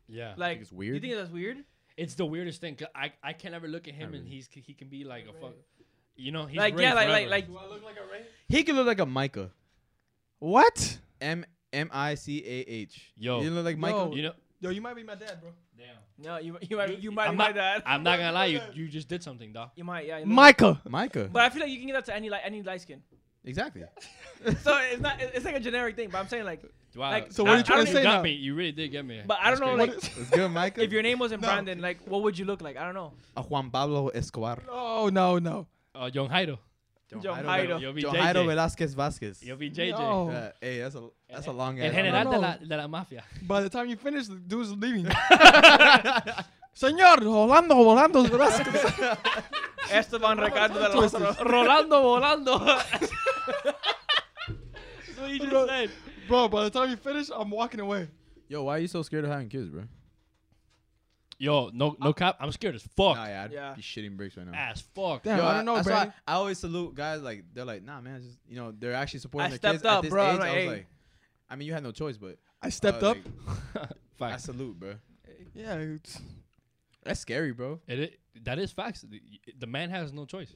E: Yeah.
C: Like
D: it's
C: Do you
D: weird?
C: think that's weird?
E: it's the weirdest thing. 'cause I, I can never look at him
D: Not
E: and
D: really.
E: he's he can be like a fuck. You know, he's
C: like
E: Ray
C: yeah, like like
E: forever.
C: like
D: He could look like a Micah.
B: What?
D: M M I C A H.
E: Yo.
D: You look like Micah.
B: Yo.
E: You know.
B: Yo, you might be my dad, bro.
E: Damn.
C: no, you you might you might
E: I'm
C: be
E: not-
C: like that.
E: I'm not gonna lie, you you just did something, dog.
C: you might yeah. You know.
B: Micah.
D: Micah.
C: But I feel like you can give that to any like any light skin.
D: Exactly.
C: So it's not it- it's like a generic thing. But I'm saying like,
E: Wow.
C: Like,
B: so what are you
E: Nah,
B: trying
E: I
B: to
E: don't-
B: say
E: You got
B: now?
E: me. You really did get me.
C: but I
E: That's
C: don't know
E: crazy.
C: like
D: It's good, Micah.
C: if your name wasn't
B: No.
C: Brandon, like what would you look like? I don't know.
D: a Juan Pablo Escobar.
B: No, Oh, no, no.
E: uh, Young Jairo.
C: Yo,
E: Yo,
C: Jairo.
E: You'll be
D: Yo, Jairo
E: JJ.
D: Velázquez Vázquez.
E: You'll be JJ.
B: No.
D: Uh, hey, that's a that's a
E: El-
D: long
E: El
D: ass.
E: general de
B: know.
E: la, de la mafia.
B: By the time you finish, the dude's leaving. Señor, Orlando, Orlando Velázquez.
C: Esteban Ricardo de la Rosa.
E: Rolando, volando. That's what you just
B: Bro.
E: said.
B: bro, by the time you finish, I'm walking away.
D: Yo, why are you so scared of having kids, bro?
E: Yo, no,
B: Ah.
E: no cap. I'm scared as fuck.
D: Nah, yeah, I'd
C: Yeah.
D: be shitting bricks right now.
E: As fuck.
B: Damn,
D: Yo,
B: I don't know,
D: that's
B: bro.
D: why I always salute guys like they're like, nah, man, just you know, they're actually supporting
C: I
D: their
C: stepped
D: kids at
C: up,
D: this
C: bro. I'm
D: age.
C: like,
D: I was
C: hey.
D: like, I mean, you had no choice, but
B: I stepped
D: uh,
B: up.
D: like, I
E: Facts.
D: salute, bro.
B: yeah, it's,
D: That's scary, bro.
E: It, i- that is facts. The, the man has no choice.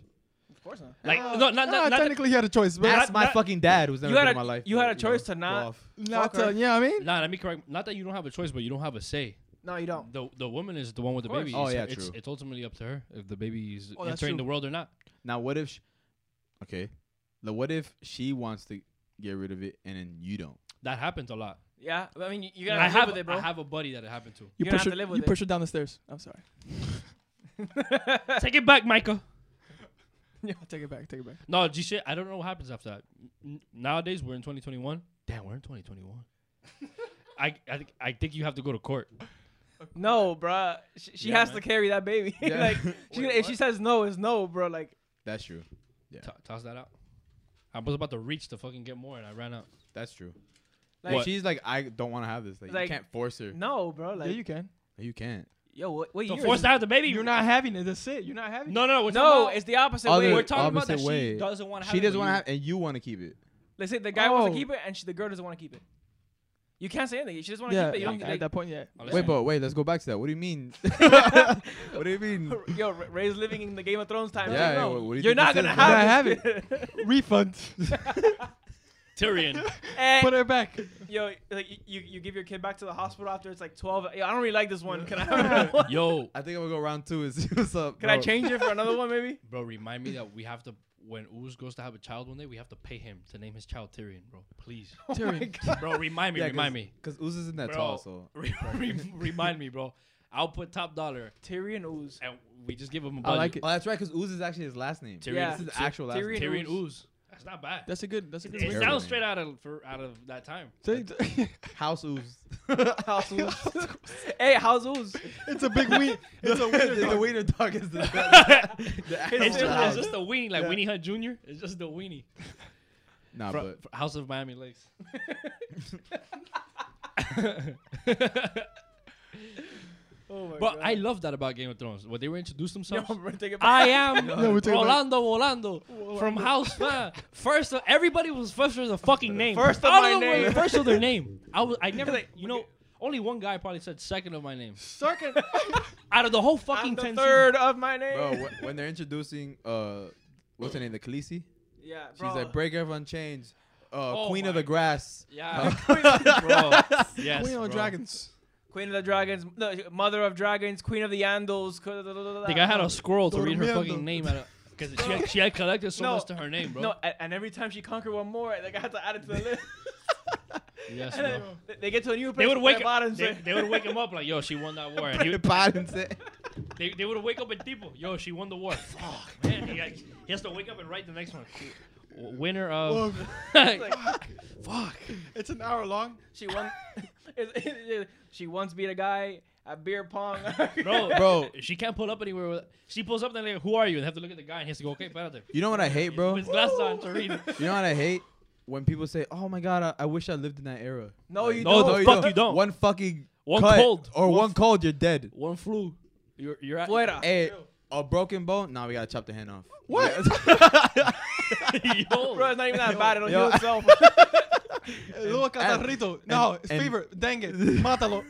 C: Of course not.
E: Like,
B: Uh,
E: no, not,
B: nah,
E: not, not,
B: technically, he had a choice, bro.
D: That's
E: not-
D: my
E: not-
D: fucking dad, who's never
C: You had
D: been in
C: a-
D: my life.
C: you had a
D: know,
C: choice to
D: go
C: not-
D: off.
B: Not,
C: fucker.
B: uh, yeah, I mean,
E: nah, let me correct. Not that you don't have a choice, but you don't have a say.
C: No, you don't.
E: The the woman is the one with the
C: Of course.
E: baby.
D: Oh,
E: It's-
D: yeah,
E: it's,
D: true.
E: It's ultimately up to her if the baby is
B: Oh, that's
E: entering
B: true.
E: the world or not.
D: Now, what if? Sh- okay, now what if she wants to get rid of it and then you don't?
E: That happens a lot.
C: Yeah, I mean you, you gotta
E: I
C: live
E: have,
C: with it,
E: I
C: bro.
E: have a buddy that it happened to.
B: you
C: You're gonna have
B: push her.
C: to live with
B: You
C: it.
B: push her down the stairs. I'm sorry.
E: Take it back, Micah.
B: Yeah, take it back. Take it back.
E: No, G shit. I don't know what happens after that. N- Nowadays, we're in 2021. Damn, we're in 2021. I I think I think you have to go to court.
C: no, bro. She, she
E: Yeah,
C: has
E: man.
C: to carry that baby.
D: Yeah.
C: like she, if she says no, it's no, bro. Like
D: That's true.
E: T- toss that out. I was about to reach to fucking get more, and I ran out.
D: That's true.
C: Like-
D: Like, she's like, I don't want to have this. Like,
C: Like-
D: you can't force her.
C: No, bro. Like,
B: yeah, you can.
D: You can't.
C: yo, what, what
E: So
C: year?
E: force
C: is
E: to
C: it?
E: have the baby.
B: You're not having it. That's it. You're not having it.
E: No, no, we're talking
C: No,
E: about,
C: it's the opposite
D: Other-
C: way.
E: we're talking about
D: opposite
E: that
D: way.
E: she doesn't want to have.
D: She
E: it, but
D: doesn't want
E: you-
D: to have, and you want to keep it.
C: Let's say the guy wants
B: Oh.
C: to keep it and she, the girl doesn't want to keep it. You can't say anything. She just want to
B: Yeah,
C: keep it. You
B: at
C: don't, like,
B: that point, yeah.
E: Unless
D: Wait,
E: you-
D: but wait, let's go back to that. What do you mean? what do you mean?
C: yo, Ra- Ray's living in the Game of Thrones time.
D: Yeah,
C: Like, no,
D: what- what do you
C: you're
D: think
C: not
D: this
C: gonna
D: is,
C: have,
B: bro?
C: this.
B: Refund.
E: Tyrion.
C: Eh,
B: Put her back.
C: yo, like you- you, you give your kid back to the hospital after it's like 12. Yo, I don't really like this one. Can I have another one?
E: Yo,
D: I think I'm gonna go round two and see what's up.
C: Can I
D: bro.
C: change it for another one, maybe?
E: bro, remind me that we have to when Uz goes to have a child one day, we have to pay him to name his child Tyrion, bro. Please,
B: Tyrion.
E: bro, remind me,
D: Yeah,
E: remind me,
D: Cause Uz isn't that
E: bro.
D: tall, so
E: Re- re- remind me, bro. I'll put top dollar,
C: Tyrion Ooze.
E: and we just give him a
B: I
E: budget.
B: like it.
D: Oh, that's right, because Uz is actually his last name.
E: Tyrion.
C: Yeah.
D: This is the
E: Ty-
D: actual last
C: Tyrion
D: name.
E: Tyrion
C: Ooze.
E: Ooze. That's not bad.
B: That's a good. That's a good.
E: it
D: Tyrion.
E: sounds straight out of for, out of that time.
B: ring. Say-
D: House Uz.
C: House Ooze. hey, how's Ooze?
B: it's a big win. It's a win.
D: the wiener dog is the, the actual
E: It's just,
D: house.
E: it's just a weenie, like Weenie Hunt Jr. It's just the weenie.
D: Nah,
E: Fro-
D: but
E: fr- House of Miami Lakes.
C: Oh my
E: but I love that about Game of Thrones. When they were introduced themselves,
C: Yo, bro, take it back.
E: I am
B: No, we took it back.
E: Rolando Rolando from House Man. First, of, everybody was first of the fucking name.
C: First of
E: All
C: my
E: them were
C: name.
E: First of their name. I was. I never.
C: Like,
E: you know, only one guy probably said second of my name.
C: Second.
E: Out of the whole
C: I'm
E: fucking
C: the
E: ten.
C: third of my name.
D: bro, wh- when they're introducing uh, what's her name, the Khaleesi?
C: yeah, bro.
D: She's like, break everyone chains. Uh,
E: Oh
D: Queen of
E: my
D: the Grass.
E: Yeah, bro. Yes,
B: Queen
E: bro.
B: on Dragons.
C: Queen of the Dragons, no, Mother of Dragons, Queen of the Andals. co- da- da- da- da-
E: The guy had a squirrel to read her
B: Dormiendo.
E: fucking name out because she had, she had collected so
C: No.
E: much to her name, bro.
C: No, and, and every time she conquered one more, like I had to add it to the list.
E: Yes,
C: And
E: bro.
C: then they- they get to a new place.
E: They would wake
C: play
E: up.
C: bottoms,
E: They,
C: like-
E: they would wake him up like, yo, she won that war. And he, would-
D: Bottom set.
E: they they would wake up and people, yo, she won the war. Fuck, man. He, like, he has to wake up and write the next one. W- Winner of. Fuck.
B: Oh, It's an hour long.
C: she won. she once beat a guy at beer pong.
E: Bro,
D: Bro.
E: she can't pull up anywhere. With, she pulls up and they're like, who are you? And they have to look at the guy and he has to go, okay, espérate.
D: You know what I hate, bro?
E: With his glasses on to read.
D: You know what I hate? When people say, "Oh my God, I, I wish I lived in that era."
C: no, you
E: no,
C: don't.
E: the fuck you don't.
D: One fucking
E: One
D: cut
E: cold.
D: or
E: One
D: one, cold, you're dead.
E: One flu. You're, you're at.
C: Fuera.
D: Hey, a broken bone? Nah, we gotta chop the hand off.
B: What?
E: Yo.
C: Bro, it's not even that bad. It'll
D: Yo.
C: heal itself.
B: Little catarrito. No, it's
D: and-
B: fever. Dengue. Mátalo.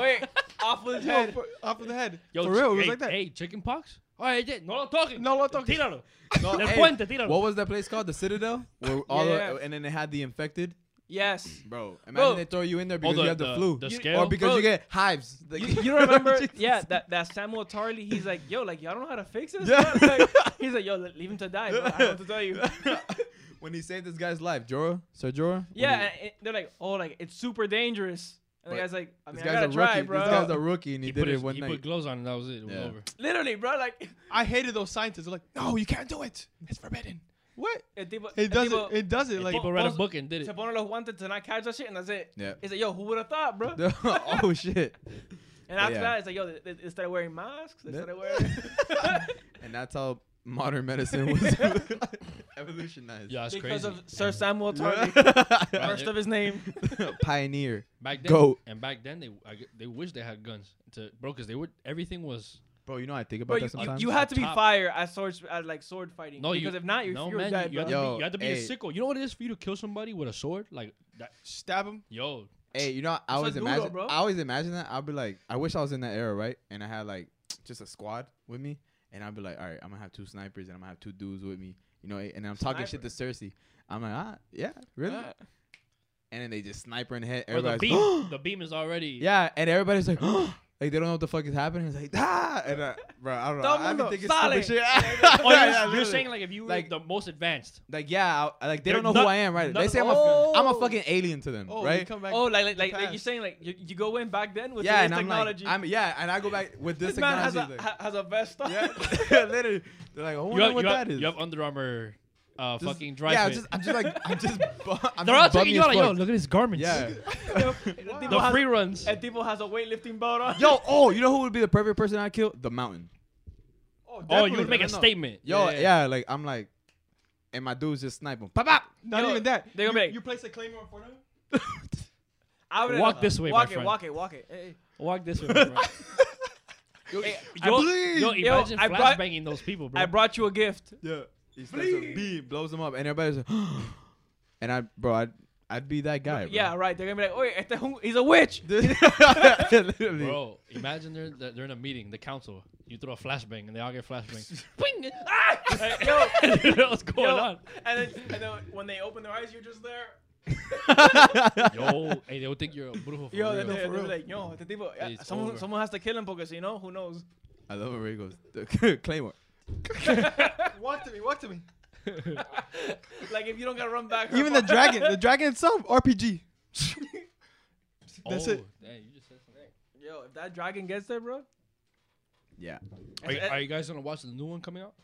C: Wait, off with his
B: Yo,
C: head.
B: for- Off of the head.
E: Yo,
B: for real, it was
E: hey,
B: like that.
E: Hey, chicken pox? Oh, hey, yeah, no lo toques.
B: No lo toques.
E: Tíralo.
D: No,
E: Del
D: hey,
E: puente, tíralo. Oh,
D: What was that place called? The Citadel? Where all
C: Yeah,
D: the,
C: yeah.
D: and then they had the infected.
C: Yes.
D: Bro, imagine
C: Bro.
D: they throw you in there because
E: the-
D: you have the,
E: the-
D: flu,
E: the
D: You-
E: scale?
D: or because
C: Bro.
D: you get hives. Like-
C: You, you don't remember?
D: Jesus.
C: yeah, that, that Samuel Tarly. He's like, yo, like y'all don't know how to fix this.
D: Yeah.
C: bro?" Like, he's like, yo, le- leave him to die. Bro. I don't know what to tell you.
D: when he saved this guy's life, Jorah, Sir Jorah. when
C: Yeah,
D: he-
C: and it- they're like, oh, like it's super dangerous. And the
D: But
C: guy's like, I mean,
D: this
C: I
D: guy's
C: gotta
D: a
C: try,
D: rookie.
C: bro.
D: This guy's a rookie, and he,
E: He
D: did
E: put,
D: it
E: his,
D: one
E: he put
D: night.
E: gloves on and that was it. It was
D: Yeah.
E: over.
C: Literally, bro. Like,
B: I hated those scientists. They're like, no, you can't do it. It's forbidden. What?
C: el tipo- el
B: It does
C: tipo
B: it. It does it. Like,
E: People read a
C: Pos-
E: book and did
C: Se
E: it.
C: pone los guantes to not catch that shit, and that's it.
D: Yeah.
C: It's like, yo, who would have thought, bro? And
D: oh shit!
C: after
D: yeah.
C: that, it's like, yo, they, they started wearing masks. They
D: Yeah.
C: started wearing.
D: And that's how modern medicine was evolutionized.
E: Yeah, it's
C: because
E: crazy.
C: of Sir Samuel Tarly.
D: Yeah.
C: First of his name.
D: Pioneer.
E: back then,
D: Goat.
E: and back then they I, gu- they wish they had guns to bro because they would everything was
D: Bro, you know I think about
C: Bro, you,
D: that
C: you,
D: sometimes.
C: you had to be
E: Top.
C: fire at sword at like sword fighting.
E: no
C: because
E: you,
C: if not, you're,
E: no,
C: you're
E: man,
C: dead,
E: you, had
C: bro.
E: to
D: Yo,
E: be, you had to be a
D: hey.
E: sickle. You know what it is for you to kill somebody with a sword like that?
B: stab him.
E: Yo,
D: Hey, you know I always
C: Saludo,
D: imagine.
C: bro.
D: I always imagine that. I'll be like, I wish I was in that era, right? And I had like just a squad with me, and I'll be like, all right, I'm gonna have two snipers and I'm gonna have two dudes with me, you know. And I'm talking shit to Cersei. I'm like, ah, yeah, really.
B: Ah.
D: and then they just sniper in the head.
E: or the
D: Everybody's
E: beam, the beam is already.
D: yeah, and everybody's like, "Oh," like they don't know what the fuck is happening. It's like, ah, and uh, bro, I don't know.
C: Todo
D: I've been
C: mundo
D: thinking
C: sale.
D: stupid shit.
E: Oh,
D: Yeah,
E: you're,
D: yeah,
E: you're
D: literally.
E: saying like if you were
D: Like-
E: the most advanced.
D: like yeah, I, like they
E: They're
D: don't know
E: not-
D: who I am, right?
E: none
D: They
E: of
D: say
E: them-
D: I'm a, I'm a
B: Oh.
D: fucking alien to them,
B: Oh,
D: right?
B: they come back.
C: Oh, like like, like, like
B: Past.
C: you're saying, like you, you go in back then with
D: yeah,
C: today's
D: and I'm
C: technology.
D: like, I'm yeah, and I go back with this,
C: this man has
D: technology.
C: a
D: like-
C: ha- has a vest on.
D: Yeah, literally. They're like, I
E: You
D: wonder
E: have,
D: what
E: you,
D: that
E: have,
D: is.
E: you have Under Armour, uh,
D: Just-
E: fucking dry
D: Yeah, I'm
E: fit.
D: just, I'm just like, I'm just, bu- I'm
E: They're all
D: just
E: checking
D: bummy
E: you
D: as
E: out like, yo,
D: fuck.
E: look at his garments.
D: Yeah.
C: El tipo
E: The
C: has-
E: free runs.
C: El tipo has a weightlifting belt on.
D: Yo, oh, you know who would be the perfect person I kill? The mountain.
E: Oh, you would
B: Definitely.
E: make
D: I
E: a
D: know.
E: statement.
D: Yo,
E: Yeah,
D: yeah, like I'm like, and my dudes just snipe him. Pop pop.
B: Not
C: Yo,
B: even that.
C: they gonna
B: you,
C: be like-
B: you place a claim on front of him?
C: I would-
E: Walk this way,
C: walk
E: my
C: it,
E: friend.
C: Walk it, walk it, Hey,
E: Walk this way, my friend.
C: hey. Hey,
E: Yo,
D: bleed.
E: yo,
C: Yo,
E: imagine
C: I brought-
E: flashbanging those people, bro.
C: I brought you a gift.
D: Yeah. He starts to beat, blows him up, and everybody's like, and I, bro, I'd, I'd be that guy. Bro.
C: Yeah, right. They're gonna be like, "Wait, it's a hung- he's a witch."
D: Literally.
E: Bro, imagine they're they're they're in a meeting, the council. You throw a flashbang, and they all get flashbang. Bing! Ah!
C: Like, yo,
E: You know What's going
C: yo.
E: on?
C: And then, and then when they open their eyes, you're just there.
E: Yo, hey, they will think you're a brujo for
C: Yo,
E: real.
C: they,
B: for
C: they, they're
B: real.
C: like, "Yo, the people, yeah,
E: It's
C: someone,
E: over.
C: someone has to kill him because you know who knows."
D: I love when Ray goes, Claymore.
B: Walk to me, walk to me.
C: Like if you don't gotta run back,
B: Even the dragon, the dragon itself, RPG. That's
E: oh,
B: it.
E: dang, you just said something.
C: Yo, if that dragon gets there, bro,
D: Yeah.
E: Are, you- are you guys gonna watch the new one coming out?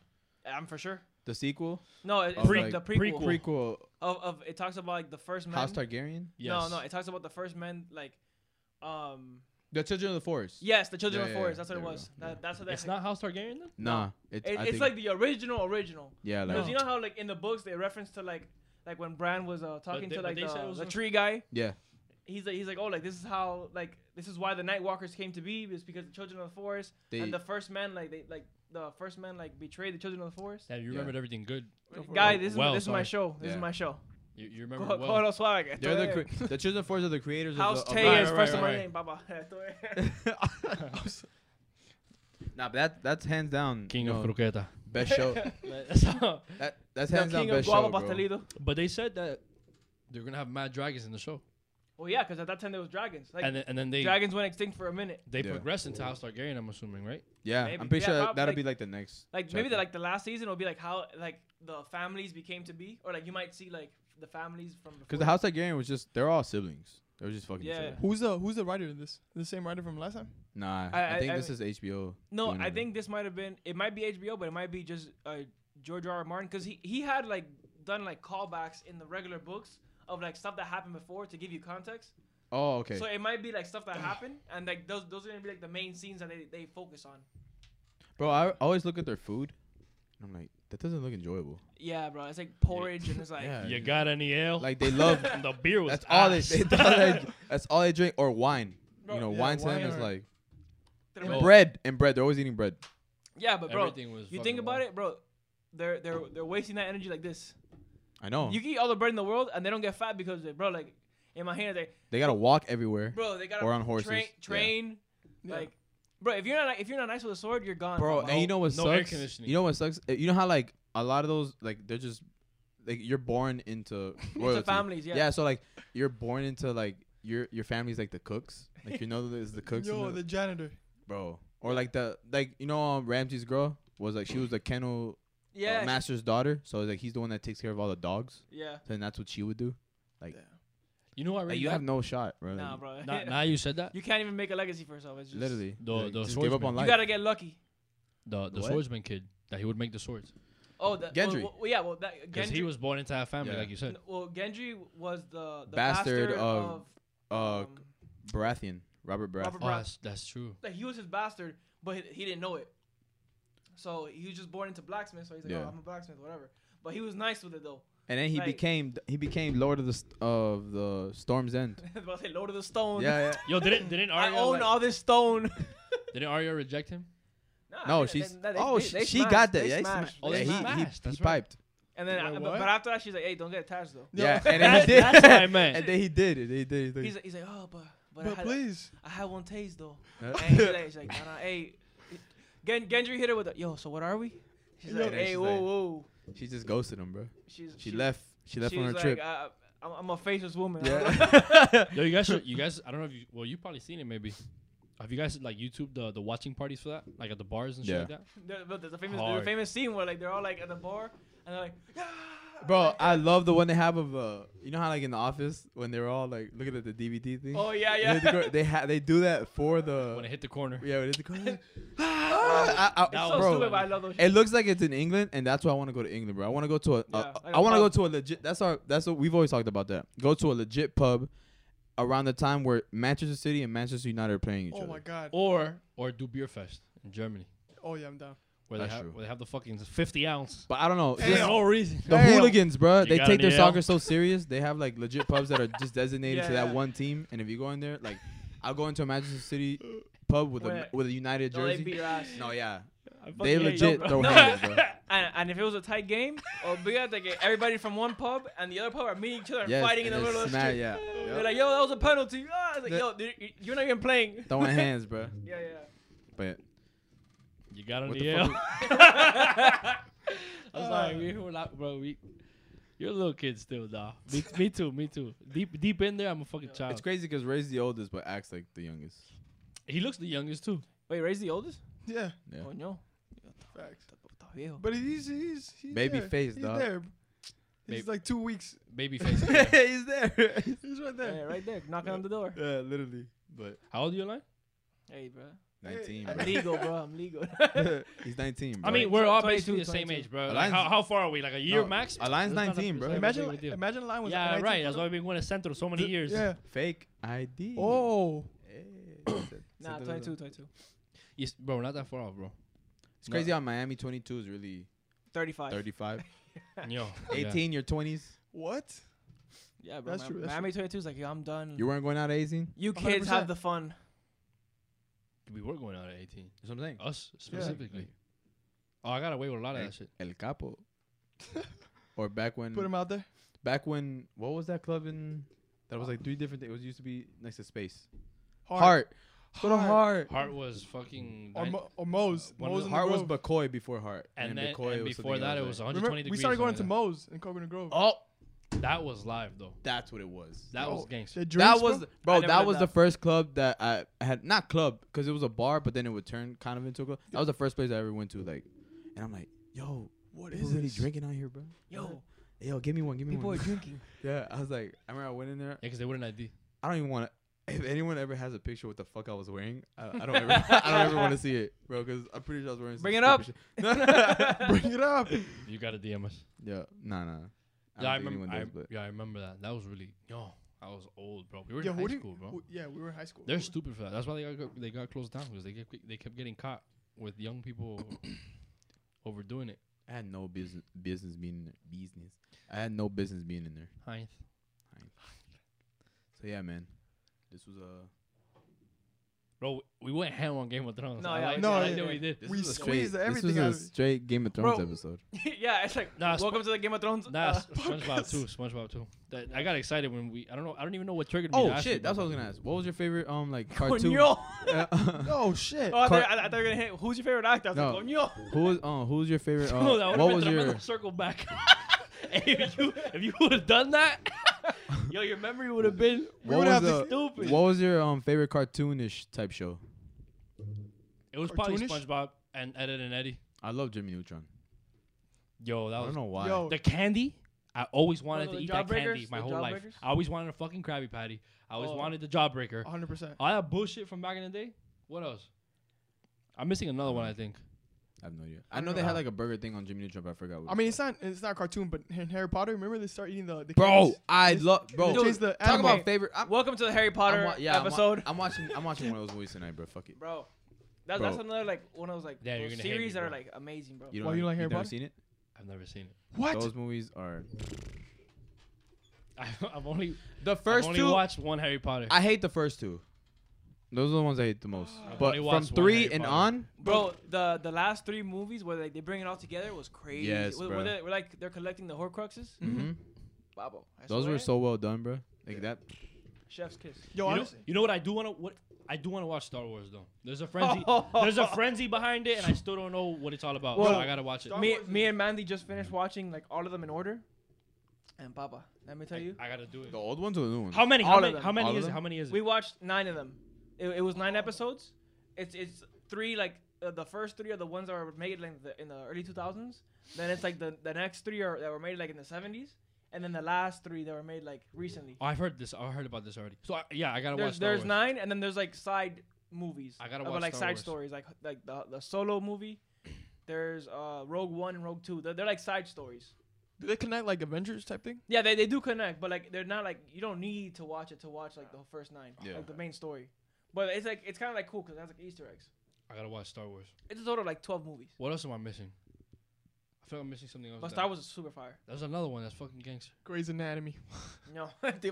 C: I'm for sure.
D: The sequel,
C: No, it- it's
D: Pre-
C: like the
E: prequel.
C: prequel,
E: Prequel.
D: prequel,
C: Of, of it talks about like the first man.
D: House Targaryen,
E: Yes.
C: No, no, it talks about the first men like, um,
D: The Children of the Forest.
C: yes, the children
D: Yeah,
C: of
D: yeah,
C: forest.
D: yeah,
C: That's what it
D: there we
C: was.
D: go.
C: That, that's what
E: it's
C: that's
E: not House Targaryen then.
D: Nah, it's,
C: It,
D: I
C: it's
D: think-
C: like the original original.
D: yeah, like,
C: Because you know how like in the books they reference to like like when Bran was uh, talking
E: they-
C: to like
E: but they said it
C: the,
E: was
C: the
E: a-
C: tree guy.
D: yeah,
C: He's like, he's like oh like this is how like this is why the Night Walkers came to be is because the children of the forest
D: They-
C: and the first man like they like the first man like betrayed the children of the forest.
E: Yeah, you
D: Yeah.
E: remembered everything good.
C: Guy, this is
E: Well,
C: this is my
E: sorry.
C: show. This
D: Yeah.
C: is my show.
E: You, you remember
C: Co-
E: well.
C: Coro Suave.
D: they're the cre- the Children of the Forest are the creators
C: House
D: of the.
C: Tay
E: Right,
C: is
E: right,
C: first of
E: right,
C: my
E: right.
C: name, Baba.
D: Nah, but that that's hands down
E: King
D: you
E: of
D: know,
E: Croqueta.
D: best show.
E: That's how-
D: That that's
C: The
D: hands down
C: king of
D: best
C: guava
D: show, bro.
C: pastelito.
E: but they said that they're gonna have mad dragons in the show,
C: Well, Oh, yeah, because at that time there was dragons. Like
E: and then, and then they
C: dragons went extinct for a minute.
E: they
D: Yeah.
E: progress into House Targaryen. I'm assuming, right?
D: Yeah,
C: Maybe.
D: I'm pretty
C: Yeah,
D: sure
C: probably,
D: that'll
C: like-
D: be like the next.
C: Like maybe
D: chapter.
C: the, like the last season will be like how like the families became to be, or like you might see like the families from
D: because the House Targaryen was just they're all siblings. They were just fucking.
C: Yeah.
D: Yeah.
B: Who's the who's the writer of this? The same writer from last time?
C: I-
D: Nah, I,
C: I-
D: think
C: I-
D: this is HBO.
C: No,
D: doing
C: I
D: it.
C: think this might have been it might be HBO, but it might be just uh, George R. R. Martin because he he had like done like callbacks in the regular books of like stuff that happened before to give you context.
D: Oh, okay.
C: So it might be like stuff that happened, and like those those are gonna be like the main scenes that they, they focus on.
D: Bro, I always look at their food, and I'm like, that doesn't look enjoyable.
C: Yeah, bro, it's like porridge and it's like
D: Uh, Yeah.
E: You got any
C: Oh.
E: ale?
D: Like they love.
E: the beer was.
D: that's all they,
E: ass.
D: they- that's all they. That's all they drink, or wine.
C: Bro,
D: you know,
B: yeah,
D: wine to them
B: wine
D: is
B: or-
D: like
C: Didn't
E: Yo.
C: we-
D: bread and bread. They're always eating bread.
C: yeah, but bro,
E: Everything was
C: you
E: fucking
C: think about
E: wild.
C: it, bro. They're they're they're wasting that energy like this.
D: I know.
C: You can eat all the bread in the world and they don't get fat because they, bro, like in my hand, like
D: they gotta walk everywhere.
C: bro, they got
D: Or on horses,
C: train,
D: yeah.
C: train
B: Yeah.
C: like, bro. If you're not if you're not nice with a sword, you're gone,
D: bro.
C: bro.
D: and you know what
E: no air
D: sucks?
E: conditioning.
D: You know what sucks? Uh, You know how like a lot of those like they're just like you're born into royalty.
C: families, yeah.
D: Yeah, so like you're born into like your your family's like the cooks. Like you know there's the cooks, in
B: Yo,
D: the-
B: the janitor.
D: bro. Or like the like you know um, Ramsey's girl was like she was the kennel uh,
C: yeah,
D: master's daughter. So like he's the one that takes care of all the dogs.
C: yeah.
D: Then that's what she would do. Like,
E: You know what I
D: like,
E: really
D: you have
E: like?
D: no shot, bro.
C: Nah,
D: Like,
C: bro.
E: now, now you said that
C: you can't even make a legacy for yourself. It's just,
D: Literally,
E: The-
D: like,
E: the
D: just give up
E: swordsman.
D: on
E: You
D: life.
C: you gotta get lucky.
E: the the
D: What?
E: swordsman kid that he would make the swords
C: Oh, that,
D: Gendry.
C: Well, well, yeah, well, that,
E: because
C: Gendry.
E: he was born into that family,
D: Yeah.
E: like you said.
C: n- well, Gendry was the, the
D: Bastard
C: bastard,
D: of-
C: of
D: uh,
C: um,
D: Baratheon, Robert Baratheon.
C: Robert
E: Oh,
C: Baratheon.
E: that's, that's true.
C: like he was his bastard, but he, he didn't know it. So he was just born into blacksmith. So he's like,
D: Yeah.
C: oh, I'm a blacksmith, whatever. But he was nice with it though.
D: And then he
C: Like-
D: became he became Lord of the St- of the Storm's End.
C: I was about to say, Lord of the Stone.
D: yeah, yeah.
E: Yo, didn't didn't
C: I
E: Arya
C: own
E: like-
C: all this stone.
E: didn't Arya reject him?
C: Nah,
D: No,
C: they-
D: she's.
C: they- they-
D: oh,
C: they-
D: she,
C: they
D: she
C: smashed,
D: got that.
C: they
D: yeah, he
C: smashed,
D: sma-
E: Oh,
D: yeah,
E: they
D: he, he-
E: smashed,
D: he
E: that's right.
D: piped.
C: And then,
B: Wait,
C: I- but,
B: what?
C: but after that, she's like, "Hey, don't get attached, though."
B: No.
D: Yeah, and then he did.
E: That's what I meant.
D: And then he did it. He did. He did.
C: He's, he's like, "Oh, but but, I,
B: But
C: had,
B: please.
C: I had one taste though."
D: Huh?
C: and he's like, she's like, "Nah, nah, hey." Gen- Gendry hit her with a, "Yo, so what are we?" She's
D: Yo.
C: like,
D: And then
C: "Hey,
D: she's
C: whoa,
D: like-
C: whoa."
D: she just ghosted him, bro.
C: She's
D: She, left. She left
C: she
D: on her
C: was
D: trip.
C: Like, I, I'm, I'm a faceless woman. I don't know."
D: Yeah.
E: Yo, you guys, should, you guys, I don't know if you, well, you probably seen it maybe. Have you guys like YouTube the the watching parties for that, like at the bars and shit
D: Yeah.
E: like that?
C: There- but there's a famous, there's a
E: Hard.
C: famous scene where like they're all like at the bar and they're like, "Ah!"
D: Bro, I love the one they have of uh, you know how like in the office when they're all like looking at the DVD thing.
C: "Oh yeah,
D: And then the
C: yeah."
D: girl- They ha- they do that for
E: When it
D: the
E: hit the corner,
D: yeah. When it's the I, I,
C: It's
E: That
C: so
E: was-
D: bro,
C: stupid, but I love those.
D: It looks like it's in England, and that's why I want to go to England, bro. I want to go to a, a-
C: Yeah,
D: a-
C: like
D: I
C: a
D: want to go
C: pub.
D: to a legit. That's our. That's what we've always talked about. That go to a legit pub around the time where Manchester City and Manchester United are playing each
B: Oh
D: other.
B: my god.
E: or or do beer fest in Germany.
B: Oh yeah, I'm down.
E: where they
D: That's
E: have
D: true.
E: where they have the fucking 50 ounce.
D: But I don't know.
E: There's
D: just
C: oh,
E: no reason.
D: the
B: Damn.
D: hooligans, bro.
E: You
D: They
E: got
D: take
E: any
D: their soccer
E: else?
D: so serious. They have like legit pubs that are just designated to
C: Yeah.
D: that one team. And if you go in there, like, I'll go into a Manchester City pub with a
C: Wait.
D: with a United
C: No, they
D: jersey.
C: beat your ass.
D: No, yeah,
C: I fucking
D: they
C: hate you,
D: legit
C: bro.
D: throw
C: No.
D: hands, bro.
C: And, and if it was a tight game, oh, or big at the game, everybody from one pub and the other pub are meeting each other and
D: Yes,
C: fighting in the
D: and
C: middle of the
D: smack-
C: street.
D: yeah, yep.
C: They're like, yo, that was a penalty. Ah, I was like,
D: The-
C: yo, dude, you're not even playing.
D: throwing hands, bro.
C: Yeah, yeah.
D: But
E: You got on
D: What
E: the,
D: the
E: L.
D: fuck
E: I was like, we were like, bro, we, you're a little kid still, dog. Me, me too, me too. Deep, deep in there, I'm a fucking child.
D: it's crazy because Ray's the oldest, but acts like the youngest.
E: He looks the youngest too.
C: Wait, Ray's the oldest?
B: Yeah,
D: Yeah.
C: Oh, no.
B: facts.
C: Puta viejo.
B: But he's he's, he's
D: Baby
B: there.
D: face,
B: he's
D: dog.
B: There. He's
E: Babe.
B: like two weeks.
E: Baby face.
D: He's there.
B: He's right
C: Yeah,
B: there.
C: right there, knocking on the door.
D: yeah, literally. But
E: How old are you, line?
C: Hey, bro.
B: Hey.
D: 19. bro.
C: I'm legal, bro. I'm legal.
D: He's 19. Bro.
E: I mean, we're all
C: 22,
E: basically the same
C: 22.
E: age, bro. Like,
D: Alliance-
E: how, how far are we? Like a year
D: No,
E: max?
D: Alliance
E: It's not-
D: 19, bro.
E: it's not a big
B: Imagine
E: deal.
B: imagine line was
E: Yeah,
B: 19
E: right. That's why we've been going to center so many years.
B: Yeah.
D: fake ID.
B: Oh.
D: Hey, said- said
C: nah,
D: the-
C: 22, 22.
E: Yes, bro, we're not that far off, bro.
D: It's crazy how Miami 22 is really
C: 35.
D: 35.
E: Yo,
D: 18, your 20s.
B: What?
D: Mm.
C: Yeah, bro.
B: That's
C: That's
B: true, that's
C: Miami 22 is like, yo, I'm done.
D: You
C: You,
D: weren't going out at 18.
C: kids have
B: 100%.
C: the fun.
E: Yeah. We were going out at 18.
D: That's what I'm saying.
E: Us specifically. Oh, I got away with a lot of
D: Hey.
E: that shit.
D: El Capo. or back when,
B: Put him out there.
D: back when, what was that club in? That was like three different things. It was used to be next to Space.
B: Hart.
D: Heart. Go to
B: Heart.
D: Heart.
E: Hart was fucking.
B: Or,
E: nine-
B: Mo- or Moe's.
E: One of
B: Moe's
E: the-
B: in the
D: Heart was
B: Grove.
D: McCoy before Heart.
E: and then,
D: Bacoy
E: and
D: was
E: before
D: something
E: that,
D: else,
E: it
D: right?
E: was 120
B: Remember,
E: degrees.
B: we started
E: or
B: going to
E: something
B: Moe's in Coconut Grove.
D: Oh,
E: like that. That was live, though.
D: that's what it was.
E: That
B: Yo,
E: was gangster.
B: The
D: that
B: drinks,
D: was
B: bro?
D: bro.
C: never
D: that
C: did
D: was the
C: that.
D: first club that I had not club because it was a bar, but then it would turn kind of into a club. That was the first place I ever went to. Like, and I'm like, yo,
B: What
D: people
B: is
D: really
B: this?
D: drinking out here, bro?
C: Yo,
D: Yo, give me one, give me
C: people are
D: one.
C: drinking.
D: yeah, I was like, I remember I went in there.
E: Yeah, because they wouldn't ID.
D: I don't even want to. If anyone ever has a picture of what the fuck I was wearing, I, I don't ever, I don't ever want to see it, bro. Because I'm pretty sure I was wearing. some
C: Bring it
D: stupid
C: up.
D: shit. No, no.
B: Bring it up.
E: You got to DM us.
D: yeah, nah, nah.
E: yeah, I
D: don't think anyone
E: remember. I,
D: does, but-
E: yeah, I remember that. That was really yo. I was old, bro. We were
B: Yeah,
E: in
B: who
E: high
B: do you-
E: school, bro.
B: who- yeah, we were in high school.
E: They're stupid for that. That's why they got they got closed down because they kept they kept getting caught with young people overdoing it.
D: I had no business business being in there. business. I had no business being in there.
E: Heinz.
D: So yeah, man. This was a
E: Bro, we went ham on Game of Thrones.
C: No,
E: I
C: yeah,
E: like,
B: no,
E: I like
B: yeah,
E: that we
B: yeah.
E: did.
B: We
D: this was a
B: squeezed
D: straight-
B: everything
D: This
B: out
D: was
B: of
D: a
B: it.
D: straight Game of Thrones
C: Bro.
D: episode.
C: yeah, it's like,
E: Nah, sp-
C: welcome to the Game of Thrones.
E: Nah,
C: uh,
E: S- SpongeBob too. SpongeBob too. That, I got excited when we. I don't know. I don't even know what triggered me. to
D: Oh
E: ask you
D: shit, that's what I
E: about
D: was
E: that.
D: gonna ask. What was your favorite um like cartoon?
C: Coño.
D: Uh,
B: Oh shit.
C: Oh, I,
D: Car-
C: thought, I, I thought you were going to hit. Who's your favorite actor? I was like, Coño.
D: who was um who was your favorite? Uh,
E: Bro, that would
D: what
E: have
D: was
E: been
D: your?
E: tremendous circle back. if you if you would have done that, yo, your memory would have been
D: What
B: would
D: was,
B: have to
D: the-
E: stupid.
D: what was your um favorite cartoonish type show?
E: It was probably
B: Cartoonish?
E: SpongeBob and Ed, Ed and Eddie.
D: I love Jimmy Neutron.
E: Yo, that
D: I
E: was
D: don't know why.
B: Yo,
E: the candy. I always wanted
C: no,
E: to
C: the
E: eat that candy
C: Jawbreakers?
E: my
C: The
E: whole life.
C: Jawbreakers?
E: I always wanted a fucking Krabby Patty. I always
C: Oh.
E: wanted the Jawbreaker.
B: 100%.
E: All that bullshit from back in the day. What else? I'm missing another one. I think.
D: I have no idea. I know they had like a burger thing on Jimmy Neutron, but I forgot. What
B: I mean, it's not it's not a cartoon, but in Harry Potter, remember they start eating the, the
D: bro,
B: candies?
D: I
B: They-
D: love bro.
B: they changed the
D: talk
B: animal.
D: about favorite. I'm,
C: Welcome to the Harry Potter
D: I'm wa- yeah, I'm wa-
C: episode.
D: I'm watching. I'm watching one of those movies tonight, bro. Fuck it.
C: bro, that,
D: Bro.
C: that's another, like, one of those, like,
E: Yeah, you're
C: those
E: gonna hate me,
C: series that are,
E: bro.
C: like, amazing, bro.
D: You
B: Why you like Harry
D: you've never
B: Potter?
D: seen it?
E: I've never seen it.
B: what?
D: Those movies are
E: I've, I've only
D: the
E: i I've
D: first
E: only
D: two.
E: watched one Harry Potter.
D: I hate the first two. Those are the ones I hate the most. but
E: only
D: from
E: watched one
D: three
E: Harry
D: and
E: Potter.
D: on,
C: Bro, the the last three movies where like, they bring it all together was crazy.
D: Yes,
C: Where-
D: bro.
C: Where, they, where like they're collecting the Horcruxes.
D: mhm,
C: Babo. I
D: those were
C: swear.
D: so well done, bro. Like that.
C: Chef's kiss.
E: you
B: Yo,
E: know,
B: honestly.
E: you know what I do want to what I do want to watch Star Wars though. There's a frenzy. there's a frenzy behind it, and I still don't know what it's all about. so
C: Well,
E: I gotta watch it.
C: Me, me and Mandy just finished watching like all of them in order. And Papa, let me tell you,
E: I gotta do it.
D: The old ones or the new ones?
E: How many?
C: All
E: How
C: of
E: many?
C: them.
E: How
D: All
E: many
D: of
E: is it?
D: them?
E: How many is it?
C: we watched nine of them. It, it was nine episodes. It's it's three like uh, the first three are the ones that were made like the, in the early 2000s. Then it's like the, the next three are that were made like in the 70s, and then the last three that were made like recently.
E: Oh, I've heard this. I heard about this already. So I, yeah, I gotta watch.
C: there's
E: Star
C: there's
E: Wars.
C: nine, and then there's like side movies.
E: I gotta
C: about,
E: watch
C: like
E: Star
C: side
E: Wars.
C: stories, like like the the solo movie. There's uh Rogue One and Rogue Two. They're, they're like side stories.
B: Do they connect like Avengers type thing?
C: Yeah, they, they do connect, but like they're not like you don't need to watch it to watch like the first nine,
D: Yeah.
C: like the main story. But it's like it's kind of like cool because it has like Easter eggs.
E: I gotta watch Star Wars.
C: It's a total of like 12 movies.
E: What else am I missing? I feel like I'm missing something else.
C: But
E: that-
C: Star Wars is super fire.
E: There's another one that's fucking gangster.
B: Grey's Anatomy.
C: No, they-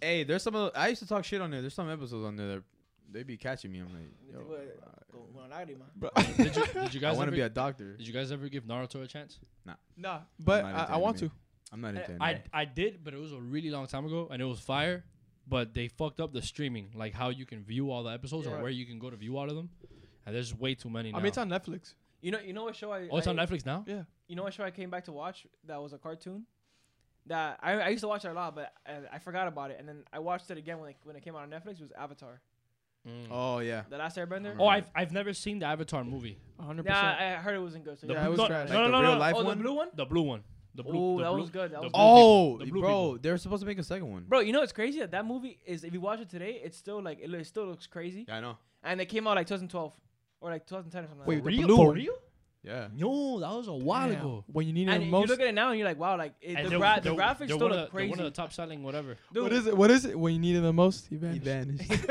D: Hey, there's some. Of the, I used to talk shit on there. There's some episodes on there that they be catching me. I'm like,
C: Yo,
D: yo,
C: uh, go- go on lágrima.
E: Did you, did you
D: I
E: guys
D: want
E: ever,
D: to be a doctor.
E: Did you guys ever give Naruto a chance?
B: Nah, but
D: not
B: I,
D: into
B: I want to.
D: anime. I'm not into anime.
E: I I did, but it was a really long time ago, and it was fire. But they fucked up the streaming, like how you can view all the episodes
C: Yeah.
E: or where you can go to view all of them. And there's way too many now.
B: I mean, it's on Netflix.
C: You know, you know what show I?
E: oh, it's on
C: I-
E: Netflix now.
B: Yeah.
C: You know what show I came back to watch that was a cartoon. That I, I used to watch it a lot, but I, I forgot about it, and then I watched it again when it, when it came out on Netflix. It was Avatar,
E: Mm.
D: oh yeah.
C: The Last Airbender.
E: Oh, I've I've never seen the Avatar movie,
B: 100%.
C: nah, I heard it wasn't good. So
E: The
B: yeah, it was
E: no,
B: trash.
E: no,
D: the
E: no, no.
D: real life
C: oh,
D: one.
C: the blue one,
E: the blue one. The blue.
C: Ooh,
E: the
C: that
E: blue,
C: was good, that
E: the
C: was
E: blue
D: oh,
E: people, the
D: bro,
E: blue people.
D: they were supposed to make a second one.
C: bro. You know it's crazy that that movie is if you watch it today, it still like it, lo- it still looks crazy,
D: Yeah, I know.
C: and it came out like 2012 or like 2010 or something.
B: Wait,
C: like
B: the
E: Real?
B: blue
E: For
B: one.
E: real?
D: Yeah.
E: No, that was a while
B: Damn.
E: ago.
B: When you need
C: that.
B: it
C: and
B: the
C: you
B: most.
C: look at it now and you're like, wow, like it,
E: And
C: the,
E: they're-
C: gra- the
E: they're-
C: graphics
E: they're
C: still look
E: one of the- they're
C: crazy.
E: one of the top selling whatever.
C: Dude,
B: What is it? What is it? When you need it the most, he vanished.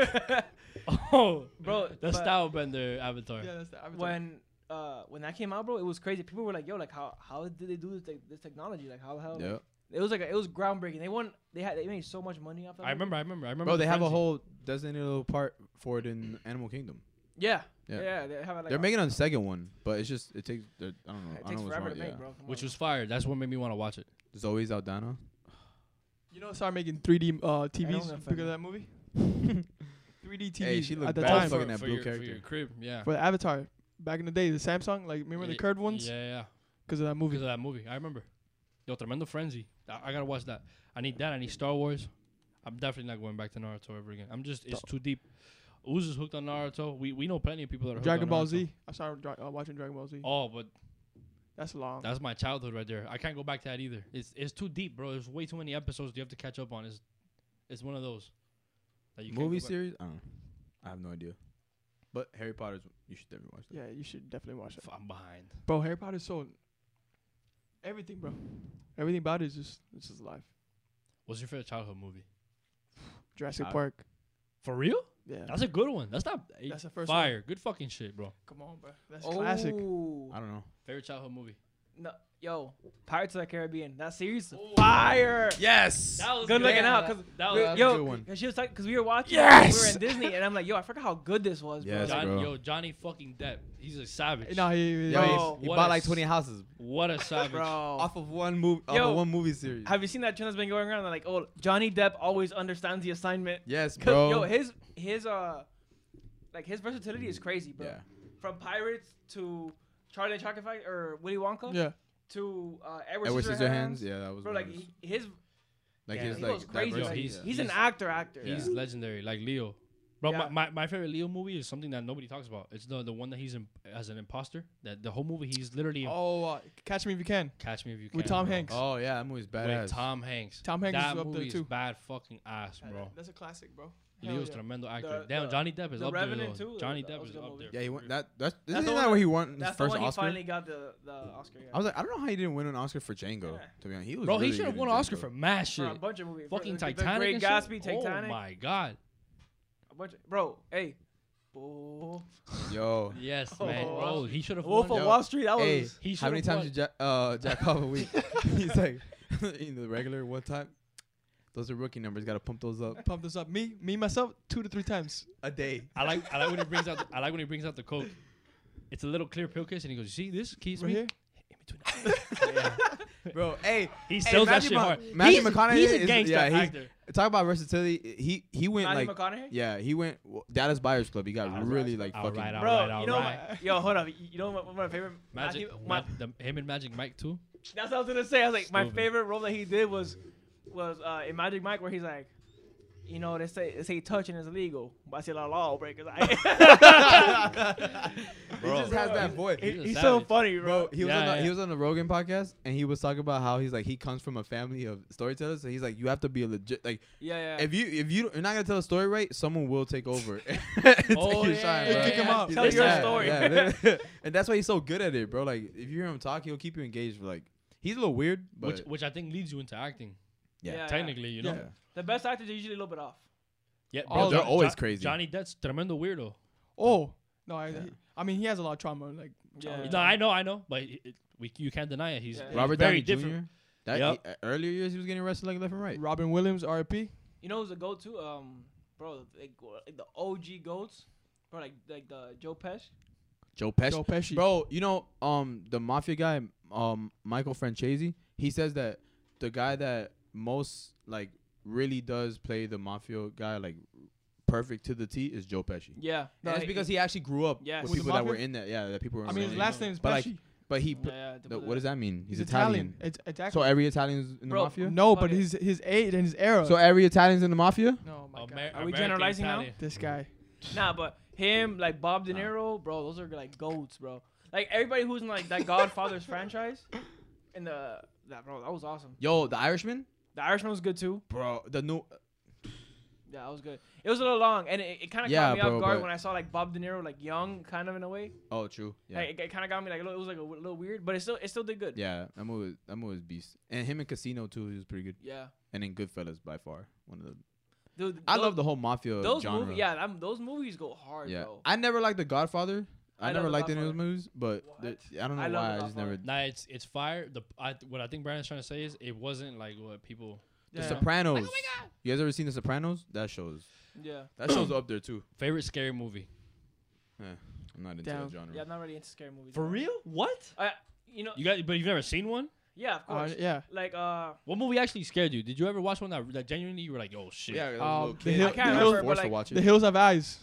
E: Oh,
C: bro?
E: the
C: but-
E: Stylebender Avatar.
B: Yeah, that's the Avatar.
C: when uh when that came out, bro, it was crazy. People were like, "Yo, like how how did they do this like, this technology? Like how the hell?" like-
D: Yeah.
C: it was like it was groundbreaking. They won. They had they made so much money off that.
E: I
C: movie.
E: remember. I remember. I remember.
D: Bro,
E: the
D: they have a
E: frenzy.
D: whole designated little part for it in Animal Kingdom.
C: Yeah, yeah,
D: Yeah.
C: they have like
D: They're
C: a-
D: making a second one, but it's just it takes. I don't know.
C: It
D: I don't
C: takes
D: know what's
C: forever
D: wrong.
C: to
D: Yeah.
C: make, bro. Come
E: which
C: on.
E: was fire. That's what made me want to watch it.
D: Zoe Saldana.
B: you know, start making 3D uh, TVs
C: know if I
B: because
C: know.
B: of that movie. 3D TVs
D: Hey, she looked
B: at the
D: bad
B: time
D: fucking
E: for,
D: that
E: for
D: blue
E: your,
D: character.
E: For your crib, yeah.
B: for the Avatar back in the day. The Samsung, like remember the
E: Ye-
B: curved ones
E: Yeah, yeah.
B: because of that
E: Because
B: movie.
E: of that movie, I remember. Yo, Tremendo Frenzy. I, I gotta watch that. I need that. I need Star Wars. I'm definitely not going back to Naruto ever again. I'm just it's too deep. Uz is hooked on Naruto. We we know plenty of people that are hooked
B: Dragon
E: on
B: Ball
E: Naruto.
B: Z. I started dra- uh, watching Dragon Ball Z.
E: Oh, but
B: That's long.
E: that's my childhood right there. I can't go back to that either. It's it's too deep, bro. There's way too many episodes you have to catch up on. It's it's one of those. That can't
D: Movie
E: go back-
D: series? I don't know. I have no idea. But Harry Potter's, you should definitely watch that.
B: yeah, you should definitely watch that,
E: F- I'm behind.
B: bro. Harry Potter's so everything, bro. Everything about it is just it's just life.
E: What's your favorite childhood movie?
B: Jurassic
D: Uh,
B: Park.
E: For real?
B: Yeah,
E: That's a good one. That's not
B: That's the first one.
E: fire. Good fucking shit, bro.
B: come on, bro. That's classic.
C: Oh,
D: I don't know.
E: Favorite childhood movie.
C: no, yo, Pirates of the Caribbean. That series,
E: Oh.
C: fire.
D: Yes!
E: That was
C: Good looking out, cause
E: that
C: we-
E: was
D: a good
C: yo,
D: one.
C: cause she was talking, cause we were watching, we were
B: Yes!
C: in Disney, and I'm like, yo, I forgot how good this was, bro.
D: Yes,
C: Like,
E: Johnny,
D: bro.
E: yo, Johnny fucking Depp. He's a savage.
B: No, he, he-
D: Yo,
B: he-
C: Bro,
D: he
E: what
D: bought
E: a
D: like
E: s-
D: 20 houses
E: What a savage.
C: bro.
D: off of one movie, off
C: Oh. Yo,
D: of one movie series.
C: Have you seen that trend that's been going around? They're like, oh, Johnny Depp always understands the assignment.
D: yes,
C: 'Cause,
D: bro.
C: Yo, his his uh, like his versatility is crazy, bro.
D: yeah.
C: From pirates to Charlie and the Chocolate Factory or Willy Wonka
B: yeah.
C: to uh, Edward,
D: Edward
C: Scissorhands.
D: Scissorhands. Yeah, that was
C: Bro,
D: one of
C: like
D: his-
C: he, his
D: like
E: yeah,
D: his
C: he
D: like
C: goes crazy.
D: diversity,
C: Like,
E: he's-
D: yeah.
C: he's an
E: he's-
C: actor, actor.
E: He's
D: Yeah.
E: legendary, like Leo. Bro,
C: Yeah.
E: my, my, my favorite Leo movie is something that nobody talks about. It's the the one that he's in, as an imposter. That the whole movie he's literally
B: Oh, uh, Catch Me If You Can
E: Catch Me If You Can.
B: with Tom
E: bro.
B: Hanks.
D: Oh yeah, that movie's
E: With
D: badass.
E: Tom Hanks.
B: Tom Hanks
E: that
B: is up
E: movie
B: there too.
E: bad fucking ass, bro.
B: That's a classic, bro. Hell
E: Leo's
B: yeah.
E: tremendo actor.
C: The-
E: Damn,
C: the-
E: Johnny Depp is
C: the
E: up there.
C: Revenant
E: though.
C: too,
E: Johnny
C: that- that
E: Depp
C: was
E: is
C: a good
E: up
C: movie.
E: there.
D: yeah, he won that. That's,
C: the
D: isn't
C: one
D: that where he won his
C: That's
D: first
C: the one
D: Oscar?
C: he finally got the the Oscar. Yeah.
D: I was like, I don't know how he didn't win an Oscar for Django.
C: Yeah.
D: To be honest, he was
E: Bro,
D: really
E: he should have
D: good
E: won
D: in
E: an Oscar
D: Django.
E: for mad shit.
C: For a bunch of movies. For
E: Fucking
C: the- the
E: Titanic.
C: Great
E: and
C: Gatsby,
E: shit.
C: Titanic.
E: Oh my god.
C: A bunch of, bro, hey. Oh.
D: Yo,
E: Yes,
C: Oh.
E: man. Bro, he should have
C: Wolf
E: won.
C: of
D: Yo,
C: Wall Street. That was.
D: hey,
E: He
D: how many
E: should've
D: times you jack, uh, jack off a week? He's like, in the regular one time. Those are rookie numbers. Got to pump those up
B: Pump this up. Me, me myself, two to three times.
D: a day.
E: I like I like when he brings out the, I like when he brings out the coke. It's a little clear pill case, and he goes, "You see this keeps
B: Right
E: me
B: here.
E: in between." the eyes." yeah.
D: Bro, hey,
E: He
D: hey,
E: sells that
D: Matthew
E: shit
D: Ma-
E: hard.
D: Matthew
E: he's,
D: McConaughey
E: he's a
D: is-
E: gangster
D: yeah, he's-
E: actor.
D: talk about versatility. He he went
C: Matthew
D: like,
C: McConaughey.
D: yeah, he went w- Dallas Buyers Club. He got
E: Dallas
D: really
E: Buyers
D: like
E: Club.
D: fucking.
E: Alright,
C: Bro,
E: Alright,
C: you know,
E: alright.
C: yo, hold up. You know what, one of my favorite
E: Magic,
C: Matthew- my,
E: Ma- the, him and Magic Mike too.
C: That's what I was gonna say. I was like, my
E: Stupid.
C: favorite role that he did was was uh, in Magic Mike, where he's like, you know, they say they say touching is illegal, but I see a lot of lawbreakers.
D: He just has that voice.
C: He-
E: He's a
C: he's so
E: savage.
C: funny,
D: Bro,
C: bro.
D: he was
E: Yeah,
D: on the,
E: yeah.
D: he was on the Rogan podcast, and he was talking about how he's like he comes from a family of storytellers, so he's like you have to be a legit like
C: Yeah, yeah.
D: if you if you you're not gonna tell a story right, someone will take over. and take
E: Oh,
D: your
E: yeah,
D: shine,
E: yeah,
D: bro.
B: Kick him
C: yeah.
B: out.
C: Tell your
D: Yeah,
C: story.
D: yeah. and that's why he's so good at it, bro. Like if you hear him talk, he'll keep you engaged. For like he's a little weird, but
E: Which which I think leads you into acting.
D: yeah.
E: Technically, you know.
D: Yeah.
C: the best actors are usually a little bit off.
E: Yeah,
B: All
E: bro,
B: they're
E: Jo-
D: always
E: Jo-
D: crazy.
E: Johnny Depp's tremendo weirdo.
B: Oh, No, I,
D: Yeah.
B: I mean he has a lot of trauma. Like
C: Yeah.
E: No, I know, I know, but it, it- we, you can't deny it. He's
C: Yeah.
E: he's
D: Robert
E: very
D: Downey
E: different.
D: Jr. That
E: Yep.
D: he- uh, earlier years he was getting arrested like left and right.
B: Robin Williams, RP.
C: You know who's the go-to? Um, bro, like, w- like the OG goats, bro, like like the Joe Pesci.
D: Joe Pesci.
B: Joe Pesci.
D: Bro, you know, um, the mafia guy, um, Michael Francesi, he says that the guy that most like really does play the mafia guy like perfect to the T is Joe Pesci.
C: Yeah,
D: And it's because he actually grew up
C: Yes.
D: with
B: With the
D: people that were
B: mafia?
D: in that. Yeah, that people were. In
B: I mean
D: that
B: his
D: league.
B: last name's Pesci.
D: But, like, but he.
C: Yeah,
D: pl-
C: yeah,
D: the- what does that mean? He's,
B: He's
D: Italian.
B: It's Italian.
D: So every Italian's in
C: Bro,
D: the mafia.
B: no, but
C: Okay.
B: his his age and his era.
D: So every Italian's in the mafia.
B: no, my God.
E: Amer-
C: Are we
E: American
C: generalizing now?
E: Italian.
B: this guy.
C: Nah, but him, like Bob De
D: Nah.
C: Niro, bro, those are like goats, bro. Like everybody who's in like that Godfather's franchise, and the that bro, that was awesome.
D: Yo, the Irishman,
C: The Irishman was good too.
D: bro. The new.
C: Yeah, that was good. It was a little long, and it, it kind of
D: Yeah,
C: caught me
D: bro,
C: off guard
D: but-
C: when I saw like Bob De Niro like young, kind of in a way.
D: Oh, true. Yeah.
C: Like, it kind of got me like a little, it was like a w- little weird, but it still it still did good.
D: Yeah, that movie, was- that movie was beast. And him in Casino too, he was pretty good.
C: Yeah.
D: And in Goodfellas by far, one of the.
C: Dude,
D: I
C: those-
D: love the whole mafia
C: those
D: genre.
C: movies. Yeah, them- those movies go hard,
D: yeah.
C: bro.
D: I never liked The Godfather. I,
C: I love
D: never
C: The
D: liked any of those
C: Godfather.
D: movies, but
C: What?
D: the, I don't know
C: I love
D: why.
C: The
D: I just never.
C: Godfather.
E: Nah, it's it's fire. The I, what I think Brandon's trying to say is it wasn't like what people.
D: The
B: Yeah.
D: Sopranos.
C: Oh
D: You guys ever seen The Sopranos? That shows.
C: yeah.
D: That shows up there too.
E: Favorite scary movie.
D: I'm not into
B: Damn.
D: that genre.
C: Yeah, I'm not really into scary movies.
E: For
C: bro.
E: real? What?
C: I, you know,
E: You got? But you've never seen one.
C: yeah, of
B: Uh,
C: course.
B: yeah.
C: Like, uh,
E: What movie actually scared you? Did you ever watch one that, that genuinely you were like, oh shit?
D: Yeah, I was a
B: Um,
D: little
B: The
D: kid.
B: Hill-
D: I
B: I can't
D: was
B: remember,
C: but,
D: forced to
C: like,
D: watch it.
B: The Hills Have Eyes.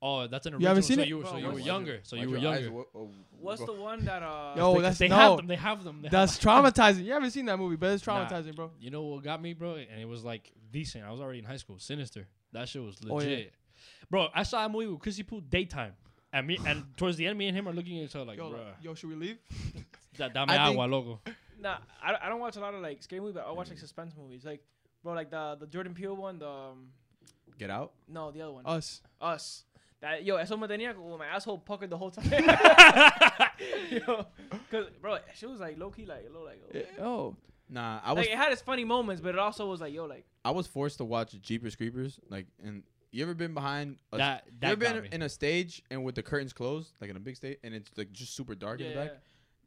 E: Oh, that's an original.
B: You haven't seen
E: so
B: it?
E: You were, so
C: Bro,
E: you
C: why
E: were
C: is
E: younger. So
D: Why'd
E: you were
D: your eyes
E: younger.
D: wo- wo-
C: what's
D: go-
C: the one that uh?
B: Yo,
E: They-
B: that's
E: they
B: no.
E: have them. They have them. They
B: That's
E: have-
B: traumatizing. You haven't seen that movie, but it's
E: Nah.
B: traumatizing, bro.
E: You know what got me, bro? And it was like decent. I was already in high school. Sinister. That shit was
B: Oh, yeah.
E: legit. Bro, I saw a movie with Chrissy Pooh daytime. And me and towards the end, me and him are looking at each other like,
B: Yo,
E: bro,
B: like, yo, should we leave?
E: that dame
D: I think-
E: agua loco.
C: Nah, I, I don't watch a lot of like scary movies, but I watch like suspense movies. Like, bro, like the the Jordan Peele one, the um,
D: Get out.
C: no, the other one,
D: Oh.
B: Us.
C: Us. That yo, eso me tenía como my asshole puckered the whole time. yo, cause bro, she was like low key, like a little like, oh.
B: Oh,
D: Nah, I was
C: like it had its funny moments, but it also was like, yo, like
D: I was forced to watch Jeepers Creepers. Like, and you ever been behind? A,
E: That- that
D: you ever
E: got
D: been
E: me.
D: in a stage and with the curtains closed, like in a big stage, and it's like just super dark
C: yeah,
D: in the back.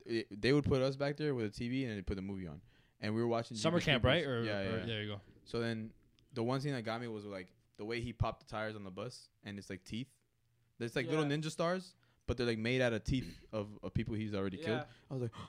D: It- they would put us back there with a TV and they put the movie on, and we were watching
E: Summer
D: Jeepers
E: camp, right?
D: Creepers.
E: Or,
D: yeah, yeah,
E: or-
D: yeah.
E: there you go.
D: So then, the one thing that got me was like the way he popped the tires on the bus, and it's like teeth. There's like little
C: Yeah.
D: ninja stars, but they're like made out of teeth of, of people he's already
C: yeah.
D: killed. I was like,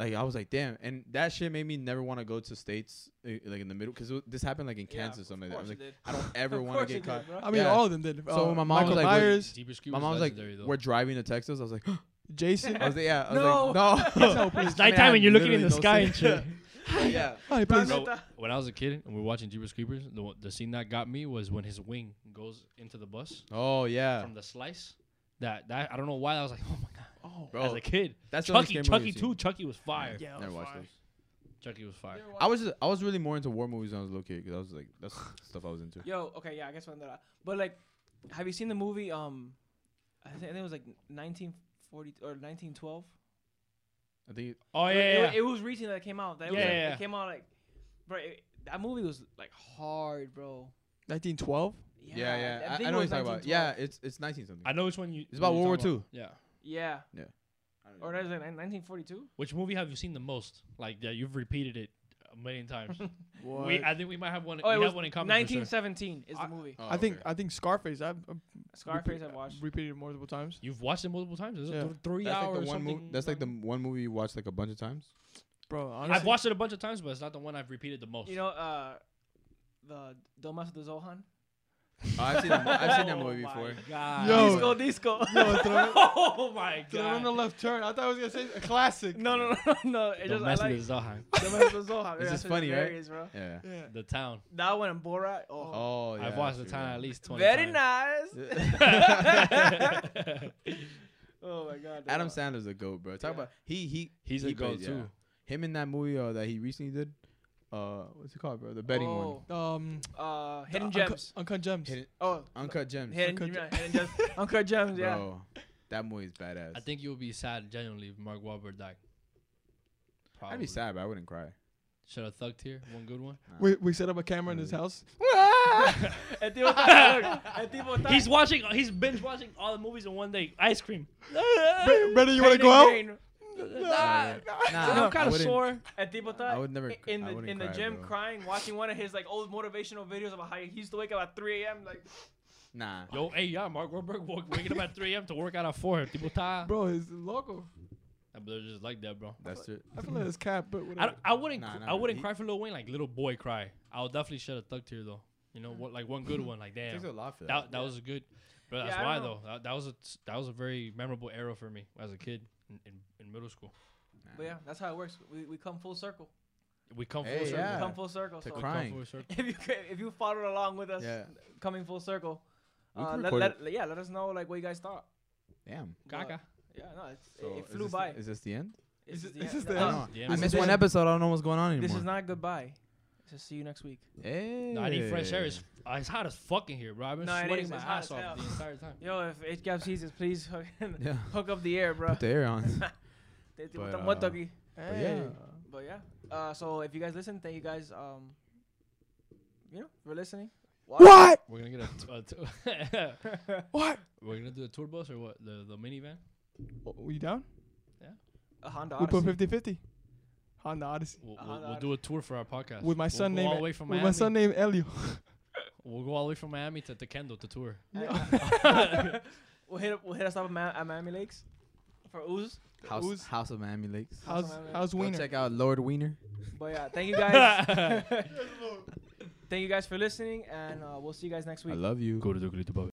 D: like I was like, damn, and that shit made me never want to go to states eh, like in the middle because this happened like in
C: Yeah,
D: Kansas or
C: of
D: something. Like that. I was
C: course
D: like,
C: it did.
D: I don't ever
C: Of
D: want
C: course
D: to
C: it
D: get
C: did,
D: caught.
C: bro.
B: I mean,
D: Yeah.
B: all of them did.
D: So
B: Uh,
D: my mom was
B: Michael
D: like, wait-
B: Myers,
E: Jeepers
D: My
E: Creepers
D: mom was like,
E: legendary, though.
D: we're driving to Texas. I was like,
B: Jason.
D: I was like, yeah, I was
C: No.
D: like, no,
B: No, please.
E: It's nighttime and you're looking in the sky and shit.
D: shit. yeah,
B: Hi,
C: Bro,
B: please.
E: Bro,
C: Neta.
E: when I was a kid and we were watching Jeepers Creepers, the, one- the scene that got me was when his wing goes into the bus
D: oh yeah,
E: from the slice. That that I don't know why I was like, oh my god.
B: Oh,
D: bro,
E: As a kid,
D: that's the only
E: Chucky,
D: scary movie
E: Chucky
D: I've
E: too.
D: seen.
E: Chucky was fire.
B: Yeah,
D: Never watched
B: fire.
D: those.
E: Chucky was fire.
D: I was just, I was really more into war movies when I was a little kid because I was like, that's stuff I was into.
C: Yo, okay, yeah, I guess one that. But like, have you seen the movie? Um, I think, I think it was like 1940 or 1912.
D: I think
E: Oh
C: it,
E: yeah,
C: wa-
E: yeah,
C: it,
E: yeah.
C: wa- it was recent that it came out. That it was,
E: Yeah,
C: like,
E: yeah, yeah.
C: it came out like, bro, it, that movie was like hard, bro.
B: 1912.
D: yeah, yeah,
C: that
D: I-
C: thing
D: I, know what
C: was
D: you're talking about.
C: 1912.
D: Yeah, it's it's 19 something.
E: I know which one you.
D: It's about
E: what you're
D: World
E: talking
D: War
E: about. Yeah.
C: yeah.
D: I
C: Or that was like 1942.
E: Which movie have you seen the most? Like that you've repeated it a million times.
B: What?
E: we, I think we might have one.
C: Oh, it
E: we
C: was
E: have one in common. for sure.
C: 1917 is the
B: I-
C: movie.
D: Oh,
B: I think
D: okay.
B: I think Scarface. I've uh,
C: Scarface, I
B: repeat-
C: watched.
B: repeated it multiple times.
E: You've watched it multiple times. It's a
B: Yeah.
E: th- three
D: that's
E: hours.
D: like the one movie. That's like the m- one movie you watched like a bunch of times.
B: Bro, honestly,
E: I've watched it a bunch of times, but it's not the one I've repeated the most.
C: You know, uh, the Domas de Zohan.
D: Oh, I've seen that, mo- I've seen that movie
E: Oh
D: before.
E: my God.
B: Yo.
C: Disco, disco.
E: oh my
B: So they went the
E: god.
B: left turn. I thought I was gonna say a classic.
C: no, no, no, no. It
E: The
C: just I
E: mess
C: like
E: with Zohan.
C: Domas de Zohan.
D: It's
C: Yeah, that
D: just
C: shit's
D: funny, right?
C: hilarious, bro.
D: Yeah.
B: Yeah.
E: The town.
C: That one and Borat. Oh,
D: Oh yeah.
E: I've watched the
D: that's
E: town at
D: true,
E: least Oh, twenty.
C: very
E: times.
C: nice. oh my god.
D: Adam
C: dude.
D: Sandler's a goat, bro. Talk
C: Yeah.
D: about he he
E: He's
D: he
E: a go
D: plays- yeah.
E: too.
D: Him in that movie uh, that he recently did. Uh, what's it called, bro? The betting one.
C: Oh,
B: Um,
C: Uh, hidden
B: Uncut-
C: gems.
B: Uncut gems.
D: Hidden,
C: Oh,
D: Uncut Gems.
C: hidden,
B: Uncut
C: yeah, hidden gems. Uncut gems. Yeah.
D: Bro, that movie's badass.
E: I think you'll be sad genuinely if Mark Wahlberg died. Probably.
D: I'd be sad, but I wouldn't cry.
E: Should a thug tear? One good one.
B: We we set up a camera in his house.
C: El tipo está, look, el tipo está.
E: He's watching. He's binge watching all the movies in one day. Ice cream.
B: Brandon, you want
C: Panic
B: to go out?
C: brain.
D: Nah,
E: I'm kind
D: I
E: of
D: wouldn't-
E: sore.
C: El tipo está
D: I would never
C: i-
D: cr-
C: in
D: I
C: the
D: wouldn't
C: in the
D: cry,
C: gym
D: bro.
C: crying, watching one of his like old motivational videos about how he used to wake up at 3 a.m. Like,
D: Nah.
E: Yo, hey, yeah, Mark Wahlberg woke, waking up at 3 a.m. to work out at 4. Tipo ta.
B: Bro, it's loco.
E: Nah, But they're just like that, bro.
D: That's it.
B: I feel like it's cap, but
E: I,
B: whatever.
E: don't- I wouldn't.
D: Nah,
E: cr-
D: nah,
E: I
D: nah,
E: wouldn't
D: he-
E: cry for Lil Wayne like little boy cry. I'll definitely shed a thug tear though. You know what? Like one good one. Like
D: It
E: damn.
D: takes a lot for that.
E: That that was a good. But that's
C: Yeah, I
E: why
C: don't
E: though.
C: know.
E: That, that was a that was a very memorable era for me as a kid in, in, in middle school.
C: but yeah, that's how it works. We, we come full circle.
E: We come full
D: Hey,
E: circle.
C: We
D: yeah.
C: come full circle.
D: To
C: So
D: cry. Crying.
E: Come full circle.
C: if you ca- if you followed along with us,
D: Yeah.
C: coming full circle,
D: We
C: uh,
D: can
C: let,
D: record
C: let, yeah, let us know like what you guys thought.
D: Damn.
E: Gaga.
C: Yeah, no, it's, it-
D: So
C: it,
D: is
C: flew
D: this
C: by.
D: The, is this the end?
C: This
B: Is
C: is
B: it-
C: the end.
B: is this
C: No,
B: the
C: this
B: end?
C: is-
E: Yeah,
D: I
E: man.
D: missed one episode. I don't know what's going on anymore.
C: This is not goodbye. So see you next week.
D: Hey.
E: No, I need fresh air. It's, uh, it's hot as fuck in here, bro. I've been
C: No, it
E: sweating
C: is.
E: my
C: It's hot
E: ass
C: as
E: off
C: hell.
E: the entire time.
C: Yo, if HCAP seasons, please hook,
D: Yeah.
C: hook up the air, bro.
D: Put the air on.
C: They- they-
D: But,
C: with the mud
D: uh,
C: doggy.
D: But yeah.
C: Eh, But yeah. Uh, so if you guys listen, thank you guys. Um, you know, for listening. Watch.
B: What?
E: We're gonna get a. T- a t-
B: What?
E: We're gonna do a tour bus or what? The the minivan.
B: Oh, We down?
C: A Honda
B: We
C: Odyssey.
B: put 50 50. Honda Odyssey.
E: We'll,
C: Uh,
E: we'll, we'll
C: that-
E: do a tour for our podcast
B: With my
E: We'll
B: son
E: go
B: named
E: all the way from
B: with my
E: Miami.
B: son named Elio.
E: We'll go all the way from Miami to Tekendo to tour.
C: Uh, we'll hit up, we'll hit us up at, Ma- at Miami Lakes for ooze.
D: House,
B: Who's-
D: House of Miami Lakes.
B: How's
C: Miami.
B: how's
D: Go
B: Wiener?
D: check out Lord Wiener.
C: But yeah, thank you guys. thank you guys for listening, and uh, we'll see you guys next
D: I
C: week.
D: love you.
E: to Duke